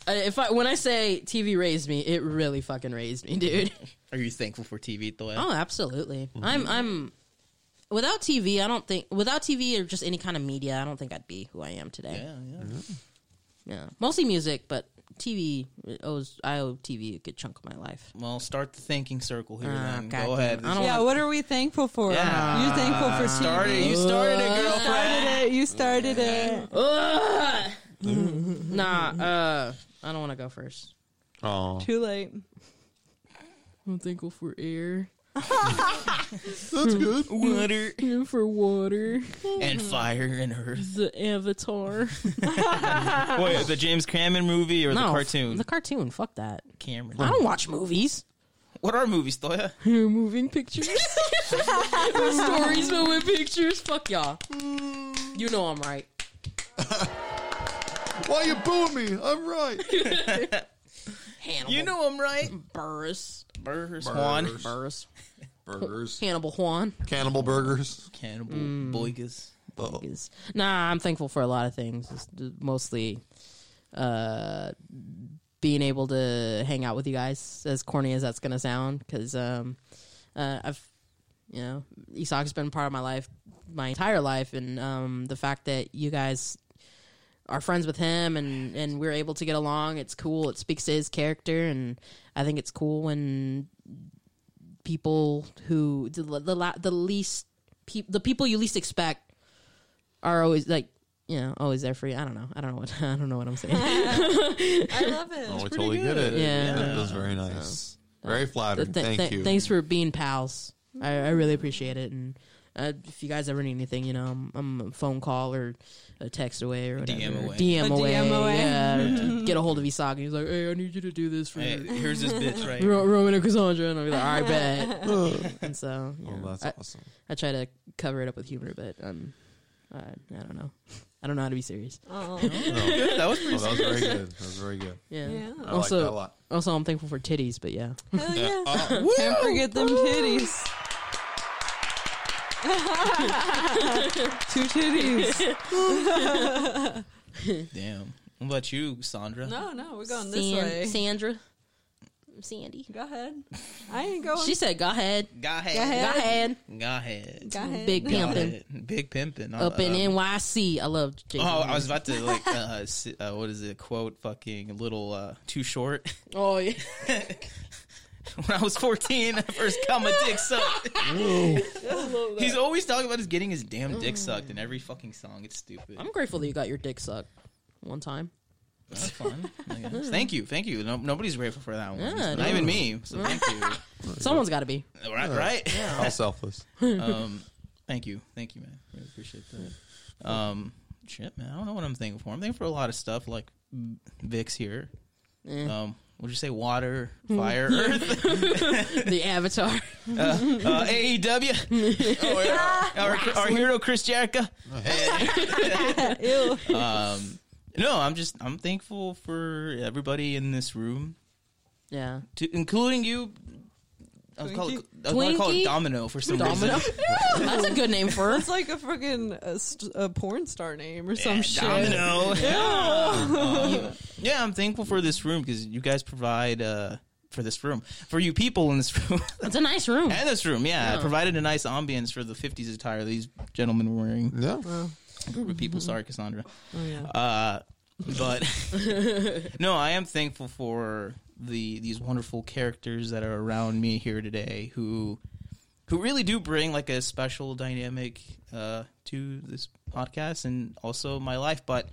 Uh, if I when I say TV raised me, it really fucking raised me, dude. Are you thankful for TV, Thoy? Oh, absolutely. Mm-hmm. I'm I'm without TV. I don't think without TV or just any kind of media, I don't think I'd be who I am today. Yeah, yeah. Yeah, mostly music, but TV it owes I owe TV a good chunk of my life. Well, start the thinking circle here. Ah, then God go damn ahead. it. I don't Yeah. want- What are we thankful for? Yeah. You're thankful for TV. started. You started it, You started girlfriend. it. You started it. Ugh. Mm-hmm. nah, uh, I don't want to go first. Oh, Too late. I'm thankful for air that's good. Water and for water. and fire and earth. The Avatar. Uh, Wait, the James Cameron movie or no, the f- cartoon? The cartoon. Fuck that. Cameron. I don't watch movies. What are movies, Thoya? Hair moving pictures. Stories, but with pictures. Fuck y'all. Mm. You know I'm right. Why you booing me? I'm right. Hannibal. You know I'm right. Burris. Burgers, Juan, Burgers. Burris. Burgers, Hannibal Juan. cannibal burgers. Cannibal, Mm. Boygas. Oh. is- Nah, I'm thankful for a lot of things. It's d- mostly uh, being able to hang out with you guys, as corny as that's gonna sound, because um, uh, I've you know Esoc's been part of my life, my entire life, and um, the fact that you guys are friends with him and and we're able to get along, it's cool. It speaks to his character, and I think it's cool when people who the the, la- the least peop the people you least expect are always like you know always there for you. I don't know. I don't know what I don't know what I'm saying. I love it. Oh, we totally get it. Yeah. that was very nice. Very flattered. Th- Thank th- you. Thanks for being pals. I, I really appreciate it. And uh, if you guys ever need anything, you know, I'm, I'm a phone call or a text away or whatever. DM away. DM A away. DM away. Yeah. to get a hold of Isak. And he's like, hey, I need you to do this for Hey, me. here's this bitch right. Ro- Roman and Cassandra. And I'll be like, all right, bet. and so, you Oh, know, that's I, awesome. I try to cover it up with humor, but um, I, I don't know. I don't know how to be serious. Oh, Good, that was pretty. Oh, that was very good. That was very good. Yeah. Yeah. I Also- like that a lot. Also, I'm thankful for titties, but yeah. Hell yeah. Uh, Oh, Can't forget them titties. Two titties. Damn. What about you, Sandra? No, no, we're going this way. San- Sandra. Sandy. Go ahead. I ain't going. She said, go ahead. Go ahead. Go Oh, ahead. Go ahead. Go ahead. Go ahead. Big Go pimpin'. ahead. Big pimpin'. Up in Uh, NYC. I love Jason. Oh, I was about to like, uh, s- uh, what is it? Quote, fucking little uh, too short. Oh, yeah. when I was fourteen, I first got my dick sucked. He's always talking about his getting his damn dick sucked in every fucking song. It's stupid. Mm. I'm grateful that you got your dick sucked one time. That's fun. I guess. thank you, thank you. No, nobody's grateful for that one. Yeah, Not no. even me. So thank you. Someone's got to be. right, right. how selfless. um, thank you, thank you, man. Really appreciate that. Um, shit, man. I don't know what I'm thankful for. I'm thankful for a lot of stuff, like mm, Vic's here. Um, would you say water, fire, earth, the avatar. uh, AEW, Ah. our, our hero Chris Jericho? Ew. Um, no, I'm just I'm thankful for everybody in this room, Yeah. to, including you. I was, called, I was gonna call it Twinkie? Domino for some Domino. reason. That's a good name for her. It's like a fucking uh, st- a porn star name or some Yeah, shit. Domino. Yeah. Um, yeah, I'm thankful for this room because you guys provide uh, for this room for you people in this room It's a nice room. and this room. Yeah, provided a nice ambience for the 50s attire these gentlemen were wearing. Yeah. Group of people. Sorry, Cassandra. Oh, Uh, but no, I am thankful for the these wonderful characters that are around me here today who who really do bring like a special dynamic uh, to this podcast and also my life. But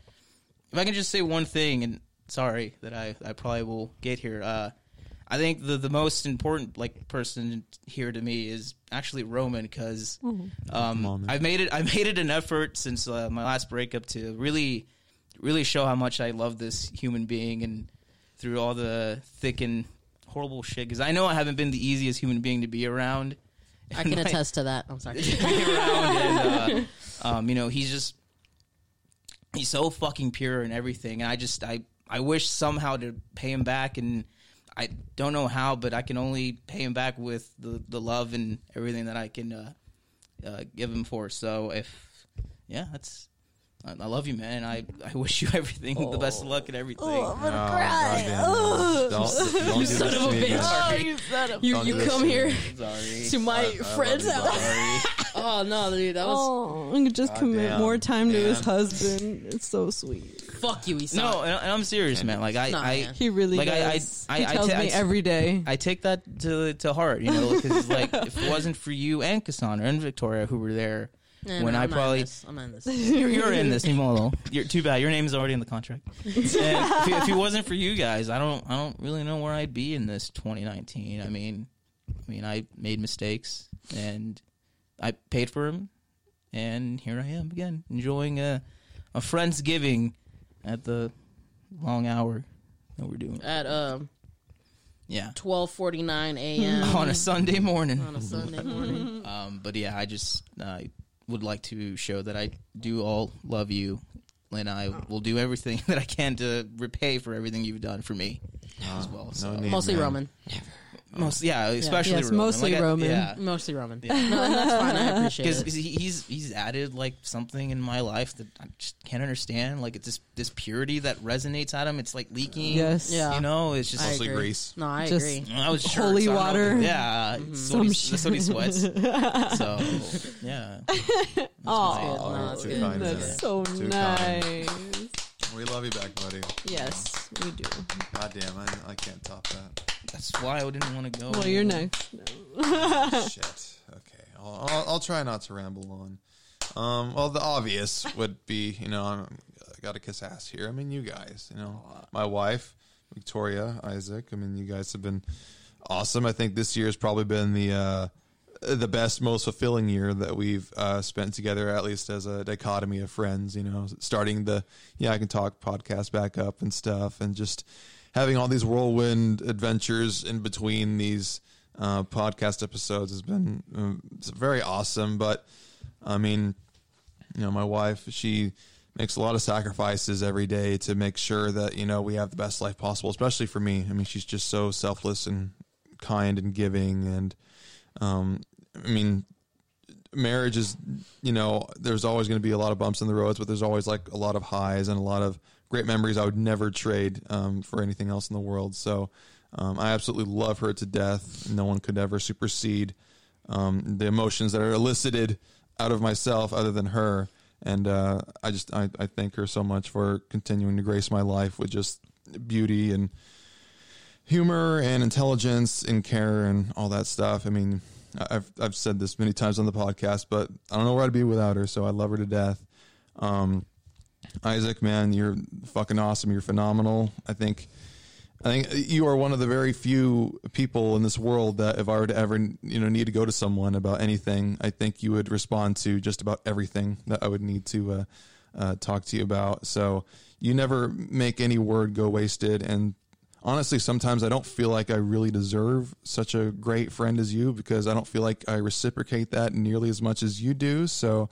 if I can just say one thing, and sorry that I, I probably will get here. Uh, I think the the most important like person here to me is actually Roman because um, Roman. I've made it I made it an effort since uh, my last breakup to really really show how much I love this human being and through all the thick and horrible shit because I know I haven't been the easiest human being to be around. I can attest to that. I'm sorry. around and, uh, um, you know he's just he's so fucking pure and everything and i just i i wish somehow to pay him back and i don't know how but i can only pay him back with the the love and everything that i can uh, uh give him for so if yeah that's I I love you, man. I, I wish you everything, the best of luck and everything. Oh, goddamn. Don't, don't son do this of a to me, bitch. man. You, Don't you do this come to me. here Sorry. to my friend's house. oh no, dude, that was Oh, and just commit damn. more time to his Yeah. husband. It's so sweet. fuck you, Esau. No, and, and I'm serious, man. Like I, Nah, I man. He really Like, I- does. I- he I- I tells ta- I me t- every day. I take that to to heart, you know, because like if it wasn't for you and Cassandra and Victoria who were there No, no, when I'm not I in probably this. I'm not in this. you're, you're in this, Nimolo. You're too bad. Your name is already in the contract. And if, it- if it wasn't for you guys, I don't I don't really know where I'd be in this 2019. I mean, I mean, I made mistakes and I paid for them, and here I am again enjoying a a friendsgiving at the long hour that we're doing. At um Yeah, 12:49 a.m. on a Sunday morning. on a Sunday morning. Um, but yeah, I just uh, would like to show that I do all love you, and I will do everything that I can to repay for everything you've done for me as well. So. No need, Mostly man. Roman. most, yeah, especially Yes, Roman. mostly Like, I- Roman. yeah, Mostly Roman. No, and that's fine. I because appreciate it. he's he's added like something in my life that I just can't understand. Like it's this this purity that resonates out of him. It's like leaking. Yes. Yeah. you know, it's just. I Mostly agree. Greece. No, I Just- agree. I was sure, Holy so I don't know- water. yeah, it's what Some he- that's what he sweats. so, yeah, Aw, Oh, you're that's too good. kind, that's man. so Too nice. kind. We love you back, buddy. Yes, we do. God damn, I, I can't top that. that's why I didn't want to go. Well, you're next. Shit. Okay, I'll, I'll, I'll try not to ramble on. Um, well, the obvious would be, you know, I'm, I got to kiss ass here. I mean, you guys, you know, my wife, Victoria, Isaac. I mean, you guys have been awesome. I think this year has probably been the uh, the best, most fulfilling year that we've uh, spent together, at least as a dichotomy of friends. You know, starting the yeah, I can talk podcast back up and stuff, and just having all these whirlwind adventures in between these uh, podcast episodes has been um, it's very awesome. But I mean, you know, my wife, she makes a lot of sacrifices every day to make sure that, you know, we have the best life possible, especially for me. I mean, she's just so selfless and kind and giving. And, um, I mean, marriage is, you know, there's always going to be a lot of bumps in the roads, but there's always like a lot of highs and a lot of great memories I would never trade, um, for anything else in the world. So, um, I absolutely love her to death. No one could ever supersede, um, the emotions that are elicited out of myself other than her. And uh, I just I, I thank her so much for continuing to grace my life with just beauty and humor and intelligence and care and all that stuff. I mean, I- I've I've said this many times on the podcast, but I don't know where I'd be without her. So I love her to death. Um, Isaac, man, you're fucking awesome. You're phenomenal. I think. I think you are one of the very few people in this world that if I were to ever, you know, need to go to someone about anything, I think you would respond to just about everything that I would need to uh, uh, talk to you about. So you never make any word go wasted. And honestly, sometimes I don't feel like I really deserve such a great friend as you because I don't feel like I reciprocate that nearly as much as you do. So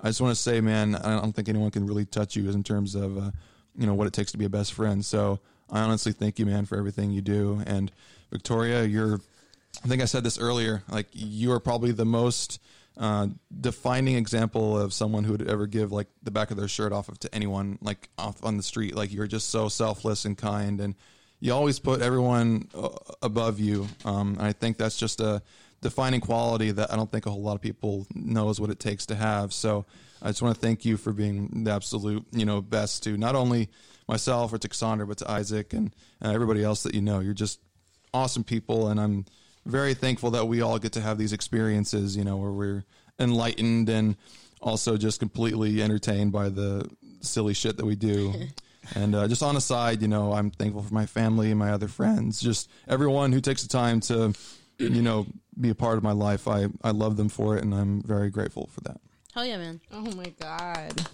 I just want to say, man, I don't think anyone can really touch you in terms of, uh, you know, what it takes to be a best friend. So I honestly thank you, man, for everything you do. And Victoria, you're, I think I said this earlier, like you are probably the most uh, defining example of someone who would ever give like the back of their shirt off of to anyone, like off on the street. Like you're just so selfless and kind and you always put everyone uh, above you. Um, and I think that's just a defining quality that I don't think a whole lot of people knows what it takes to have. So I just want to thank you for being the absolute, you know, best to not only myself or to Cassandra, but to Isaac and, and everybody else that you know. You're just awesome people, and I'm very thankful that we all get to have these experiences. You know, where we're enlightened and also just completely entertained by the silly shit that we do. And uh, just on a side, you know, I'm thankful for my family and my other friends, just everyone who takes the time to, you know, be a part of my life. I, I love them for it, and I'm very grateful for that. Hell yeah, man. Oh my god,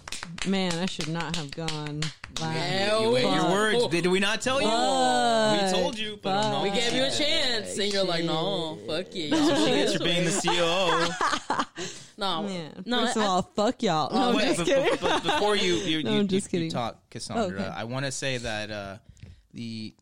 man! I should not have gone. Last. You wait, your Fuck. words. Did we not tell you? we told you, but I'm not We gave you a saying chance, and you're like, no, fuck you. that. She gets for being the E COO. no, Yeah. no. First I- of all, fuck y'all. No, I'm Oh, Wait, just but- kidding. but- but before you, you, No, you, I'm you- just you kidding. talk, Cassandra, Okay. I want to say that uh, the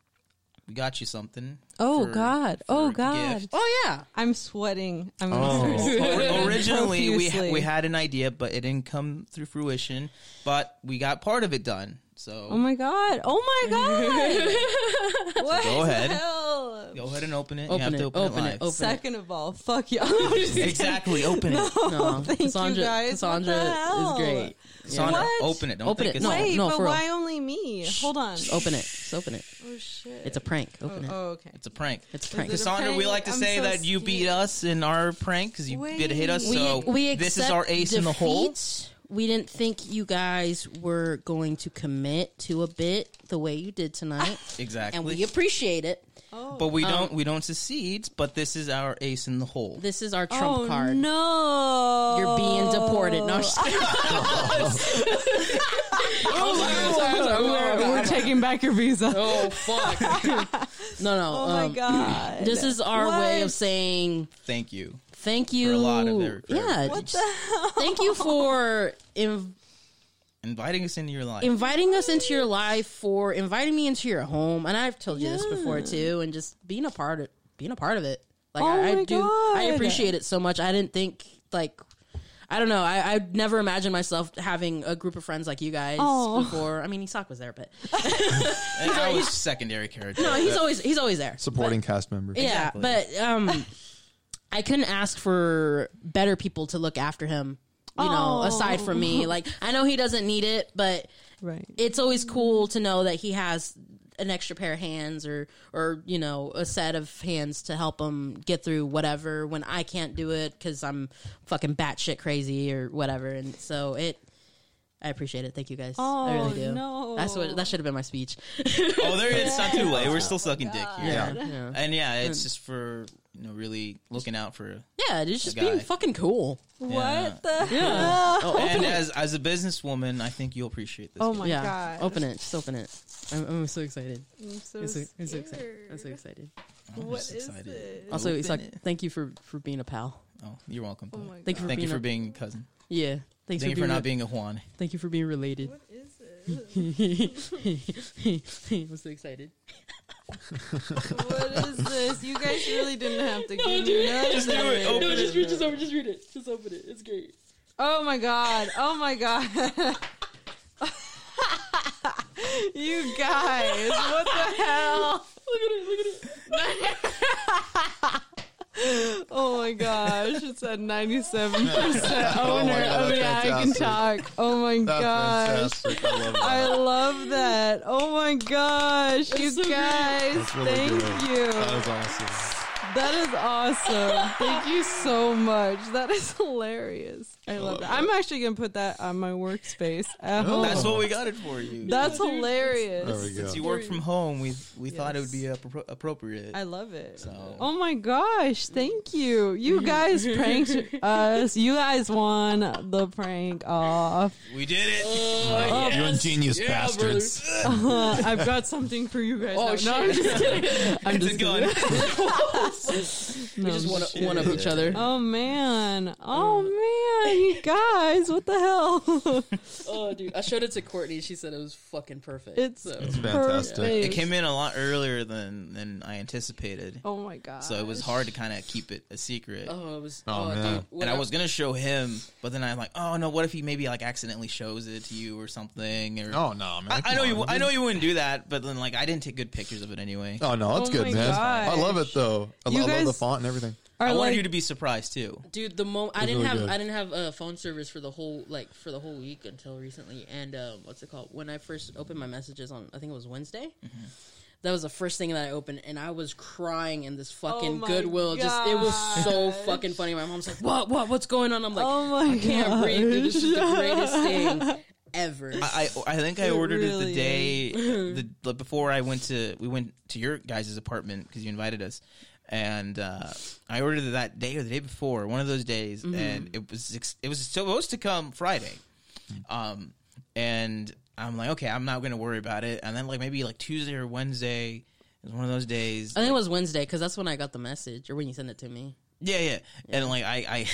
we got you something. Oh, for- God. for Oh, a God. gift. oh yeah. I'm sweating. I'm Oh. Or- Originally, we Profusely. we had an idea, but it didn't come through fruition. But we got part of it done. So Oh my god. Oh my god. what Go ahead. the hell? go ahead and open it. Open you have it, to open, open it it, live. open Second of all, fuck y'all. I'm just kidding. Exactly. Open it. No, Thank you, Cassandra, guys. What Cassandra the hell? is great. Cassandra, What? open it. Don't Open think it. it's No, Wait, no, but for real. why only me? Hold on. Just open it. Just open it. Oh shit. It's a prank. Open Oh, okay. It's a prank. It's a prank. Is it a Cassandra, we prank? like to I'm say so that you beat scared. us in our prank because you did hit us. Wait. so this is our accept ace in the hole. defeat. We didn't think you guys were going to commit to a bit the way you did tonight, Exactly. and we Um, appreciate it. but we don't. We don't succeed. But this is our ace in the hole. This is our trump oh, card. No. You're being deported. No, I'm just kidding. Oh, We're, we're taking back your visa. Oh, oh fuck. no, no. my um, god. This is our way What? of saying Thank you. thank you. a lot of their- for yeah. everything. What Thank you for inv- Inviting us into your life. inviting us into your life, for inviting me into your home, and I've told you this before too, and just being a part of being a part of it. Like Oh I, I my do, I God. appreciate it so much. I didn't think like. I don't know. I, I'd never imagined myself having a group of friends like you guys Aw. before. I mean, Isak was there, but and I was secondary character. no, he's always he's always there. Supporting cast members. Yeah, but um, I couldn't ask for better people to look after him. You know, Oh. aside from me, like I know he doesn't need it, but right. it's always cool to know that he has an extra pair of hands or or you know a set of hands to help him get through whatever when I can't do it because I'm fucking batshit crazy or whatever. And so it. I appreciate it. Thank you guys. I really Oh, do. no. That's what that should have been my speech. oh, there it's not too late. We're still sucking dick here. Yeah. And yeah, it's just for you know really looking out for. Yeah, it's just guy. being fucking cool. Yeah. What the Yeah. Oh, And as as a businesswoman, I think you'll appreciate this. Oh gift. my yeah. god. Open it. Just open it. I'm, I'm so excited. I'm so I'm so, I'm so excited. I'm scared. so excited. I'm What just is excited. this? Also, Open Isak, it. thank you for, for being a pal. Oh, you're welcome. Oh my Thank you for Thank you being for a, being cousin. yeah. Thanks Thank for, being you for a- not being a Juan. Thank you for being related. What is it? I'm so excited. What is this? You guys really didn't have to give me dude. nothing. Open it. Just read, just open, just read it. Just open it. It's great. Oh my god. Oh my god. you guys, what the hell? Look at it. Look at it. Oh my gosh. It's at 97% Oh my owner God, of that's the I Can fantastic. Talk. Oh my That's gosh. fantastic. I love I that. love that. Oh my gosh. you so good. guys, really thank good. you. that was awesome. That is awesome. Thank you so much. That is hilarious. I love that. I'm actually going to put that on my workspace at home. That's what we got it for you. Oh. That's dude, There we hilarious. go. Since you work from home, we we thought it would Yes. be appro- appropriate. I love it. So- Oh my gosh, thank you. You guys pranked us. You guys won the prank off. we did it. You ingenious bastards. Uh, I've got something for you guys. Oh, No, no, I'm shit. just kidding. It's a gun. I'm just No, Oh, Just I'm just- one, one of each other. Oh man. Oh man, you guys, what the hell? Oh, dude. I showed it to Courtney. She said it was fucking perfect. It's so. fantastic. perfect. It came in a lot earlier than than I anticipated. Oh my god. So it was hard to kind of keep it a secret. Oh, it was. Oh, Oh, man. dude. and I when was gonna show him, but then I'm like, oh no, what if he maybe like accidentally shows it to you or something? Or Oh no, man! I, I come know you, on. I know you wouldn't do that, but then like I didn't take good pictures of it anyway. Oh no, that's Oh good, my man. I love it though. I, You lo- I love the guys- font and everything. Or I wanted like- you to be surprised too. dude the moment i didn't really have good. i didn't have uh, phone service for the whole like for the whole week until recently and um, what's it called when i first opened my messages on i think it was wednesday Mm-hmm. that was the first thing that i opened and i was crying in this fucking Oh my goodwill just it was so gosh. fucking funny my mom's like what what what's going on i'm like Oh my i can't breathe dude. this is the greatest thing ever. I I I think I ordered it the really day the, the before I went to we went to your guys' apartment because you invited us, and uh, I ordered it that day or the day before, one of those days, and it was ex- it was supposed to come Friday, um, and I'm like, okay, I'm not going to worry about it, and then like maybe like Tuesday or Wednesday is one of those days. I think it was Wednesday because that's when I got the message or when you sent it to me. Yeah, yeah. And like I, I,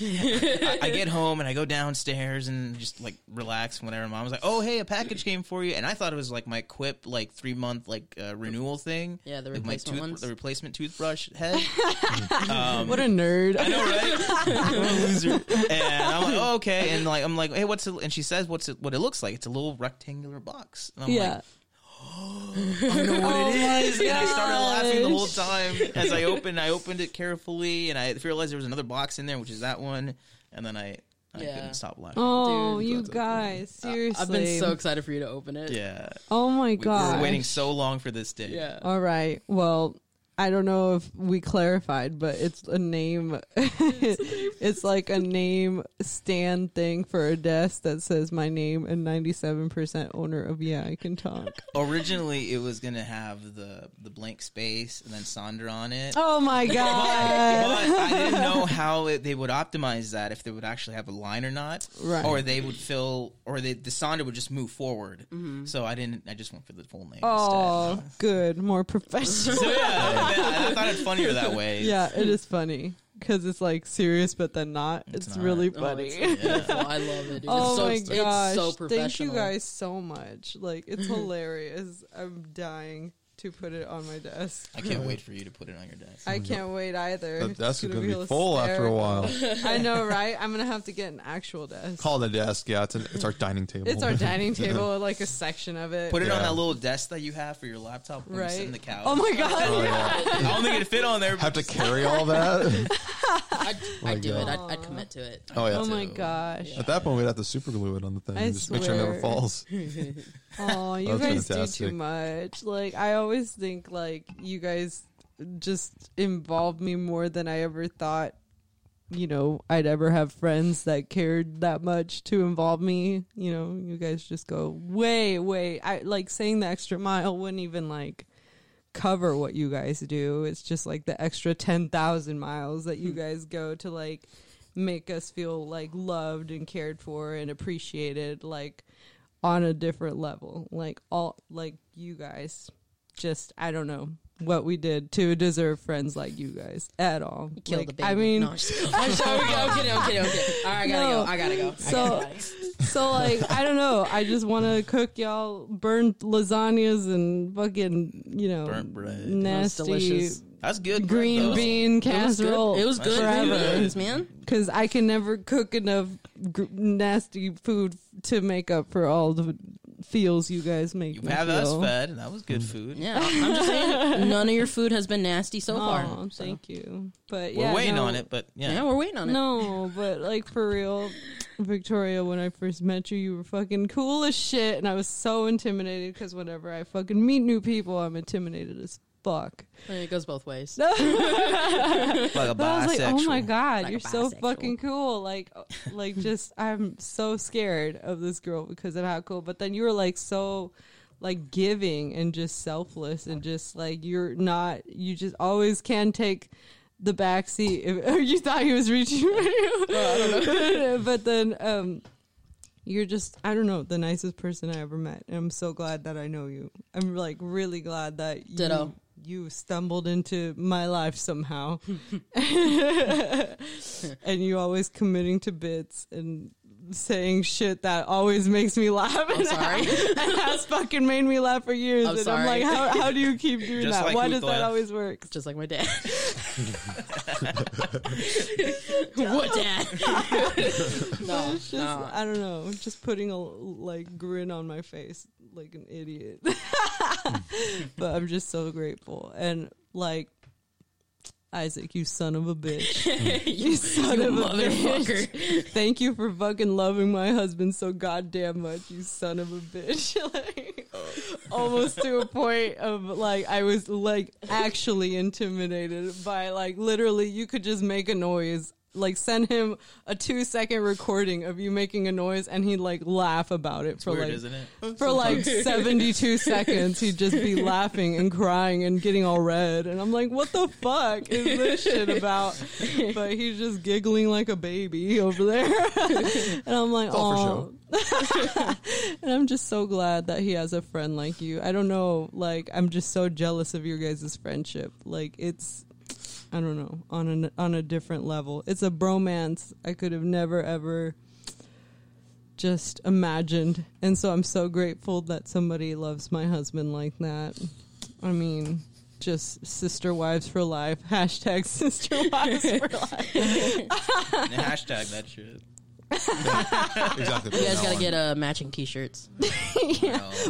I, I get home and I go downstairs and just like relax. and Whatever. Mom was like, "Oh, hey, a package came for you," and I thought it was like my Quip like three month like uh, renewal thing. Yeah, the Like, my replacement ones. the replacement toothbrush head. what a nerd. Um, I know, right? What a loser. And I'm like, oh, okay. And like, I'm like, hey, what's it? And she says, what's it? What it looks like? It's a little rectangular box. And I'm yeah. Oh, like, I don't know what it is. And I started laughing the whole time as I opened. I opened it carefully, and I realized there was another box in there, which is that one. And then I, I Yeah. couldn't stop laughing. Oh, you guys, seriously. I've been so excited for you to open it. Yeah, Oh my we were god. waiting so long for this day. Yeah. All right. Well, I don't know if we clarified, but it's a name. it's like a name stand thing for a desk that says my name and 97% owner of Yeah, I Can Talk. Originally, it was gonna have the the blank space and then Sandra on it. oh my But god. I didn't know how it, they would optimize that if they would actually have a line or not, Right. or they would fill, or they, the Sonder would just move forward. So I didn't. I just went for the full name. Mm-hmm. Oh, instead. good. More professional. So yeah, I, I thought it funnier that way. yeah, it is funny because it's like serious, but then not. It's, not. really Oh, funny. it's beautiful. I love it. Dude. Oh my it's so, gosh! It's so professional. Thank you guys so much. Like it's hilarious. I'm dying to put it on my desk. I can't wait for you to put it on your desk. I can't wait either. That It's desk is going to be hysterical. full after a while. I know, right? I'm gonna have to get an actual desk. Call it a desk. Yeah, it's, an, it's our dining table. It's our dining table, like a section of it. Put it on Yeah. that little desk that you have for your laptop when you sit right in the couch. Oh my god! Oh, yeah. I don't think it'd fit on there. Have to carry all that. I'd, I'd do it. God. I'd, I'd commit to it. Oh yeah. Oh my gosh! At that point, we'd have to super glue it on the thing I and just make sure it never swear. falls. Oh, you That's guys do fantastic. too much. Like I always think like you guys just involve me more than I ever thought, you know, I'd ever have friends that cared that much to involve me. You know, you guys just go way, way I like saying the extra mile wouldn't even like cover what you guys do. It's just like the extra ten thousand miles that Hmm. you guys go to like make us feel like loved and cared for and appreciated like on a different level. Like all like you guys just I don't know what we did to deserve friends like you guys at all. Kill Like, the baby. I mean No, I'm just kidding. I'm sorry. I'm kidding. I'm kidding. I'm kidding. All right, I gotta No. go. I gotta go. I So- gotta go. so like I don't know. I just want to cook y'all burnt lasagnas and fucking you know Burnt bread. nasty delicious. That's good. green though. bean casserole. It was good. It was forever. good foods, man. because I can never cook enough gr- nasty food to make up for all the feels you guys make. You me have us feel. fed, and that was good food. Yeah, I'm just saying. None of your food has been nasty so Aw, far. thank you. But We're yeah, waiting no. on it, but yeah. Yeah, we're waiting on it. No, but like for real, Victoria, when I first met you, you were fucking cool as shit, and I was so intimidated because whenever I fucking meet new people, I'm intimidated as fuck. It goes both ways. like a But I was like, oh my bisexual. god, Like a you're so bisexual. fucking cool. Like, uh, like just I'm so scared of this girl because of how cool. But then you were like so like giving and just selfless and just like you're not you just always can take the back seat if or you thought he was reaching for you but then um you're just i don't know the nicest person i ever met and i'm so glad that i know you i'm like really glad that you Ditto. you stumbled into my life somehow and you always committing to bits and saying shit that always makes me laugh I'm sorry. and has fucking made me laugh for years I'm and sorry. i'm like how, how do you keep doing Just that like why Ruth does that Left. always work Just like my dad. what dad? no, It's just I don't know, just putting a like grin on my face like an idiot. but I'm just so grateful and like Isaac, you son of a bitch. you son of a motherfucker. Thank you for fucking loving my husband so goddamn much, you son of a bitch. like, almost to a point of like I was like actually intimidated by like literally you could just make a noise like send him a two second recording of you making a noise, and he'd like laugh about it for Weird, like isn't it? for like 72 seconds he'd just be laughing and crying and getting all red and i'm like what the fuck is this shit about but he's just giggling like a baby over there and i'm like all for oh and i'm just so glad that he has a friend like you i don't know like i'm just so jealous of your guys' friendship like it's i don't know on an on a different level it's a bromance i could have never ever just imagined. And so I'm so grateful that somebody loves my husband like that. I mean, just sister wives for life. Hashtag sister wives for life. Hashtag that shit. exactly. You guys gotta get uh, matching T-shirts.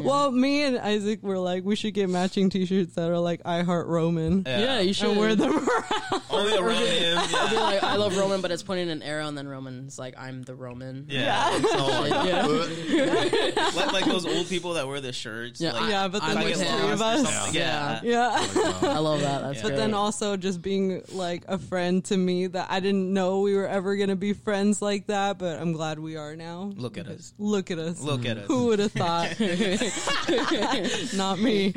Well, me and Isaac were like, we should get matching t shirts that are like I Heart Roman. Eh. Yeah, you should And wear them around. Only around him. Yeah. Be like, I love Roman, but it's pointing an arrow, and then Roman's like, I'm the Roman. Yeah. Yeah. like, like those old people that wear the shirts. Yeah, like, Yeah, but I then like there's it. three of or us. something. Yeah. Yeah. Oh I love that. That's But great. But then also just being like a friend to me that I didn't know we were ever going to be friends like that, but I'm glad we are now. Look at us. Look at us. Look at us. Who would have thought? Not me.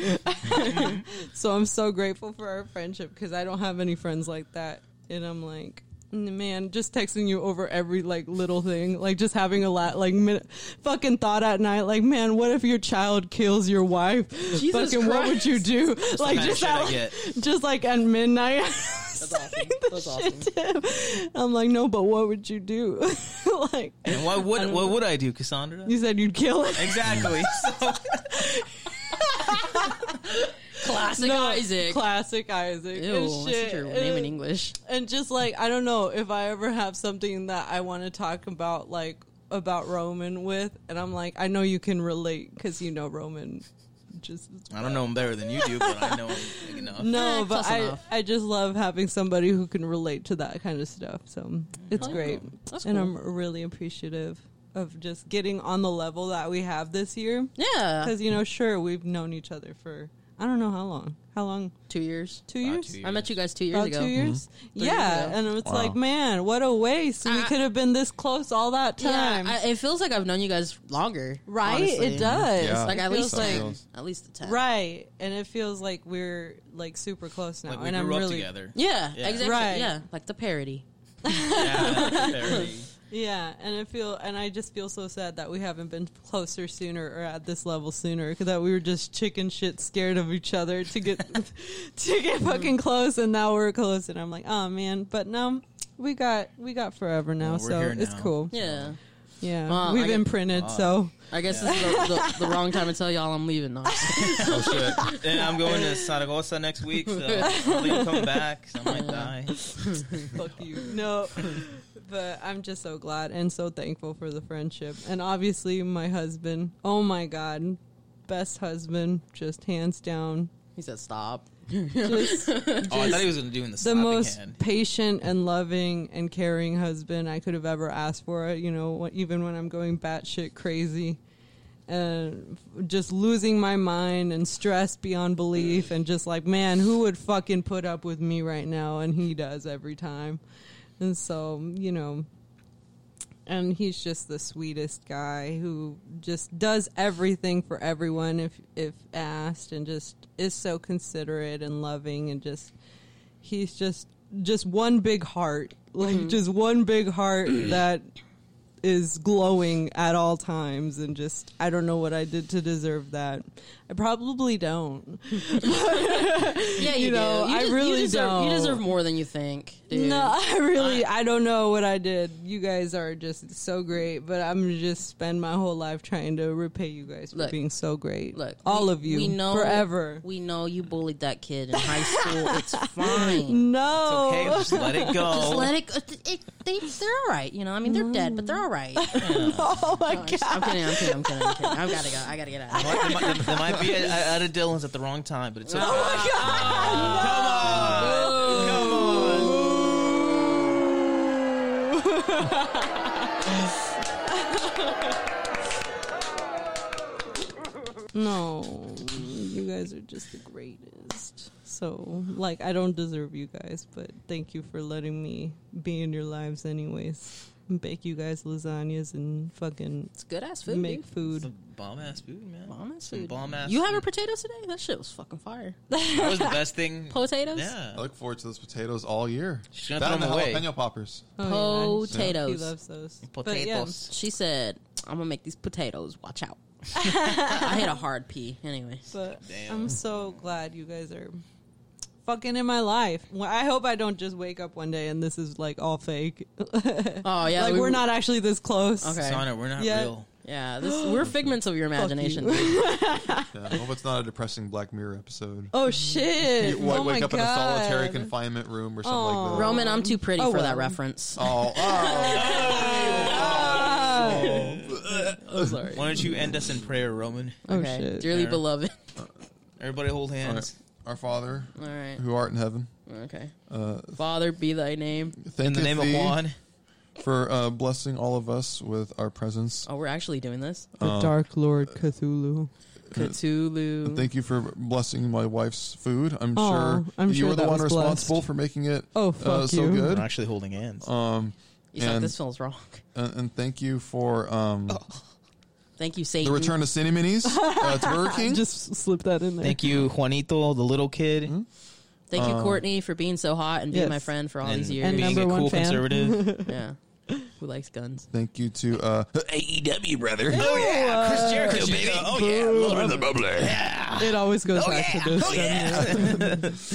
so I'm so grateful for our friendship because I don't have any friends like that. And I'm like, "Mm, man, just texting you over every like little thing, like just having a lot, like min- fucking thought at night, like, man, what if your child kills your wife? fucking, what would you do? like, kind of just shit I at, like- get. just like at midnight. that's awesome. That's awesome. I'm like, no, but what would you do? like, And what would what would I do, Cassandra? you said you'd kill it. Exactly. So, Classic No, Isaac. Classic Isaac. Ew, and that's shit. such your name in And- English. and just like I don't know if I ever have something that I want to talk about, like about Roman with, and I'm like, I know you can relate because you know Roman. Just I don't know him better than you do, but I know him big enough. no, Eh, but close I enough. I just love having somebody who can relate to that kind of stuff. So it's great, Oh, That's and cool. I'm really appreciative of just getting on the level that we have this year. Yeah, Because you know, sure, we've known each other for I don't know how long. How long? two years. Two About years. two I met you guys two years about ago. two years. years Yeah, ago. and it's Wow. like, man, what a waste. we I- could have been this close all that Yeah, time, I, it feels like I've known you guys longer. right? honestly. It does. Yeah. Like It at feels least like- like, at least the ten. right, and it feels like we're like super close now, Like we and grew I'm up really together. Yeah, exactly. Right. Yeah, like the parody. Yeah, very. yeah, and I feel and I just feel so sad that we haven't been closer sooner or at this level sooner 'cause that we were just chicken shit scared of each other to get to Mm-hmm. get fucking close, and now we're close, and I'm like, oh man, but no. We got we got forever now, Well, we're so here it's now. cool. Yeah. Yeah, Wow, we've I get- imprinted, so I guess this is the, the, the wrong time to tell y'all I'm leaving. No, And I'm going to Saragossa next week, so hopefully I'll come back. 'cause I might die. fuck you. No, but I'm just so glad and so thankful for the friendship, and obviously my husband. Oh my god, best husband, just hands down. he said stop. Oh, I thought he was going to do in the, the slapping most hand. patient and loving and caring husband I could have ever asked for. You know, wh- even when I'm going batshit crazy and f- just losing my mind and stressed beyond belief, and just like, man, who would fucking put up with me right now? And he does every time. And so, you know, and he's just the sweetest guy who just does everything for everyone if if asked and just is so considerate and loving and just he's just just one big heart like just one big heart that is glowing at all times and just I don't know what I did to deserve that. I probably don't. Yeah, you, You know, do. You I des- really you deserve, You don't. deserve more than you think, dude. No, I really, I, don't know what I did. You guys are just so great, but I'm just spend my whole life trying to repay you guys for Look, being so great. Look, all we- of you, We know forever. We know you bullied that kid in high school. It's fine. no, Okay, just let it go. Just let it, it, it. They, they're all right. You know, I mean, they're dead, but they're all right. oh my I'm, god, just- I'm kidding. I'm kidding. I'm kidding. I'm kidding. I've got to go. I got to get out. of here. There might, there might be a, at a Dylan's at the wrong time, but it's okay. Come on. no, you guys are just the greatest. So, like, I don't deserve you guys, but thank you for letting me be in your lives, anyways. And bake you guys lasagnas and fucking It's good ass food. make Make food. Bomb ass food, man. bomb ass food. Bomb ass. You having potatoes today? That shit was fucking fire. That was the best thing. Potatoes. Yeah. I look forward to those potatoes all year. She's gonna That throw and the them away. jalapeno poppers. Oh, yeah. He Potatoes. loves those But, yeah. Potatoes. She said, "I'm gonna make these potatoes. Watch out." I hit a hard pee. Anyway, But Damn. I'm so glad you guys are fucking in my life. Well, I hope I don't just wake up one day and this is like all fake. oh yeah, like we- we, are not actually this close. Okay. Sana, we're not Yeah. real. Yeah, this, we're figments of your imagination. Yeah, I hope it's not a depressing Black Mirror episode. Oh You shit! wa- oh wake my up in a God. solitary confinement room or something like that. Roman, I'm too pretty Oh, for that well. reference. Oh, oh. Ah. I'm sorry. Why don't you end us in prayer, Roman? Oh Okay, shit! dearly Fair. beloved. Everybody hold hands. Our Father, All right. who art in heaven, uh, Okay. Father, be thy name. thank In the name of thee Juan. for uh, blessing all of us with our presence. Oh, we're actually doing this. The Dark Lord uh, Cthulhu. Uh, Cthulhu. Thank you for blessing my wife's food. I'm Um, Aw, sure I'm you sure were the that one was responsible blessed. for making it Oh, uh, fuck so you. We're good. actually holding hands. Um, He's like, and- this feels wrong. and, and thank you for Oh, um, Thank you, Satan. the return of Cine Minis uh, to Burger King. Just slip that in there. Thank you, Juanito, the little kid, Thank uh, you, Courtney, for being so hot and being Yes. my friend for all and these years. And being number a one cool fan. conservative. yeah. Who likes guns? Thank you to uh, AEW brother. Oh yeah, Chris Jericho, baby. Oh yeah, Lord of the bubbler. Yeah. It always goes Oh back yeah. to this. Oh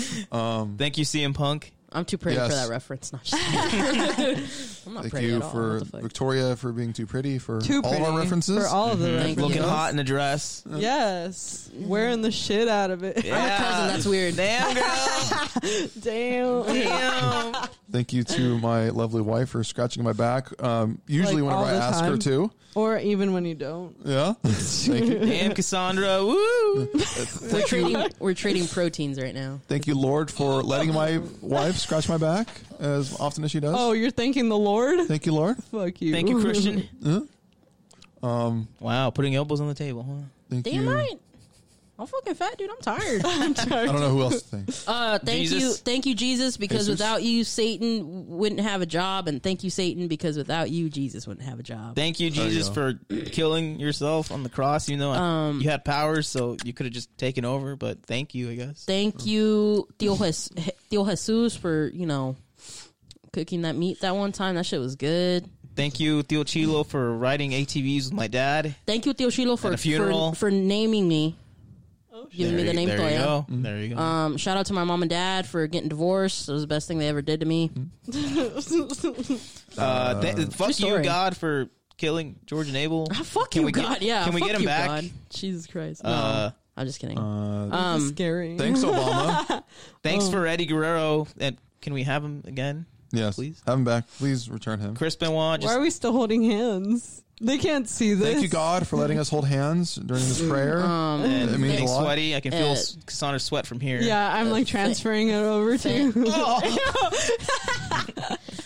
yeah. Thank you, CM Punk. I'm too pretty Yes. for that reference. No, I'm just kidding. I'm not thank pretty you at all. for What the fuck? Victoria for being too pretty for Too all of our pretty references. for all of the Mm-hmm. Thank references. you. Looking hot in a dress. Yes, wearing the shit out of it. Yeah. cousin, that's weird. Damn girl. Damn. Damn. Thank you to my lovely wife for scratching my back. Um, usually, Like, whenever all I the ask her time? to, Or even when you don't. yeah. thank you, Damn Cassandra. Woo. We're trading, we're trading proteins right now. thank you, Lord, for letting my wife scratch my back as often as she does. Oh, you're thanking the Lord? Thank you, Lord. Fuck you. Thank you, Christian. Um, wow, putting elbows on the table, huh? Thank Damn you. right. I'm fucking fat, dude. I'm tired. I don't know who else to thank. Uh, thank Jesus. you, thank you, Jesus, because Jesus. without you, Satan w- wouldn't have a job, and thank you, Satan, because without you, Jesus wouldn't have a job. Thank you, Jesus, for killing yourself on the cross. You know, Um, you had powers, so you could have just taken over, but thank you, I guess. Thank you, Tio Jes- Tio Jesus, for you know cooking that meat that one time. That shit was good. Thank you, Theo Chilo, for riding ATVs with my dad. Thank you, Tio Shilo, for a funeral. for, for naming me, Oh, giving me the There- name there you Toya. go. There you go. Um, shout out to my mom and dad for getting divorced. It was the best thing they ever did to me. Mm-hmm. Uh, th- fuck you, story. God, for killing George and Abel. Ah, Fuck Can you, we get- God. yeah, can we fuck get him you, back? God. Jesus Christ. No, Uh, I'm just kidding. Uh, Um, Scary. Uh, Thanks, Obama. Oh. Thanks for Eddie Guerrero. And can we have him again? yes, Please. have him back. Please return him. Chris Benoit. Why Just, are we still holding hands? They can't see this. Thank you, God, for letting us hold hands during this prayer. Um, and it means a thanks, lot. sweaty. I can feel Uh, S- Cassandra's sweat from here. Yeah, I'm like transferring it over to you.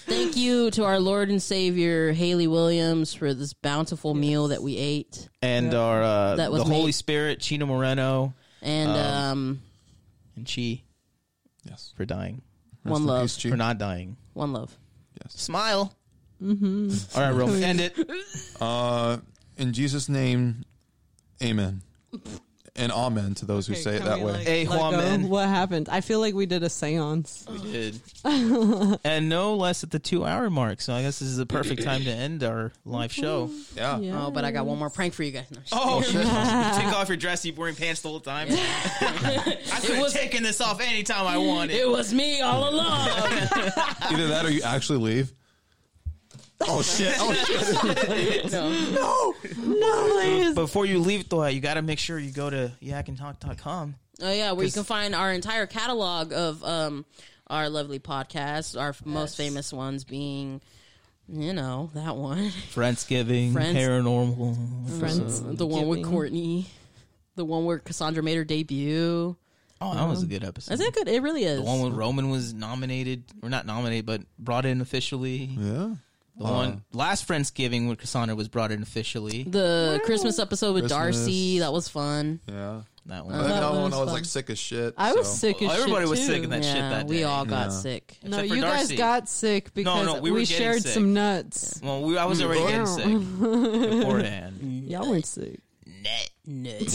Thank you to our Lord and Savior Haley Williams for this bountiful meal that we ate, and our uh, That was the Holy me. Spirit, Chino Moreno, and um, and Chi yes. for dying Rest One in love. peace, Chief. for not dying. one love. Smile. Mm-hmm. All right, Roman, end it. Uh, in Jesus' name, amen. And amen to those who say it that way. Hey, let go? Juan. What happened? I feel like we did a seance. and no less at the two-hour mark. So I guess this is the perfect time to end our live show. yeah. Oh, but I got one more prank for you guys. No, Oh, shit. take off your dress. You've wearing pants the whole time. I could have was- taken this off anytime I wanted. it was me all along. Either that or you actually leave. Oh shit! Oh shit! Before you leave, though, you got to make sure you go to yakandtalk.com. Oh yeah, where you can find our entire catalog of um our lovely podcasts, our f most famous ones being, you know, that one, Friendsgiving, Friends- paranormal. Friends. the one with Giving. Courtney, the one where Cassandra made her debut. Oh, that was a good episode. Is it good? It really is. The one when Roman was nominated, or not nominated, but brought in officially. Yeah. The one last Friendsgiving when Cassandra was brought in officially. The Christmas episode with Christmas. Darcy that was fun. Yeah. that one. That, that that one one was I was fun. like sick as shit. I was so- sick as Everybody shit was too. sick in that shit Yeah, that we day. all got Yeah. sick. No, Except for you guys Darcy. got sick because no, we, we were getting shared sick. some nuts. well, we, I was already getting sick beforehand. Y'all weren't sick. Net. Nut.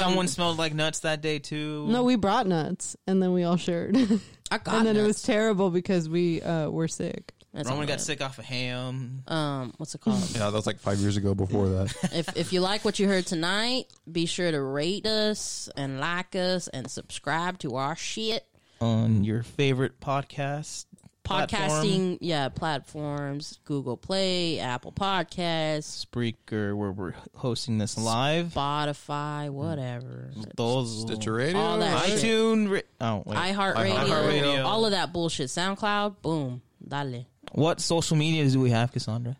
Someone smelled like nuts that day too. No, we brought nuts and then we all shared. and I got then it nuts. was terrible because we uh, were sick. That's Roman all got right. sick off of ham. Um, what's it called? Yeah, that was like five years ago before that. if if you like what you heard tonight, be sure to rate us and like us and subscribe to our shit on your favorite podcast platform, podcasting. Yeah, platforms: Google Play, Apple Podcasts, Spreaker, where we're hosting this live. Spotify, whatever, Those Stitcher Radio. all that shit. iTunes. Ra- oh wait. iHeartRadio. iHeartRadio, all of that bullshit. SoundCloud, boom, dale. what social medias do we have, Cassandra?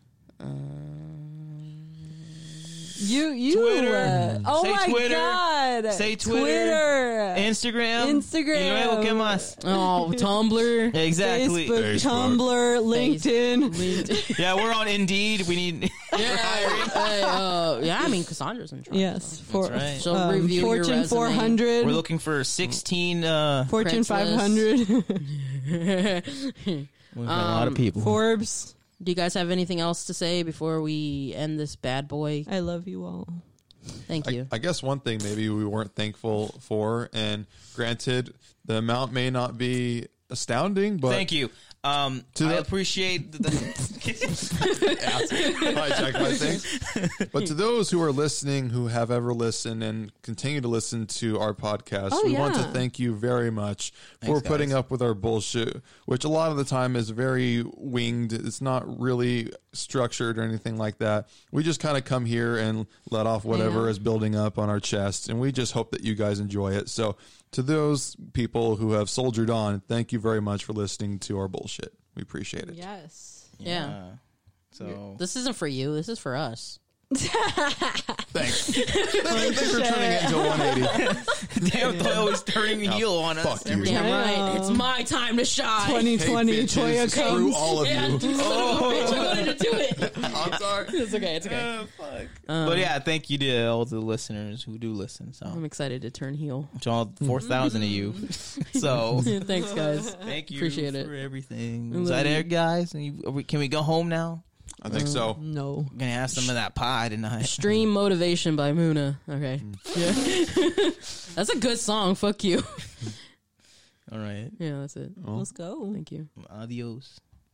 You, you. Twitter. uh, oh Say my Twitter. God. Say Twitter. Twitter. Instagram. Instagram. Y luego, ¿qué más? Oh, Tumblr. Exactly. Facebook, Facebook. Tumblr, LinkedIn. Yeah, we're on Indeed. We need. Hey, uh, yeah, I mean Cassandra's in charge. Yes, for right. So um, review your Fortune resume. 400, we're looking for 16. Uh, Fortune Craigslist. 500, we've got a lot Um, of people. Forbes. Do you guys have anything else to say before we end this bad boy? I love you all. Thank you. I, I guess one thing maybe we weren't thankful for, and granted, the amount may not be astounding, but Thank you. Um, To I the- appreciate the, the hijack my thing. But to those who are listening, who have ever listened and continue to listen to our podcast, Oh, we want to yeah. thank you very much Thanks, for putting guys. up with our bullshit, which a lot of the time is very winged. It's not really structured or anything like that. We just kind of come here and let off whatever Yeah. is building up on our chest, and we just hope that you guys enjoy it. So, to those people who have soldiered on, thank you very much for listening to our bullshit. We appreciate it. Yes. yeah. Uh, so This isn't for you. This is for us. Thanks. Thanks for turning it into 180. damn, Doyle is turning heel on us. fuck you. Damn Yeah. right. It's my time to shine. 2020 Hey, bitches, Toya screw comes. all of you. I'm going to do it. I'm sorry. It's okay. It's okay. Uh, fuck. but yeah, thank you to all the listeners who do listen. I'm So, excited to turn heel. to all four thousand of you. So, Thanks, guys. thank Mm-hmm. you. Appreciate it. for everything. Is that it, guys? And you- are we- can we go home now? I think so. No. I'm gonna have some of that pie tonight. Stream motivation by Muna. Okay. Yeah. that's a good song. Fuck you. All right, Yeah, that's it. Let's go. Thank you. adios.